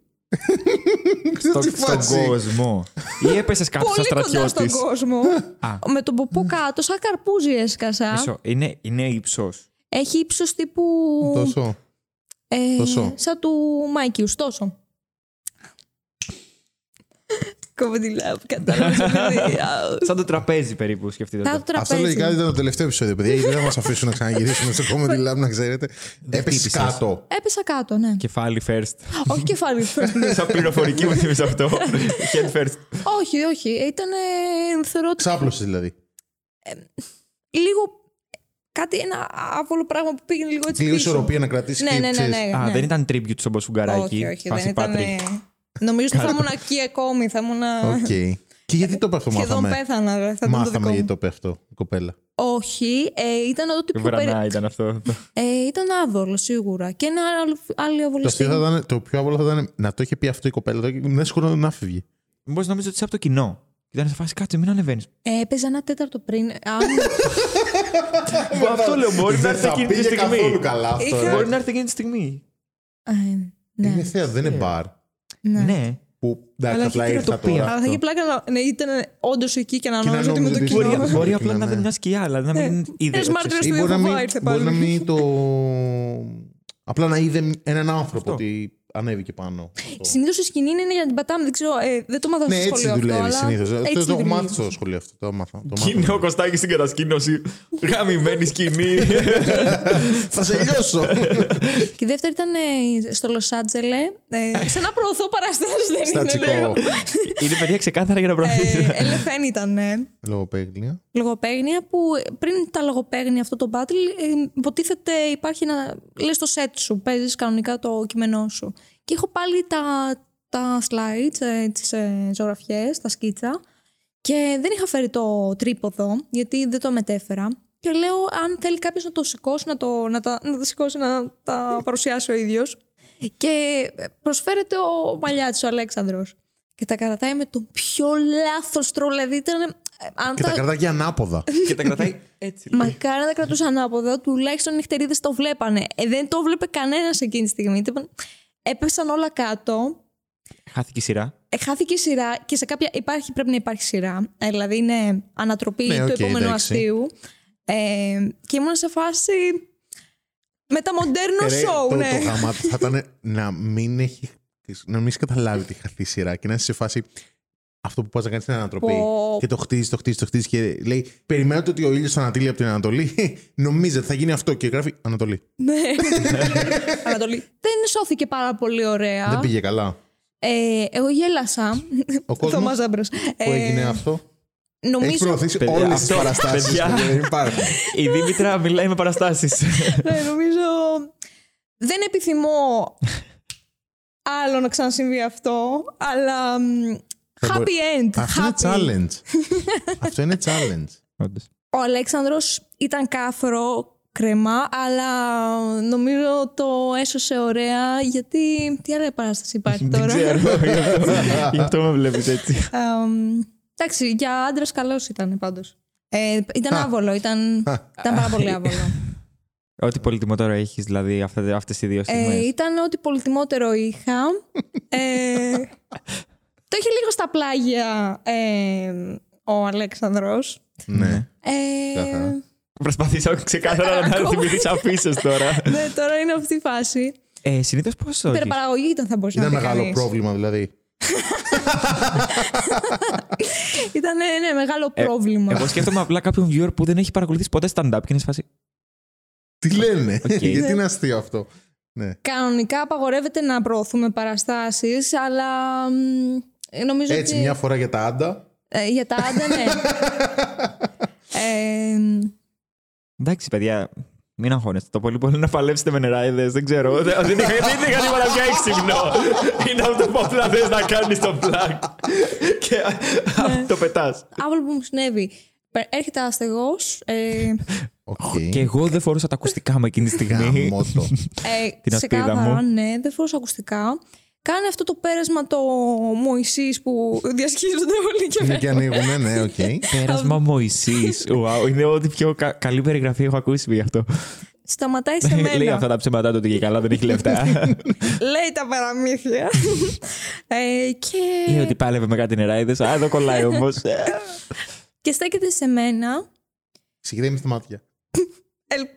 [SPEAKER 1] Τι
[SPEAKER 3] Στον
[SPEAKER 1] φάση.
[SPEAKER 3] κόσμο. Ή έπεσες κάτω σαν
[SPEAKER 2] πολύ κοντά
[SPEAKER 3] στρατιώτης.
[SPEAKER 2] στον κόσμο.
[SPEAKER 3] Α.
[SPEAKER 2] με τον ποπό κάτω, σαν καρπούζι έσκασα.
[SPEAKER 3] Είναι, είναι ύψος.
[SPEAKER 2] Έχει ύψος τύπου.
[SPEAKER 1] Τόσο.
[SPEAKER 2] ε,
[SPEAKER 1] τόσο.
[SPEAKER 2] Σαν του Μάικιους, τόσο. Κόβω τη λάπη, κατάλαβες, επειδή, α,
[SPEAKER 3] Σαν το τραπέζι περίπου, σκεφτείτε
[SPEAKER 2] Θα
[SPEAKER 3] το.
[SPEAKER 2] το τραπέζι.
[SPEAKER 1] Αυτό λογικά ήταν το τελευταίο επεισόδιο, παιδιά, γιατί δεν θα μας αφήσουν να ξαναγυρίσουμε
[SPEAKER 2] <laughs>
[SPEAKER 1] στο Comedy Lab, να ξέρετε. Έπεσε
[SPEAKER 3] χτύπησες.
[SPEAKER 1] κάτω.
[SPEAKER 2] Έπεσα κάτω, ναι.
[SPEAKER 3] Κεφάλι first. <laughs>
[SPEAKER 2] Όχι κεφάλι, first
[SPEAKER 3] Σαν πληροφορική μου θύμισε αυτό. <laughs> Head first.
[SPEAKER 2] Όχι, όχι. Ήταν. θεωρώ ότι
[SPEAKER 1] Ξάπλωσες δηλαδή.
[SPEAKER 2] λίγο. Κάτι, ένα άβολο πράγμα που πήγαινε λίγο έτσι.
[SPEAKER 1] Λίγο
[SPEAKER 2] πίσω.
[SPEAKER 1] ισορροπία να κρατήσεις.
[SPEAKER 2] Ναι,
[SPEAKER 1] και
[SPEAKER 2] ναι, ναι.
[SPEAKER 1] ξέρεις,
[SPEAKER 2] ναι, ναι.
[SPEAKER 3] Α, δεν ήταν tribute στον Μποσουγκαράκη.
[SPEAKER 2] Όχι, όχι, δεν ήταν. Νομίζω ότι θα ήμουν εκεί ακόμη. Θα ήμουν.
[SPEAKER 1] Οκ. Και γιατί το πέφτω,
[SPEAKER 2] Σχεδόν
[SPEAKER 1] μάθαμε.
[SPEAKER 2] πέθανα, ρε, θα ήταν το
[SPEAKER 1] Μάθαμε
[SPEAKER 2] δικό μου.
[SPEAKER 1] γιατί το πέφτω, η κοπέλα.
[SPEAKER 2] Όχι, ε, ήταν ότι πιο
[SPEAKER 3] Βρανά
[SPEAKER 2] περί...
[SPEAKER 3] ήταν
[SPEAKER 2] <laughs>
[SPEAKER 3] αυτό.
[SPEAKER 2] ε, Ήταν άβολο σίγουρα. Και ένα άλλο, άλλο άβολο
[SPEAKER 1] Το, αστείο θα
[SPEAKER 2] στιγμή.
[SPEAKER 1] ήταν- το πιο άβολο θα ήταν να το είχε πει αυτό η κοπέλα, δεν είναι σίγουρο να φύγει.
[SPEAKER 3] Μήπω νομίζω ότι είσαι από το κοινό. Ήταν σε φάση κάτσε, μην ανεβαίνεις.
[SPEAKER 2] Ε, Έπαιζα ένα τέταρτο πριν. Α,
[SPEAKER 1] <laughs>
[SPEAKER 3] Αυτό λέω, μπορεί να
[SPEAKER 1] Δεν
[SPEAKER 3] έρθει
[SPEAKER 1] θα
[SPEAKER 3] εκείνη τη
[SPEAKER 1] πήγε καθόλου
[SPEAKER 3] στιγμή.
[SPEAKER 1] καλά αυτό.
[SPEAKER 2] Είχα-
[SPEAKER 1] ρε.
[SPEAKER 3] Μπορεί να έρθει εκείνη τη στιγμή.
[SPEAKER 2] ε, ναι,
[SPEAKER 1] Είναι θέα, δεν είναι μπαρ.
[SPEAKER 2] ναι.
[SPEAKER 3] Ναι.
[SPEAKER 1] Που
[SPEAKER 3] Αλλά
[SPEAKER 1] εντάξει, απλά
[SPEAKER 3] έχει
[SPEAKER 1] ήρθα
[SPEAKER 3] τεροτοπία.
[SPEAKER 1] τώρα.
[SPEAKER 2] Αλλά θα είχε πλάκα να ναι, ήταν όντως εκεί και να
[SPEAKER 1] Και να
[SPEAKER 2] νόμιζα ότι με
[SPEAKER 1] νόμιζε
[SPEAKER 2] το
[SPEAKER 1] ότι
[SPEAKER 2] κοινό.
[SPEAKER 1] ήταν-
[SPEAKER 3] Μπορεί,
[SPEAKER 2] <laughs>
[SPEAKER 1] Ναι.
[SPEAKER 3] μπορεί απλά να
[SPEAKER 1] Ναι.
[SPEAKER 3] ήταν μια σκιά, αλλά να
[SPEAKER 2] Ναι.
[SPEAKER 3] μην είδε.
[SPEAKER 2] Ένας μάρτυρας
[SPEAKER 1] Ή
[SPEAKER 2] του
[SPEAKER 1] μπορεί να
[SPEAKER 2] Ιωβά
[SPEAKER 1] μην-
[SPEAKER 2] ήρθε
[SPEAKER 1] μπορεί
[SPEAKER 2] πάλι.
[SPEAKER 1] να μην το. Απλά να είδε έναν άνθρωπο
[SPEAKER 3] Αυτό.
[SPEAKER 1] ότι ανέβηκε πάνω.
[SPEAKER 2] Συνήθως η σκηνή είναι για να την πατάμε. Δεν ξέρω, ε, δεν το μάθαμε
[SPEAKER 1] Ναι,
[SPEAKER 2] στο σχολείο
[SPEAKER 1] έτσι
[SPEAKER 2] αυτό.
[SPEAKER 1] δουλεύει
[SPEAKER 2] αλλά
[SPEAKER 1] συνήθως.
[SPEAKER 2] έτσι
[SPEAKER 1] Το έχω
[SPEAKER 2] δουλεύει.
[SPEAKER 1] μάθει στο σχολείο αυτό. Το έμαθα. το μάθαμε.
[SPEAKER 3] Είναι ο Κωστάκης στην κατασκήνωση. Γαμημένη σκηνή.
[SPEAKER 1] Θα σε
[SPEAKER 2] <laughs>
[SPEAKER 1] λιώσω.
[SPEAKER 2] Και η δεύτερη ήταν ε, στο Λο Άτζελε. Ε, ξανά προωθώ παραστάσει, δεν είναι.
[SPEAKER 1] Στατσικό.
[SPEAKER 2] λέω.
[SPEAKER 3] <laughs> Είναι παιδιά ξεκάθαρα για να προωθήσει.
[SPEAKER 2] Ε, Ελεφέν ήταν. ε,
[SPEAKER 1] Λογοπαίγνια.
[SPEAKER 2] Λογοπαίγνια που ε, πριν τα λογοπαίγνια αυτό το battle ε, υποτίθεται υπάρχει ένα λες το set σου, παίζεις κανονικά το κείμενό σου. Και έχω πάλι τα, τα slides, ε, τις ε, ζωγραφιές, τα σκίτσα και δεν είχα φέρει το τρίποδο γιατί δεν το μετέφερα. Και λέω αν θέλει κάποιος να το σηκώσει, να, το, να, τα, να τα σηκώσει, να τα παρουσιάσει ο ίδιος. Και ε, προσφέρεται ο Μαλιάτης, ο Αλέξανδρος. Και τα κρατάει με τον πιο λάθος τρόπο. Δηλαδή ήταν... ε, Αν
[SPEAKER 1] Και τα κρατάκια ανάποδα.
[SPEAKER 2] <laughs>
[SPEAKER 3] Και τα κρατάει έτσι.
[SPEAKER 2] Μακάρι να τα κρατούσαν ανάποδα, τουλάχιστον οι νυχτερίδες το βλέπανε. Ε, δεν το βλέπε κανένας εκείνη τη στιγμή. Τύπου, Έπεσαν όλα κάτω.
[SPEAKER 3] Χάθηκε η σειρά.
[SPEAKER 2] ε, Χάθηκε η σειρά και σε κάποια. Υπάρχει, πρέπει να υπάρχει σειρά. ε, δηλαδή είναι ανατροπή
[SPEAKER 1] Ναι,
[SPEAKER 2] του
[SPEAKER 1] οκ,
[SPEAKER 2] επόμενου
[SPEAKER 1] εντάξει.
[SPEAKER 2] αστείου. Ε, και ήμουν σε φάση. με τα μοντέρνο
[SPEAKER 1] Ρε,
[SPEAKER 2] σοου,
[SPEAKER 1] το,
[SPEAKER 2] ναι.
[SPEAKER 1] το γαμάτο θα ήταν να μην έχει να μην έχεις καταλάβει τη χαθή σειρά και να είσαι σε φάση αυτό που πας να κάνεις την ανατροπή.
[SPEAKER 2] Πω.
[SPEAKER 1] Και το χτίζεις, το χτίζεις, το χτίζεις και λέει: Περιμένετε ότι ο ήλιος θα ανατείλει από την Ανατολή. <laughs> Νομίζετε θα γίνει αυτό. Και γράφει Ανατολή.
[SPEAKER 2] Ναι. Ανατολή. Δεν σώθηκε πάρα πολύ
[SPEAKER 1] Δεν
[SPEAKER 2] ωραία.
[SPEAKER 1] πήγε καλά.
[SPEAKER 2] Ε, εγώ γέλασα.
[SPEAKER 1] Ο κόσμος
[SPEAKER 2] Θωμάς Ζάμπρος.
[SPEAKER 1] που
[SPEAKER 2] Ε,
[SPEAKER 1] έγινε αυτό έχει
[SPEAKER 2] Νομίζω,
[SPEAKER 1] προωθήσει
[SPEAKER 3] Παιδιά,
[SPEAKER 1] όλες τις
[SPEAKER 3] αυτό-
[SPEAKER 1] παραστάσεις
[SPEAKER 3] παιδιά.
[SPEAKER 1] που δεν
[SPEAKER 2] <laughs>
[SPEAKER 1] υπάρχουν.
[SPEAKER 3] Η Δήμητρα μιλάει με παραστάσεις.
[SPEAKER 2] ναι, νομίζω δεν επιθυμώ άλλο να ξανασυμβεί αυτό, αλλά μ,
[SPEAKER 1] Θα
[SPEAKER 2] happy
[SPEAKER 1] μπορεί-
[SPEAKER 2] end.
[SPEAKER 1] Αυτό είναι
[SPEAKER 2] happy.
[SPEAKER 1] challenge.
[SPEAKER 2] <laughs>
[SPEAKER 1] Αυτό είναι challenge.
[SPEAKER 2] Ο Αλέξανδρος ήταν κάφρο, κρεμά, αλλά νομίζω το έσωσε ωραία, γιατί τι άλλη παράσταση υπάρχει
[SPEAKER 3] Δεν
[SPEAKER 2] Ε, τώρα.
[SPEAKER 3] ξέρω. γι' αυτό- Γι' αυτό με βλέπεις έτσι.
[SPEAKER 2] <laughs> Αμ, Εντάξει, για άντρε καλός ήταν πάντως. Ε, ήταν
[SPEAKER 1] Α. Ε,
[SPEAKER 2] άβολο, ήταν, ήταν πάρα πολύ
[SPEAKER 1] <laughs>
[SPEAKER 2] άβολο.
[SPEAKER 3] Ό,τι πολύτιμο τώρα έχεις, δηλαδή αυτές οι δύο
[SPEAKER 2] Ε,
[SPEAKER 3] στιγμέ.
[SPEAKER 2] ήταν ό,τι πολυτιμότερο είχα.
[SPEAKER 1] <laughs>
[SPEAKER 2] Ε, το είχε λίγο στα πλάγια ε, ο Αλέξανδρος.
[SPEAKER 1] ναι.
[SPEAKER 2] Ε,
[SPEAKER 1] Καθαρά.
[SPEAKER 3] Προσπαθήσα ξεκάθαρα να θυμηθεί αφήσει τώρα.
[SPEAKER 2] ναι, τώρα είναι αυτή η
[SPEAKER 1] <laughs>
[SPEAKER 2] φάση.
[SPEAKER 3] Ε, Συνήθως πόσο.
[SPEAKER 2] Υπερπαραγωγή ήταν θα μπορούσε
[SPEAKER 1] Ήταν
[SPEAKER 2] να πει
[SPEAKER 1] μεγάλο
[SPEAKER 2] κανείς.
[SPEAKER 1] πρόβλημα δηλαδή.
[SPEAKER 2] Ήταν ε, ναι, μεγάλο
[SPEAKER 3] Ε,
[SPEAKER 2] πρόβλημα.
[SPEAKER 3] Εγώ σκέφτομαι απλά κάποιον viewer που δεν έχει παρακολουθήσει ποτέ stand-up και είναι σε φάση.
[SPEAKER 1] Τι λένε,
[SPEAKER 3] Οκ.
[SPEAKER 1] <laughs> γιατί είναι αστείο αυτό. Ναι.
[SPEAKER 2] Κανονικά απαγορεύεται να προωθούμε παραστάσεις, αλλά μ, ε, νομίζω
[SPEAKER 1] Έτσι,
[SPEAKER 2] ότι...
[SPEAKER 1] μια φορά για τα άντα.
[SPEAKER 2] Ε, για τα άντα,
[SPEAKER 1] <laughs>
[SPEAKER 2] ναι. ε,
[SPEAKER 3] Εντάξει, παιδιά, μην αγχώνεστε. Το πολύ πολύ να παλέψετε με νεράιδες. Δεν ξέρω. Δεν δεν είχα δεν είχα τίποτα πια έχει ξυπνό. Είναι αυτό που απλά θες να κάνεις το πλάκ. Και α, το πετάς.
[SPEAKER 2] άβολο που μου συνέβη. Πε- Έρχεται αστεγός, ε,
[SPEAKER 1] Οκ.
[SPEAKER 3] Και εγώ δεν φορούσα τα ακουστικά μου εκείνη τη στιγμή.
[SPEAKER 1] Γαμώτο. <laughs>
[SPEAKER 2] Ε,
[SPEAKER 3] Την ασπίδα
[SPEAKER 2] ξεκάθαρα,
[SPEAKER 3] μου.
[SPEAKER 2] ναι, δεν φορούσα ακουστικά. Κάνει αυτό το πέρασμα το Μωυσής που διασχίζονται όλοι και
[SPEAKER 1] Είναι
[SPEAKER 2] με.
[SPEAKER 1] και ανοίγουμε, ναι, οκ.
[SPEAKER 3] Πέρασμα Μωυσής. Wow, είναι ό,τι πιο κα- καλή περιγραφή έχω ακούσει γι' αυτό.
[SPEAKER 2] Σταματάει σε μένα.
[SPEAKER 3] <laughs> Λέει αυτά τα ψέματά του ότι και καλά δεν έχει
[SPEAKER 2] <laughs>
[SPEAKER 3] λεφτά.
[SPEAKER 2] Λέει τα παραμύθια. ε, και...
[SPEAKER 3] Λέει ότι πάλευε με κάτι νεράιδες. Α, εδώ κολλάει Ε, όμως.
[SPEAKER 2] <laughs> και στέκεται σε μένα.
[SPEAKER 1] Ξεκινάει με στα μάτια.
[SPEAKER 2] Ελ-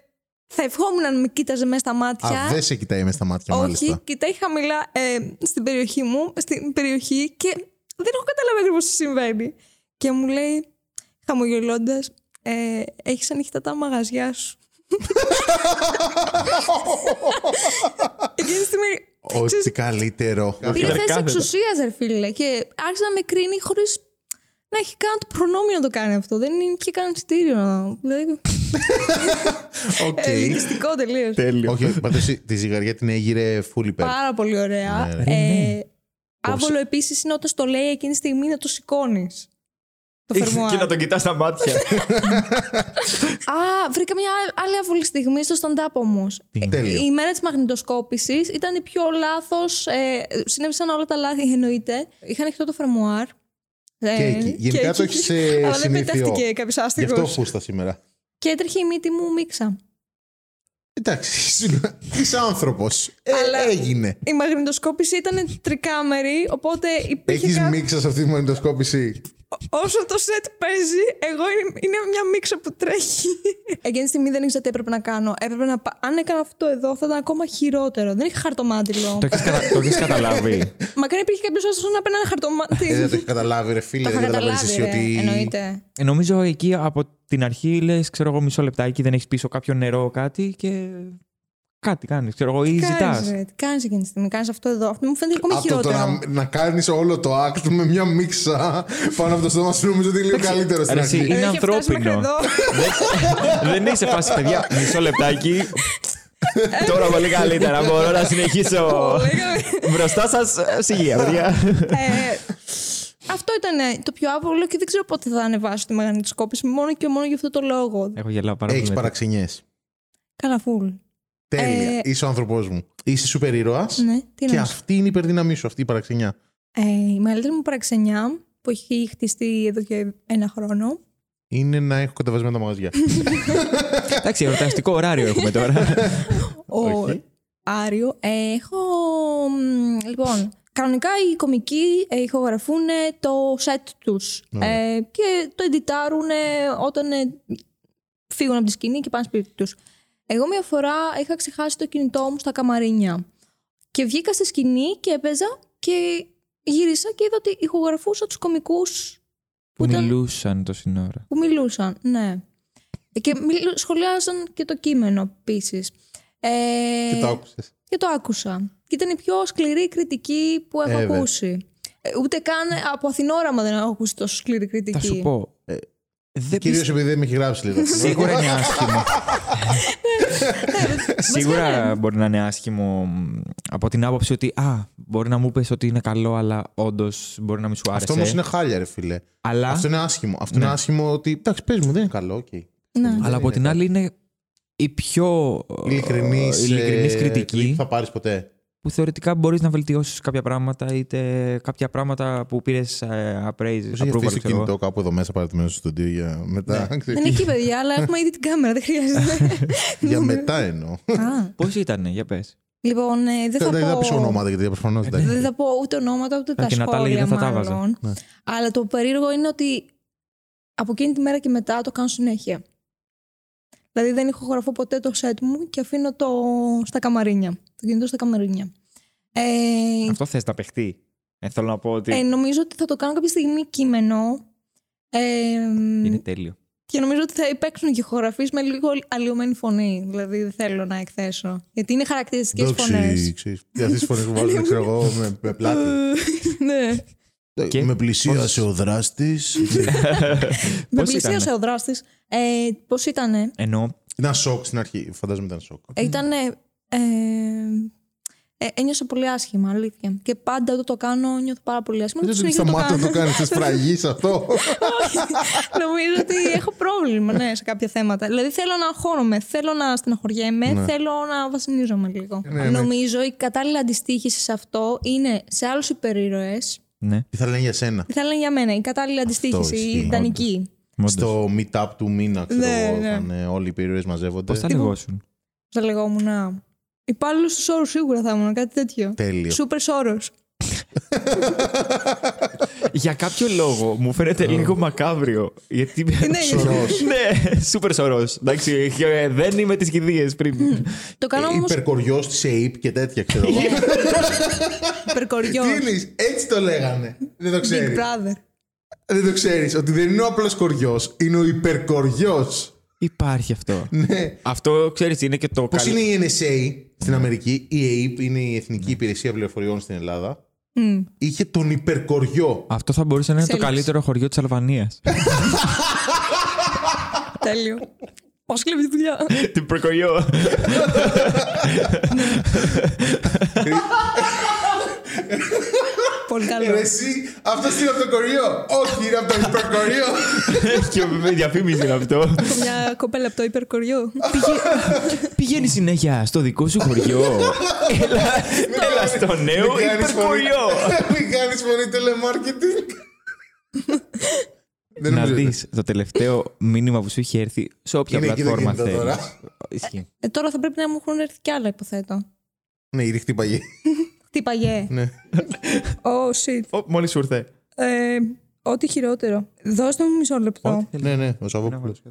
[SPEAKER 2] Θα ευχόμουν να με κοίταζε μέσα στα μάτια.
[SPEAKER 1] Α, δεν σε κοιτάει μες στα μάτια,
[SPEAKER 2] Όχι,
[SPEAKER 1] μάλιστα.
[SPEAKER 2] κοιτάει χαμηλά ε, στην περιοχή μου, στην περιοχή και δεν έχω καταλάβει ακριβώς τι συμβαίνει. Και μου λέει, χαμογελώντας, ε, έχεις ανοιχτά τα μαγαζιά
[SPEAKER 1] <laughs>
[SPEAKER 2] σου. Εκείνη τη στιγμή
[SPEAKER 1] Ό,τι καλύτερο.
[SPEAKER 2] πήρε
[SPEAKER 3] Ήταν
[SPEAKER 2] θέση
[SPEAKER 3] κάθετα.
[SPEAKER 2] εξουσίας, ρε φίλε, και άρχισε να με κρίνει χωρίς να έχει καν το προνόμιο να το κάνει αυτό. Δεν είναι και καν εισιτήριο. να- Δηλαδή,
[SPEAKER 1] <laughs> Οκ.
[SPEAKER 2] ε, Ελκυστικό τελείως.
[SPEAKER 3] Τέλειο.
[SPEAKER 1] Όχι, όχι, πάντως τη ζυγαριά την έγειρε full υπέρ.
[SPEAKER 2] Πάρα πολύ ωραία.
[SPEAKER 1] Ναι, ρε.
[SPEAKER 2] Ε,
[SPEAKER 3] Ναι.
[SPEAKER 2] Άβολο επίσης είναι όταν στο λέει εκείνη τη στιγμή να το σηκώνεις. Το φερμουάρ.
[SPEAKER 3] Και να τον κοιτάς στα
[SPEAKER 2] <laughs>
[SPEAKER 3] μάτια.
[SPEAKER 2] Α, βρήκα μια άλλη- άλλη άβολη στιγμή στο stand-up όμως.
[SPEAKER 1] Τέλειο.
[SPEAKER 2] Η μέρα της μαγνητοσκόπησης ήταν η πιο λάθος. Ε, συνέβησαν όλα τα λάθη, εννοείται. Είχα ανοιχτό το φερμουάρ. Ε,
[SPEAKER 1] Και εκεί. Γενικά το έχεις ε,
[SPEAKER 2] <laughs> Αλλά δεν
[SPEAKER 1] συνήθιο.
[SPEAKER 2] πετάχτηκε κάποιος
[SPEAKER 1] Γι' αυτό
[SPEAKER 2] άστιγο.
[SPEAKER 1] φούστα σήμερα.
[SPEAKER 2] Και έτρεχε η μύτη μου μίξα.
[SPEAKER 1] Εντάξει, ήσουν- είσαι άνθρωπος. Ε,
[SPEAKER 2] Αλλά-
[SPEAKER 1] Έγινε.
[SPEAKER 2] Η μαγνητοσκόπηση ήταν τρικάμερη, οπότε υπήρχε.
[SPEAKER 1] Έχεις
[SPEAKER 2] κά-
[SPEAKER 1] μίξα σε αυτή τη μαγνητοσκόπηση.
[SPEAKER 2] Όσο το σετ παίζει, εγώ είναι, είναι μια μίξα που τρέχει. Εκείνη τη στιγμή δεν ήξερα τι έπρεπε να κάνω. Έπρεπε να πα- Αν έκανα αυτό εδώ, θα ήταν ακόμα χειρότερο. Δεν είχα χαρτομάτιλο.
[SPEAKER 3] Το έχεις καταλάβει.
[SPEAKER 2] Μακάρι υπήρχε κάποιος άστρο να παίρνει ένα
[SPEAKER 1] Ε,
[SPEAKER 2] χαρτομάτιλο.
[SPEAKER 1] δεν το έχεις καταλάβει, ρε φίλε.
[SPEAKER 2] <laughs> Το είχα
[SPEAKER 1] Δεν καταλαβαίνεις
[SPEAKER 2] καταλάβει.
[SPEAKER 1] εσύ
[SPEAKER 2] ρε.
[SPEAKER 1] ότι.
[SPEAKER 2] Εννοείται.
[SPEAKER 3] Νομίζω εκεί από την αρχή λες, ξέρω εγώ, μισό λεπτάκι, δεν έχεις πίσω κάποιο νερό, κάτι και. Κάτι κάνεις, ξέρω εγώ, ή
[SPEAKER 2] Τι κάνεις,
[SPEAKER 3] ζητάς.
[SPEAKER 2] ρε, Τι κάνεις εκείνη τη στιγμή, κάνεις αυτό εδώ. Αυτό μου φαίνεται ακόμα
[SPEAKER 1] Από το
[SPEAKER 2] χειρότερο.
[SPEAKER 1] να, να κάνεις όλο το act με μια μίξα πάνω από το στόμα σου, νομίζω ότι είναι λίγο καλύτερο στην
[SPEAKER 3] Ρε, εσύ,
[SPEAKER 1] αρχή.
[SPEAKER 3] είναι
[SPEAKER 2] Είχε Δηλαδή, φτάσει μέχρι
[SPEAKER 3] ανθρώπινο.
[SPEAKER 2] Ε,
[SPEAKER 1] <laughs>
[SPEAKER 2] εδώ.
[SPEAKER 3] δεν είσαι φάση, παιδιά. Μισό
[SPEAKER 2] <laughs>
[SPEAKER 3] λεπτάκι. Τώρα πολύ καλύτερα. Μπορώ να
[SPEAKER 2] <laughs>
[SPEAKER 3] συνεχίσω.
[SPEAKER 2] Λέγαμε.
[SPEAKER 3] Μπροστά σας, σιγεία,
[SPEAKER 2] <laughs>
[SPEAKER 3] παιδιά.
[SPEAKER 2] Ε, Αυτό ήταν ε, το πιο άβολο και δεν ξέρω πότε θα ανεβάσω τη μαγνητοσκόπηση. Μόνο και μόνο γι' αυτό το λόγο.
[SPEAKER 3] Έχω γελάω πάρα
[SPEAKER 1] Έχεις
[SPEAKER 3] πολύ. με
[SPEAKER 1] παραξενιές.
[SPEAKER 2] Καλά, φουλ.
[SPEAKER 1] Τέλεια.
[SPEAKER 2] Ε,
[SPEAKER 1] Είσαι ο άνθρωπός μου. Είσαι σούπερ ήρωας.
[SPEAKER 2] Ναι, τι
[SPEAKER 1] Και
[SPEAKER 2] να σου
[SPEAKER 1] αυτή είναι η υπερδύναμή σου, αυτή η παραξενιά.
[SPEAKER 2] Ε, η μεγαλύτερη μου παραξενιά που έχει χτιστεί εδώ και ένα χρόνο.
[SPEAKER 1] Είναι να έχω κατεβασμένα τα μαγαζιά.
[SPEAKER 2] Ναι.
[SPEAKER 3] το. Εντάξει, εορταστικό ωράριο έχουμε τώρα.
[SPEAKER 2] Ο
[SPEAKER 1] Όχι.
[SPEAKER 2] Άριο. Ε, έχω. μ, Λοιπόν, κανονικά οι κομικοί ε, ηχογραφούν το set τους
[SPEAKER 1] Ναι.
[SPEAKER 2] Ε, και το εντιτάρουν ε, όταν ε, φύγουν από τη σκηνή και πάνε σπίτι τους Εγώ μια φορά είχα ξεχάσει το κινητό μου στα καμαρίνια. Και βγήκα στη σκηνή και έπαιζα και γύρισα και είδα ότι ηχογραφούσα τους κομικούς
[SPEAKER 3] Που
[SPEAKER 2] ήταν-
[SPEAKER 3] μιλούσαν το σύνορα.
[SPEAKER 2] που μιλούσαν, ναι. Και μιλου- σχολιάζαν και το κείμενο επίσης. Ε,
[SPEAKER 1] Και το άκουσες.
[SPEAKER 2] και το άκουσα. Και ήταν η πιο σκληρή κριτική που έχω
[SPEAKER 1] Ε, βέβαια.
[SPEAKER 2] ακούσει. Ε, Ούτε καν από Αθηνόραμα δεν έχω ακούσει τόσο σκληρή κριτική.
[SPEAKER 3] Θα σου πω. ε, δεν
[SPEAKER 1] Κυρίως
[SPEAKER 3] πιστεύω-
[SPEAKER 1] επειδή δεν με έχει γράψει λίγο.
[SPEAKER 3] Σίγουρα είναι άσχημο.
[SPEAKER 2] βασικά, ναι,
[SPEAKER 3] Σίγουρα μπορεί να είναι άσχημο μ, από την άποψη ότι α, μπορεί να μου πες ότι είναι καλό, αλλά όντως μπορεί να μην σου άρεσε.
[SPEAKER 1] Αυτό όμως είναι χάλια, ρε φίλε.
[SPEAKER 3] Αλλά,
[SPEAKER 1] Αυτό είναι άσχημο. Αυτό είναι άσχημο ότι. Εντάξει, πες μου, δεν είναι καλό, οκ.
[SPEAKER 2] Ναι.
[SPEAKER 1] Δεν
[SPEAKER 3] Ναι. αλλά από
[SPEAKER 1] είναι
[SPEAKER 3] την άλλη είναι η πιο ε,
[SPEAKER 1] Ειλικρινής
[SPEAKER 3] ειλικρινής κριτική
[SPEAKER 1] ε, θα πάρεις ποτέ.
[SPEAKER 3] που θεωρητικά μπορείς να βελτιώσεις κάποια πράγματα είτε κάποια πράγματα που πήρες ε, appraise,
[SPEAKER 1] Πώς έχει
[SPEAKER 3] approval,
[SPEAKER 1] χτίσει το
[SPEAKER 3] ξέρω εγώ. Ναι.
[SPEAKER 1] κινητό κάπου εδώ μέσα παρατημένο στο στούντιο για μετά.
[SPEAKER 2] Δεν είναι εκεί, παιδιά, αλλά έχουμε ήδη την κάμερα, δεν
[SPEAKER 3] <laughs>
[SPEAKER 2] χρειάζεται.
[SPEAKER 1] Για μετά εννοώ.
[SPEAKER 2] Α,
[SPEAKER 3] Πώς ήτανε, για πες.
[SPEAKER 2] λοιπόν, ε, δεν θα,
[SPEAKER 1] Δεν θα
[SPEAKER 2] πω... Ε,
[SPEAKER 1] πεις ονόματα γιατί προφανώς δεν τα
[SPEAKER 2] Δεν
[SPEAKER 1] έχει.
[SPEAKER 2] θα πω ούτε ονόματα ούτε τα
[SPEAKER 3] και να τα
[SPEAKER 2] σχόλια
[SPEAKER 3] έλεγε, δεν θα τα βάζα.
[SPEAKER 2] μάλλον.
[SPEAKER 1] Ναι.
[SPEAKER 2] Αλλά το περίεργο είναι ότι από εκείνη τη μέρα και μετά το κάνω συνέχεια. Δηλαδή δεν ηχογραφώ ποτέ το σετ μου και αφήνω το στα καμαρίνια. Το κινητό στα καμαρίνια. Ε,
[SPEAKER 3] Αυτό θες να παιχτεί. Ε, θέλω να πω ότι
[SPEAKER 2] ε, νομίζω ότι θα το κάνω κάποια στιγμή κείμενο. Ε,
[SPEAKER 3] είναι τέλειο.
[SPEAKER 2] και νομίζω ότι θα υπέξουν και ηχογραφίες με λίγο αλλοιωμένη φωνή. Δηλαδή δεν θέλω να εκθέσω. Γιατί είναι χαρακτηριστικές φωνές.
[SPEAKER 3] <laughs>
[SPEAKER 1] Εντάξει, ξέρεις, για αυτές τις
[SPEAKER 2] <laughs>
[SPEAKER 1] φωνές που βάζουν, ξέρω εγώ, με, με πλάτη.
[SPEAKER 2] ναι.
[SPEAKER 3] Και
[SPEAKER 1] με πλησίασε ο δράστης.
[SPEAKER 2] Με
[SPEAKER 3] Πώς ήτανε?
[SPEAKER 2] πλησίασε ο δράστης. Ε, Πώς ήτανε.
[SPEAKER 3] Ενώ
[SPEAKER 1] ήταν σοκ στην αρχή. Φαντάζομαι ήταν σοκ.
[SPEAKER 2] Ε, Ήτανε. Ε, ε, ένιωσα πολύ άσχημα, αλήθεια. Και πάντα όταν το κάνω, νιώθω πάρα πολύ άσχημα.
[SPEAKER 1] Δεν
[SPEAKER 2] Δεν
[SPEAKER 1] ξέρω τι
[SPEAKER 2] συνεχίζω να το
[SPEAKER 1] σταμάτα να
[SPEAKER 2] κάνω.
[SPEAKER 1] το κάνεις. Θες φραγείς <laughs> αυτό.
[SPEAKER 2] Νομίζω ότι έχω πρόβλημα ναι, σε κάποια θέματα. Δηλαδή θέλω να αγχώνομαι, θέλω να στεναχωριέμαι, θέλω να βασανίζομαι λίγο.
[SPEAKER 1] Ναι, ναι.
[SPEAKER 2] Νομίζω η κατάλληλη αντιστοίχηση σε αυτό είναι σε άλλους υπερήρωες.
[SPEAKER 3] ναι,
[SPEAKER 1] Τι θα λένε για σένα.
[SPEAKER 2] Θα λένε για μένα η κατάλληλη αντιστοίχηση, η
[SPEAKER 1] ισχύει,
[SPEAKER 2] ιδανική.
[SPEAKER 3] όντως.
[SPEAKER 1] Στο meetup του μήνα, ξέρω
[SPEAKER 2] Ναι,
[SPEAKER 1] εγώ,
[SPEAKER 2] ναι.
[SPEAKER 1] θα είναι όλοι οι περιοχέ μαζεύονται.
[SPEAKER 3] Πώς θα λεγόσουν.
[SPEAKER 2] Θα λεγόμουν. Υπάλληλο στου όρου σίγουρα θα ήμουν, κάτι τέτοιο.
[SPEAKER 1] Τέλειο.
[SPEAKER 2] Σούπερ όρο.
[SPEAKER 3] Για κάποιο λόγο μου φαίνεται λίγο μακάβριο. Γιατί.
[SPEAKER 2] Ναι,
[SPEAKER 1] Σωρός.
[SPEAKER 3] ναι, σούπερ σωρό. Εντάξει, ε, δεν είμαι τι κηδείε πριν.
[SPEAKER 2] Το
[SPEAKER 1] Ε,
[SPEAKER 2] κάνω όμως
[SPEAKER 1] Υπερκοριός της ΕΙΠ και τέτοια, ξέρω
[SPEAKER 2] <laughs>
[SPEAKER 1] εγώ.
[SPEAKER 2] υπερκοριός.
[SPEAKER 1] Τι είναι, έτσι το λέγανε. Δεν το
[SPEAKER 2] Big
[SPEAKER 1] ξέρεις.
[SPEAKER 2] Brother.
[SPEAKER 1] Δεν το ξέρεις ότι δεν είναι ο απλός κοριός, είναι ο υπερκοριός.
[SPEAKER 3] Υπάρχει αυτό.
[SPEAKER 1] Ναι.
[SPEAKER 3] αυτό ξέρεις, είναι και το.
[SPEAKER 1] Πώς
[SPEAKER 3] καλ-
[SPEAKER 1] είναι η NSA στην Αμερική, η APE είναι η Εθνική Υπηρεσία Πληροφοριών στην Ελλάδα.
[SPEAKER 2] Μμ.
[SPEAKER 1] Είχε τον υπερκοριό.
[SPEAKER 3] Αυτό θα μπορούσε να είναι το
[SPEAKER 2] Εξέλιξη.
[SPEAKER 3] καλύτερο χωριό της Αλβανίας.
[SPEAKER 2] Τέλειο. Πώς κλέβει τη δουλειά.
[SPEAKER 3] <laughs> Την προκοριό.
[SPEAKER 2] Πολύ
[SPEAKER 1] Ε, ρε,
[SPEAKER 2] καλό.
[SPEAKER 1] Εσύ, αυτός είναι από το κοριό. Όχι, είναι από το υπερκοριό.
[SPEAKER 3] και με διαφήμιση είναι αυτό.
[SPEAKER 2] Έχω μια κοπέλα από το υπερκοριό.
[SPEAKER 3] Πηγαίνει συνέχεια στο δικό σου <laughs> χωριό. έλα, έλα στο νέο
[SPEAKER 1] Μην Ναι, κάνεις
[SPEAKER 3] υπερκοριό.
[SPEAKER 1] φωνή- Μην κάνεις φωνή telemarketing. Δεν
[SPEAKER 3] να
[SPEAKER 1] νομίζω-
[SPEAKER 3] δεις το τελευταίο μήνυμα που σου είχε έρθει σε όποια
[SPEAKER 1] Είναι εκεί τα
[SPEAKER 3] πλατφόρμα
[SPEAKER 1] κινητά
[SPEAKER 3] θέλεις.
[SPEAKER 1] τώρα.
[SPEAKER 3] Ισχύει.
[SPEAKER 2] Ε, Τώρα θα πρέπει να μου έχουν έρθει κι άλλα, υποθέτω.
[SPEAKER 1] Ναι, η ρίχτη παγή.
[SPEAKER 2] Τι παγιέ.
[SPEAKER 1] Ναι.
[SPEAKER 2] Oh shit.
[SPEAKER 3] Μόλις σου ήρθε.
[SPEAKER 2] Ε, Ό,τι χειρότερο. Δώστε μου μισό λεπτό.
[SPEAKER 1] Ναι, ναι, ο Σαββόπουλος.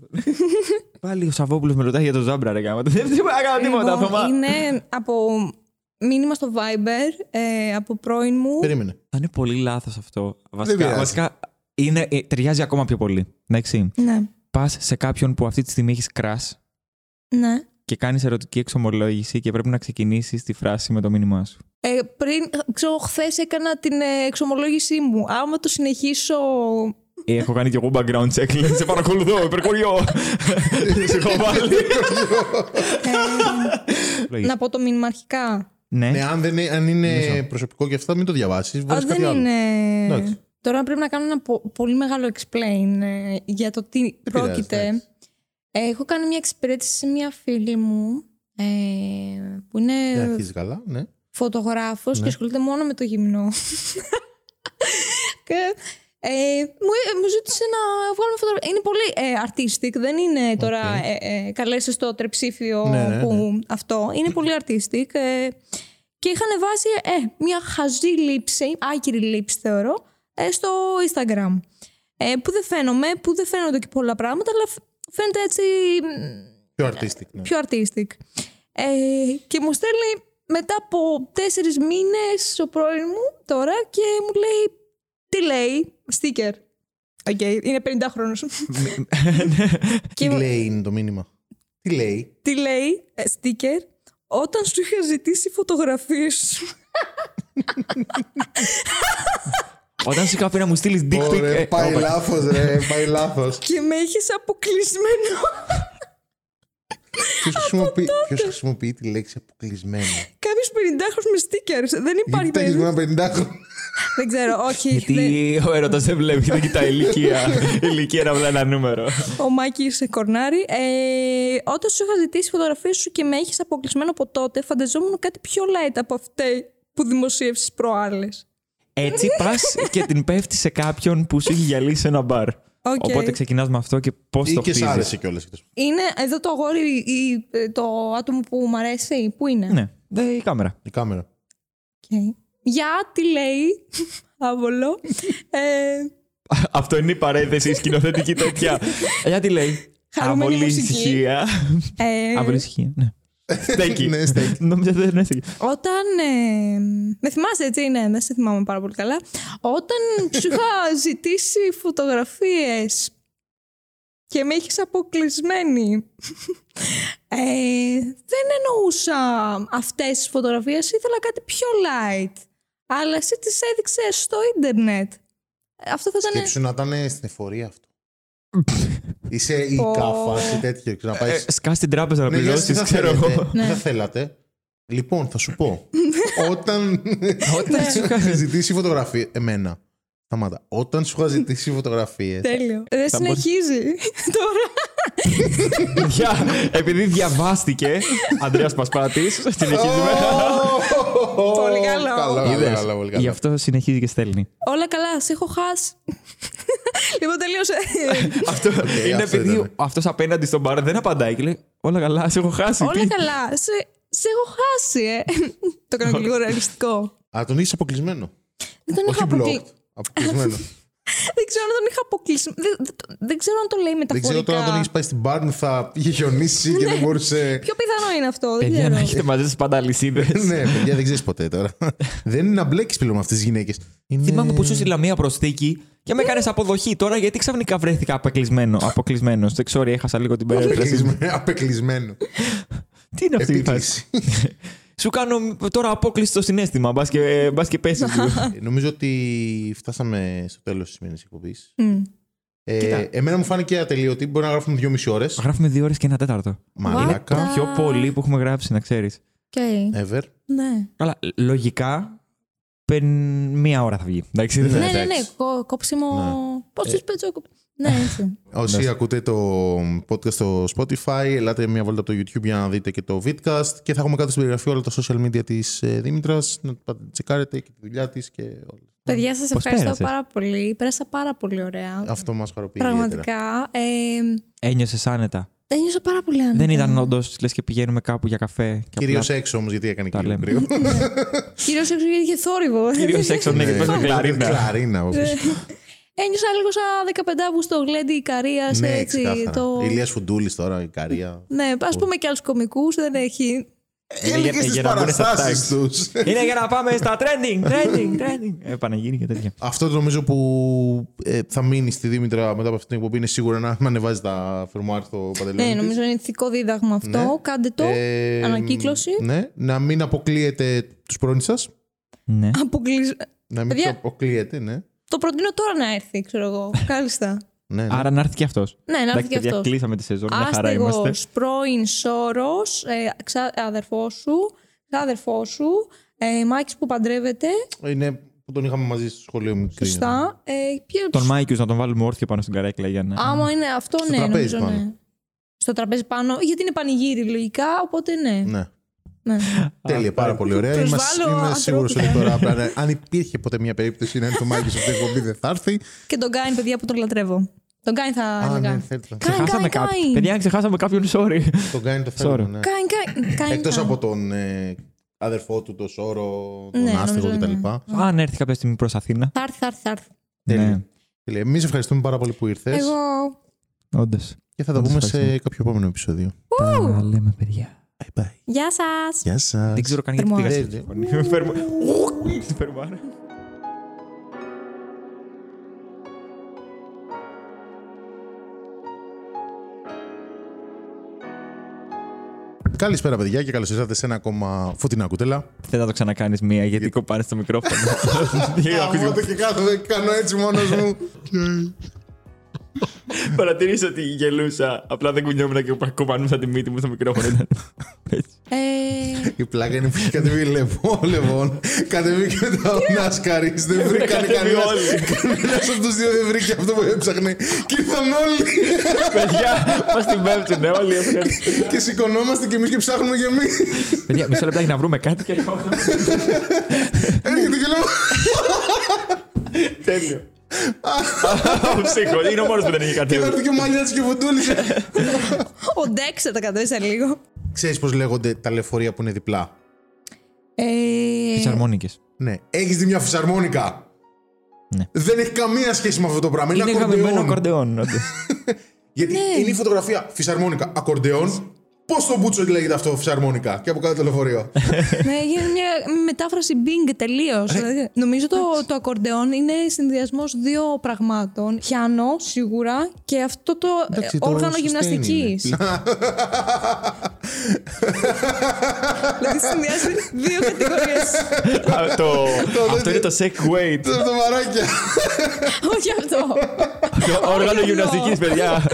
[SPEAKER 3] Πάλι ο Σαββόπουλος με ρωτάει για τον Ζάμπρα, ρε γάμα. Δεν δεν έκανα τίποτα,
[SPEAKER 2] Λοιπόν,
[SPEAKER 3] Θωμά.
[SPEAKER 2] Είναι από μήνυμα στο Viber ε, από πρώην μου.
[SPEAKER 1] Περίμενε.
[SPEAKER 3] Θα είναι πολύ λάθος αυτό. Βασικά,
[SPEAKER 1] πειράζει.
[SPEAKER 3] βασικά είναι, ε, ταιριάζει ακόμα πιο πολύ. Εντάξει.
[SPEAKER 2] Ναι.
[SPEAKER 3] Πας σε κάποιον που αυτή τη στιγμή έχεις κράσ
[SPEAKER 2] Ναι.
[SPEAKER 3] και κάνεις ερωτική εξομολόγηση και πρέπει να ξεκινήσεις τη φράση με το μήνυμά σου.
[SPEAKER 2] Ε, πριν, ξέρω, χθες έκανα την ε, εξομολόγησή μου. Άμα το συνεχίσω.
[SPEAKER 3] Ε, Έχω κάνει και εγώ background check. λέει, Σε παρακολουθώ,
[SPEAKER 1] <laughs>
[SPEAKER 3] υπερκοριό. Σε έχω βάλει.
[SPEAKER 2] ε, να πω το μήνυμα αρχικά.
[SPEAKER 1] Ναι,
[SPEAKER 3] Ναι,
[SPEAKER 1] αν, δεν, είναι- αν είναι προσωπικό και αυτά, μην το διαβάσεις.
[SPEAKER 2] Α,
[SPEAKER 1] Βάλει κάτι
[SPEAKER 2] δεν
[SPEAKER 1] άλλο.
[SPEAKER 2] είναι.
[SPEAKER 1] Εντάξει.
[SPEAKER 2] Τώρα πρέπει να κάνω ένα πο- πολύ μεγάλο explain ε, για το τι
[SPEAKER 1] πειράζει,
[SPEAKER 2] πρόκειται.
[SPEAKER 1] εντάξει.
[SPEAKER 2] Ε, έχω κάνει μια εξυπηρέτηση σε μια φίλη μου ε, που είναι
[SPEAKER 1] Δεν αρχίζει καλά, ναι.
[SPEAKER 2] φωτογράφος και ασχολείται μόνο με το γυμνό. και, ε, μου, ε, μου ζήτησε να βγάλουμε φωτογραφία. Είναι πολύ ε, artistic, δεν είναι τώρα ε, ε, καλέσε στο τρεψήφιο
[SPEAKER 1] Ναι, ναι,
[SPEAKER 2] που αυτό. Είναι πολύ artistic. ε, και είχαν βάσει ε, μια χαζή λήψη, άκυρη λήψη θεωρώ, ε, στο Instagram. Ε, που δεν φαίνομαι, που δεν φαίνονται και πολλά πράγματα, αλλά φ- φαίνεται έτσι μ,
[SPEAKER 1] Πιο artistic. Ναι.
[SPEAKER 2] πιο artistic. Ε, και μου στέλνει μετά από τέσσερις μήνες ο πρώην μου τώρα και μου λέει τι λέει, sticker. Οκ, είναι 50 χρόνος.
[SPEAKER 1] <laughs> Τι
[SPEAKER 2] και μου-
[SPEAKER 1] λέει είναι το μήνυμα. Τι λέει.
[SPEAKER 2] τι λέει, ε, sticker, όταν σου είχα ζητήσει φωτογραφίες σου.
[SPEAKER 3] Όταν σου καφέ να μου στείλεις dick pic.
[SPEAKER 1] Ωραία,
[SPEAKER 3] ε,
[SPEAKER 1] πάει
[SPEAKER 3] όπα.
[SPEAKER 1] λάθος, ρε. <laughs> Πάει λάθος.
[SPEAKER 2] και με έχεις αποκλεισμένο. <laughs>
[SPEAKER 1] Ποιος χρησιμοποιεί, ποιος χρησιμοποιεί τη λέξη αποκλεισμένο.
[SPEAKER 2] Κάποιος 50χρονος με stickers. Δεν
[SPEAKER 1] Γιατί
[SPEAKER 2] υπάρχει
[SPEAKER 1] τα έχεις
[SPEAKER 2] περίπτωση.
[SPEAKER 1] με ένα 50 χρόνια.
[SPEAKER 2] Δεν ξέρω, όχι. δεν-
[SPEAKER 3] Γιατί ο έρωτας δεν βλέπει, δεν κοιτάει ηλικία. Η ηλικία είναι απλά ένα νούμερο.
[SPEAKER 2] Ο Μάκη σε κορνάρι. Ε, όταν σου είχα ζητήσει φωτογραφίες σου και με έχεις αποκλεισμένο από τότε, φανταζόμουν κάτι πιο light από αυτέ που δημοσίευσες προάλλες.
[SPEAKER 3] Έτσι πας και την πέφτεις σε κάποιον που σου έχει γυαλίσει σε ένα μπαρ. Οπότε ξεκινάς με αυτό και πώς
[SPEAKER 1] Ή
[SPEAKER 3] το
[SPEAKER 1] και σ'
[SPEAKER 3] χτίζεις.
[SPEAKER 1] άρεσε κιόλας.
[SPEAKER 2] Είναι εδώ το αγόρι, ή, ε, το άτομο που μου αρέσει. Πού είναι.
[SPEAKER 3] Ναι, δεν η κάμερα.
[SPEAKER 1] Η κάμερα.
[SPEAKER 2] Ναι. Οκ. Για τι λέει. <laughs> Άβολο. ε,
[SPEAKER 3] Αυτό είναι η παρένθεση, η σκηνοθετική <laughs> τέτοια. Για τι λέει.
[SPEAKER 2] Χαρούμενη
[SPEAKER 3] Αβολή
[SPEAKER 2] μουσική.
[SPEAKER 3] ησυχία.
[SPEAKER 2] ε,
[SPEAKER 3] Αβολή ησυχία, ναι. Στέκει.
[SPEAKER 1] Ναι,
[SPEAKER 3] <laughs>
[SPEAKER 1] στέκει.
[SPEAKER 3] Νόμιζα δεν έστεκε.
[SPEAKER 2] Όταν. ε, με θυμάσαι, έτσι, ναι, δεν σε θυμάμαι πάρα πολύ καλά. Όταν σου είχα ζητήσει φωτογραφίες και με έχει αποκλεισμένη. ε, δεν εννοούσα αυτές τις φωτογραφίες, ήθελα κάτι πιο light. Αλλά εσύ τις έδειξες στο ίντερνετ. Ε, Αυτό θα ήταν...
[SPEAKER 1] Σκέψου να ήταν στην εφορία
[SPEAKER 2] <laughs>
[SPEAKER 1] αυτό. Είσαι η καφάση τέτοιο. ξέρω, Να πάεις.
[SPEAKER 3] Σκά Ε, την τράπεζα να
[SPEAKER 1] Ε, Ναι, για
[SPEAKER 3] πληρώσει,
[SPEAKER 1] εσείς θα
[SPEAKER 3] ξέρω
[SPEAKER 1] θέλετε.
[SPEAKER 3] εγώ. <laughs>
[SPEAKER 1] Δεν θα θέλατε. Λοιπόν, θα σου πω. Όταν <laughs>
[SPEAKER 3] Όταν σου
[SPEAKER 1] είχα ζητήσει φωτογραφίε. Εμένα. Σταμάτα. Όταν σου είχα ζητήσει φωτογραφίες.
[SPEAKER 2] Τέλειο. Δεν
[SPEAKER 3] Θα μπορούσε-
[SPEAKER 2] συνεχίζει <laughs> τώρα.
[SPEAKER 3] Παιδιά, επειδή διαβάστηκε, Ανδρέας Πασπάτη, συνεχίζουμε.
[SPEAKER 2] Πολύ καλό.
[SPEAKER 1] Καλά,
[SPEAKER 3] Είδες.
[SPEAKER 1] καλά, πολύ
[SPEAKER 3] Γι'
[SPEAKER 1] καλό.
[SPEAKER 3] αυτό συνεχίζει και στέλνει.
[SPEAKER 2] Όλα καλά, σε έχω χάσει. λοιπόν, τελείωσε.
[SPEAKER 3] <laughs> Αυτό είναι
[SPEAKER 1] αυτό
[SPEAKER 3] επειδή
[SPEAKER 1] ήταν.
[SPEAKER 3] αυτός απέναντι στον μπαρ δεν απαντάει και λέει Όλα καλά, σε έχω χάσει.
[SPEAKER 2] Όλα
[SPEAKER 3] Τι-
[SPEAKER 2] καλά. Σε, σε έχω χάσει, ε. το κάνω και λίγο ρεαλιστικό.
[SPEAKER 1] Α, τον είχε αποκλεισμένο.
[SPEAKER 2] Δεν τον είχα
[SPEAKER 1] Όχι
[SPEAKER 2] αποκλει...
[SPEAKER 1] blocked. Αποκλεισμένο.
[SPEAKER 2] Δεν ξέρω αν τον είχα αποκλείσει. Δεν, δεν το- δεν ξέρω αν το λέει
[SPEAKER 1] Δεν
[SPEAKER 2] μεταφορικά.
[SPEAKER 1] ξέρω τώρα αν τον έχεις πάει στην Barn θα είχε χιονίσει και δεν
[SPEAKER 2] <laughs>
[SPEAKER 1] μπορούσε.
[SPEAKER 2] Πιο πιθανό είναι αυτό. Δεν
[SPEAKER 3] Παιδιά,
[SPEAKER 2] ξέρω.
[SPEAKER 3] να έχετε μαζί σας πάντα αλυσίδε.
[SPEAKER 1] Ναι, παιδιά, δεν ξέρεις ποτέ τώρα. Δεν είναι να μπλέκεις πλέον με αυτές τις γυναίκες. Ναι.
[SPEAKER 3] Θυμάμαι που σου στείλα μία προσθήκη και με έκανες αποδοχή. Τώρα γιατί ξαφνικά βρέθηκα αποκλεισμένο. Αποκλεισμένος. Δεν ξέρω, έχασα λίγο την περίπτωση.
[SPEAKER 1] Απεκλεισμένο.
[SPEAKER 3] Τι είναι αυτή η φάση.
[SPEAKER 1] Επίκληση.
[SPEAKER 3] Σου κάνω τώρα απόκληση στο συνέστημα. Μπας και, μπας και πέσεις.
[SPEAKER 1] <laughs> Ε, Νομίζω ότι φτάσαμε στο τέλος της σημερινής εκπομπής.
[SPEAKER 2] Μμ.
[SPEAKER 1] Ε, εμένα μου φάνηκε ατελείωτη. Μπορεί να γράφουμε δυόμιση ώρες.
[SPEAKER 3] Γράφουμε δύο ώρες και ένα τέταρτο.
[SPEAKER 1] Μαλάκα.
[SPEAKER 2] What
[SPEAKER 3] Πιο πολύ που έχουμε γράψει, να ξέρεις.
[SPEAKER 2] Οκ.
[SPEAKER 1] Ever.
[SPEAKER 2] Ναι.
[SPEAKER 3] Καλά, λογικά πεν... μία ώρα θα βγει. Εντάξει, δεν
[SPEAKER 1] Ναι,
[SPEAKER 2] Ναι, ναι,
[SPEAKER 1] εντάξει. Ε.
[SPEAKER 2] ναι. κο- Κόψιμο. Πώ του πετσόκου. Ναι,
[SPEAKER 1] <laughs>
[SPEAKER 2] έτσι.
[SPEAKER 1] Όσοι
[SPEAKER 3] Εντάξει.
[SPEAKER 1] ακούτε το podcast στο Spotify, ελάτε μια βόλτα από το YouTube για να δείτε και το Vidcast και θα έχουμε κάτω στην περιγραφή όλα τα social media της Δήμητρας. Να πάτε τσεκάρετε και τη δουλειά της και όλα.
[SPEAKER 2] Παιδιά, σας
[SPEAKER 3] Πώς
[SPEAKER 2] ευχαριστώ
[SPEAKER 3] πέρασες?
[SPEAKER 2] πάρα πολύ. Πέρασα πάρα πολύ ωραία.
[SPEAKER 1] Αυτό μας χαροποιεί. ιδιαίτερα.
[SPEAKER 2] Πραγματικά. Ε,
[SPEAKER 3] Ένιωσες άνετα.
[SPEAKER 2] ένιωσα πάρα πολύ άνετα.
[SPEAKER 3] Δεν ήταν όντως λες και πηγαίνουμε κάπου για καφέ. και
[SPEAKER 1] Κυρίως
[SPEAKER 3] απλά-
[SPEAKER 1] έξω όμως, γιατί έκανε
[SPEAKER 3] Τα
[SPEAKER 1] και λίγο
[SPEAKER 3] λέμε.
[SPEAKER 1] κρύο. Ε,
[SPEAKER 2] Κυρίως έξω γιατί είχε θόρυβο.
[SPEAKER 3] Κυρίως έξω, ναι, γιατί παίζει κλαρίνα.
[SPEAKER 1] Κλαρίνα. όπως.
[SPEAKER 2] Ένιωσα λίγο σαν 15 Αύγουστο γλέντι Ικαρία.
[SPEAKER 1] Ναι,
[SPEAKER 2] έτσι.
[SPEAKER 1] ξεκάθαρα.
[SPEAKER 2] Το...
[SPEAKER 1] Ηλίας Φουντούλης τώρα, η Καρία.
[SPEAKER 2] Ναι, ας πούμε και άλλους κωμικού, δεν έχει.
[SPEAKER 1] Ναι,
[SPEAKER 3] Είναι για- Ε, για να μπουν στα tags.
[SPEAKER 1] τους.
[SPEAKER 3] Είναι για να πάμε στα trending, trending, trending. Ε, Παναγίνη και τέτοια.
[SPEAKER 1] Αυτό το νομίζω που ε, θα μείνει στη Δήμητρα μετά από αυτή την εκπομπή είναι σίγουρα να να ανεβάζει τα φερμουάρ στο παντελόνι.
[SPEAKER 2] Ναι,
[SPEAKER 1] της.
[SPEAKER 2] νομίζω είναι ηθικό δίδαγμα αυτό.
[SPEAKER 1] Ναι.
[SPEAKER 2] Κάντε το.
[SPEAKER 1] Ε,
[SPEAKER 2] ανακύκλωση.
[SPEAKER 1] Ναι, να μην αποκλείετε τους πρώην σας.
[SPEAKER 3] Ναι.
[SPEAKER 2] Αποκλεισ-
[SPEAKER 1] Να μην
[SPEAKER 2] Παιδιά.
[SPEAKER 1] τους αποκλείετε, ναι.
[SPEAKER 2] Το προτείνω τώρα να έρθει, ξέρω εγώ.
[SPEAKER 1] <laughs>
[SPEAKER 2] Κάλλιστα.
[SPEAKER 1] ναι, ναι.
[SPEAKER 3] Άρα να έρθει και αυτός.
[SPEAKER 2] ναι, να έρθει
[SPEAKER 3] Εντάξει,
[SPEAKER 2] και
[SPEAKER 3] παιδιά,
[SPEAKER 2] αυτός.
[SPEAKER 3] κλείσαμε τη σεζόν. Μια χαρά είμαστε.
[SPEAKER 2] Άστεγο, πρώην Σόρος, ε, ξα- αδερφός σου, ξάδερφός σου, ε, Μάκης που παντρεύεται.
[SPEAKER 1] ναι. Είναι που τον είχαμε μαζί στο σχολείο μου. μικρή.
[SPEAKER 2] Σωστά. Ε, ποιο-
[SPEAKER 3] Τον Μάικιους να τον βάλουμε όρθιο πάνω στην καρέκλα για να.
[SPEAKER 2] Άμα είναι αυτό,
[SPEAKER 1] Στο
[SPEAKER 2] ναι,
[SPEAKER 1] τραπέζι
[SPEAKER 2] νομίζω,
[SPEAKER 1] πάνω.
[SPEAKER 2] ναι. Στο τραπέζι πάνω, γιατί είναι πανηγύρι λογικά, οπότε ναι.
[SPEAKER 1] Ναι.
[SPEAKER 2] ναι.
[SPEAKER 1] Τέλεια, πάρα πολύ ωραία. Είμαι,
[SPEAKER 2] Προσβάλλω
[SPEAKER 1] είμαι
[SPEAKER 2] ανθρώπινα.
[SPEAKER 1] σίγουρος ότι τώρα. απλά, ναι, αν υπήρχε ποτέ μια περίπτωση να έρθει ο Μάκη σε αυτή την εκπομπή, δεν θα έρθει.
[SPEAKER 2] Και τον Γκάιν, παιδιά που τον λατρεύω. Τον Γκάιν θα
[SPEAKER 1] Α,
[SPEAKER 2] έλεγα.
[SPEAKER 1] ναι, θέλετε.
[SPEAKER 2] Κα-
[SPEAKER 3] Ξεχάσαμε
[SPEAKER 2] Κάιν,
[SPEAKER 3] κάποιον.
[SPEAKER 2] Κάιν.
[SPEAKER 3] Παιδιά, αν ξεχάσαμε κάποιον, sorry.
[SPEAKER 1] Τον κάνει το
[SPEAKER 3] Sorry.
[SPEAKER 1] θέλω. Ναι.
[SPEAKER 2] Γκάιν, Γκάιν, Γκάιν,
[SPEAKER 1] Εκτό
[SPEAKER 2] Γκάιν.
[SPEAKER 1] από τον ε, αδερφό του, τον Σόρο, τον
[SPEAKER 2] Ναι,
[SPEAKER 1] Άστεγο
[SPEAKER 2] νομίζω,
[SPEAKER 1] κτλ.
[SPEAKER 2] ναι.
[SPEAKER 3] Αν έρθει κάποια στιγμή προς Αθήνα.
[SPEAKER 2] Θα έρθει, θα έρθει, θα έρθει.
[SPEAKER 3] Ναι.
[SPEAKER 1] Τέλεια. Τέλεια. Εμείς ευχαριστούμε πάρα πολύ που ήρθες
[SPEAKER 2] Εγώ.
[SPEAKER 3] Όντως.
[SPEAKER 1] και θα τα πούμε σε
[SPEAKER 3] ευχαριστούμε.
[SPEAKER 1] κάποιο επόμενο επεισόδιο.
[SPEAKER 3] Τα λέμε, παιδιά.
[SPEAKER 1] Bye bye.
[SPEAKER 2] Γεια σας!
[SPEAKER 1] Γεια σας.
[SPEAKER 3] Δεν ξέρω καν γιατί
[SPEAKER 2] Θερμοάρα.
[SPEAKER 3] πήγα σε αυτή τη φωνή. Θερμο- Θερμοάρα.
[SPEAKER 1] Καλησπέρα, παιδιά, και καλώς ήρθατε σε ένα ακόμα φωτεινά κουτέλα.
[SPEAKER 3] Δεν θα το ξανακάνεις μία γιατί κοπάνε στο <laughs> μικρόφωνο. Γιατί άκουσα-
[SPEAKER 1] και κάθομαι και κάνω έτσι μόνος μου.
[SPEAKER 3] Παρατήρησα ότι γελούσα. Απλά δεν κουνιόμουν και κοπανούσα τη μύτη μου στο μικρόφωνο. Ήταν έτσι.
[SPEAKER 2] Ε, <laughs>
[SPEAKER 1] Η πλάκα είναι που είχε κατεβεί λοιπόν, λεβό, λεβόν. Κατεβήκε με τα ονάσκαρη. Δεν βρήκανε
[SPEAKER 3] κατεβεί
[SPEAKER 1] κανένα.
[SPEAKER 3] όλοι.
[SPEAKER 1] Κανένας από τους δύο δεν βρήκε αυτό που έψαχνε. Και ήρθαν όλοι.
[SPEAKER 3] Παιδιά, μας την πέφτουνε όλοι. ευχαριστώ.
[SPEAKER 1] Και σηκωνόμαστε κι εμείς και ψάχνουμε κι εμείς.
[SPEAKER 3] Παιδιά, μισό λεπτάκι να βρούμε κάτι και
[SPEAKER 1] Έρχεται και λέω.
[SPEAKER 3] Τέλειο. Ο ψύχο. Είναι ο μόνος που δεν έχει
[SPEAKER 1] Και θα
[SPEAKER 3] κατέβει.
[SPEAKER 1] έρθει και ο Μαλιάτσο και φουντούλησε.
[SPEAKER 2] ο Ντέξ θα τα κατέβησα λίγο.
[SPEAKER 1] Ξέρεις πώς λέγονται τα λεωφορεία που είναι διπλά.
[SPEAKER 2] Ε,
[SPEAKER 3] Τι αρμόνικε.
[SPEAKER 1] Ναι. Έχεις δει μια φυσαρμόνικα.
[SPEAKER 3] Ναι.
[SPEAKER 1] Δεν έχει καμία σχέση με αυτό το πράγμα. Είναι,
[SPEAKER 3] Είναι
[SPEAKER 1] ακορντεόν. Ναι.
[SPEAKER 3] γαμμένο κορντεόν. όντως.
[SPEAKER 1] Γιατί είναι η φωτογραφία φυσαρμόνικα ακορντεόν. Πώς το μπούτσο λέγεται αυτό φυσαρμόνικα και από κάτω το <laughs> λεωφορείο.
[SPEAKER 2] ναι, γίνεται μια μετάφραση Bing τελείως. Νομίζω το, το ακορντεόν είναι συνδυασμός δύο πραγμάτων. Πιάνο σίγουρα και αυτό το ε,
[SPEAKER 1] Εντάξει, το
[SPEAKER 2] όργανο
[SPEAKER 1] sustain
[SPEAKER 2] γυμναστική. δηλαδή συνδυάζει δύο κατηγορίες.
[SPEAKER 3] Α, το- Αυτό είναι το segway.
[SPEAKER 1] Τα βαράκια.
[SPEAKER 2] Όχι αυτό.
[SPEAKER 3] Το όργανο
[SPEAKER 2] Όχι,
[SPEAKER 3] γυμναστική,
[SPEAKER 2] αυτό.
[SPEAKER 3] παιδιά.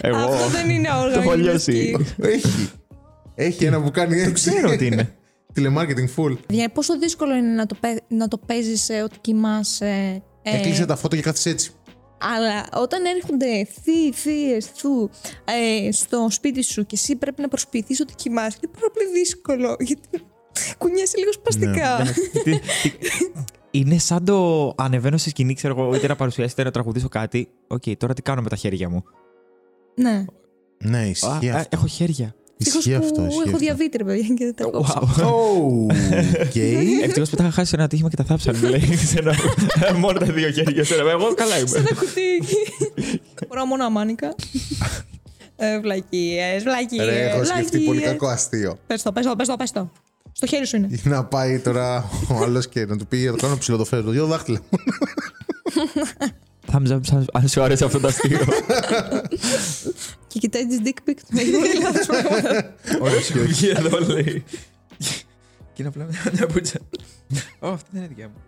[SPEAKER 3] Εγώ.
[SPEAKER 2] αυτό δεν είναι όργανο.
[SPEAKER 3] Το έχω λιώσει.
[SPEAKER 2] γυμναστικής.
[SPEAKER 1] Έχει. Έχει ένα που κάνει έτσι.
[SPEAKER 3] ξέρω τι είναι.
[SPEAKER 1] <laughs> Τηλεμάρκετινγκ full.
[SPEAKER 2] Παιδιά, πόσο δύσκολο είναι να το, παί- να το παίζεις ότι κοιμάσαι. ε,
[SPEAKER 1] Έκλεισε τα φώτα και κάθισε έτσι.
[SPEAKER 2] Αλλά όταν έρχονται θείοι, θείε, θου ε, στο σπίτι σου και εσύ πρέπει να προσποιηθείς ότι κοιμάσαι, είναι πάρα πολύ δύσκολο. <laughs> Γιατί κουνιέσαι λίγο σπαστικά.
[SPEAKER 1] Ναι,
[SPEAKER 3] Τι- τι- Είναι σαν το ανεβαίνω στη σκηνή, ξέρω εγώ, είτε να παρουσιάσω είτε να τραγουδήσω κάτι. Οκ, τώρα τι κάνω με τα χέρια μου.
[SPEAKER 2] ναι.
[SPEAKER 1] Ναι,
[SPEAKER 3] Α,
[SPEAKER 1] ισχύει
[SPEAKER 3] α,
[SPEAKER 1] αυτό.
[SPEAKER 3] Έχω χέρια.
[SPEAKER 2] Ευτυχώς
[SPEAKER 1] Ισχύει αυτό.
[SPEAKER 2] που
[SPEAKER 1] ισχύει
[SPEAKER 2] έχω
[SPEAKER 1] αυτό.
[SPEAKER 2] διαβήτη, ρε παιδιά, και δεν τα έχω
[SPEAKER 3] Wow.
[SPEAKER 1] <laughs> Ω, οκ.
[SPEAKER 3] Ευτυχώς που τα είχα χάσει σε ένα ατύχημα και τα θάψαν. μου Λέει, ξέρω, <laughs> μόνο τα δύο χέρια. ξέρω, Εγώ καλά είμαι.
[SPEAKER 2] Ένα κουτί
[SPEAKER 1] <laughs>
[SPEAKER 2] εκεί. Φοράω μόνο αμάνικα. ε, βλακίες, βλακίες,
[SPEAKER 1] Ρε, έχω σκεφτεί πολύ
[SPEAKER 2] βλακίες.
[SPEAKER 1] κακό αστείο.
[SPEAKER 2] Πες το, πες το, πες το, πες το. Στο χέρι σου είναι.
[SPEAKER 1] Να πάει τώρα ο άλλος και να του πει: Θα το κάνω ψηλό το φέρω. Το δύο δάχτυλα.
[SPEAKER 3] Thumbs up, thumbs up, αν σου άρεσε αυτό το αστείο.
[SPEAKER 2] Και κοιτάει τις dick pic του. Έχει πολύ
[SPEAKER 1] <laughs>
[SPEAKER 2] λάθος πράγματα.
[SPEAKER 3] <laughs> Ωραία, βγει εδώ, λέει. Και είναι απλά μια πουτσα. Ω, αυτή δεν είναι δικιά μου.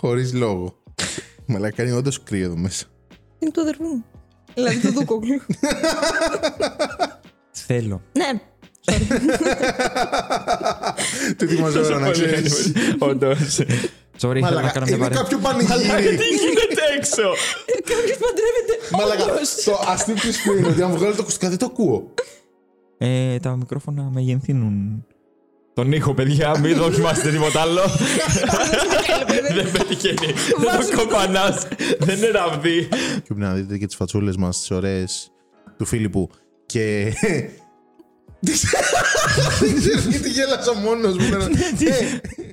[SPEAKER 1] Χωρίς λόγο. Μαλάκα είναι όντως κρύο εδώ μέσα.
[SPEAKER 2] Είναι του αδερφού μου. Δηλαδή του δούκοκλου.
[SPEAKER 3] Θέλω.
[SPEAKER 2] ναι,
[SPEAKER 1] Τι ετοιμάζω τώρα να ξέρει.
[SPEAKER 3] Όντω. Sorry, ήθελα να κάνω
[SPEAKER 1] Μαλάκα,
[SPEAKER 3] μια
[SPEAKER 1] είναι
[SPEAKER 3] παρέα.
[SPEAKER 1] κάποιο πανηγύρι.
[SPEAKER 3] Ε, Τι γίνεται έξω!
[SPEAKER 2] Κάποιος παντρεύεται.
[SPEAKER 1] Μαλάκα,
[SPEAKER 2] όντως.
[SPEAKER 1] το αστείο του σου είναι ότι αν βγάλω το ακουστικά δεν το ακούω.
[SPEAKER 3] Ε, τα μικρόφωνα μεγενθύνουν. Τον ήχο, παιδιά, <laughs> μην δοκιμάσετε τίποτα <laughs> άλλο. Δεν πετυχαίνει. Δεν
[SPEAKER 2] Βάζουμε
[SPEAKER 3] το κοπανάς. Δεν είναι ραβδί.
[SPEAKER 1] Και πρέπει να δείτε και τις φατσούλες μας, τις ωραίες του Φίλιππου. Και. <laughs> Δεν ξέρω γιατί γέλασα μόνος μου. Ε,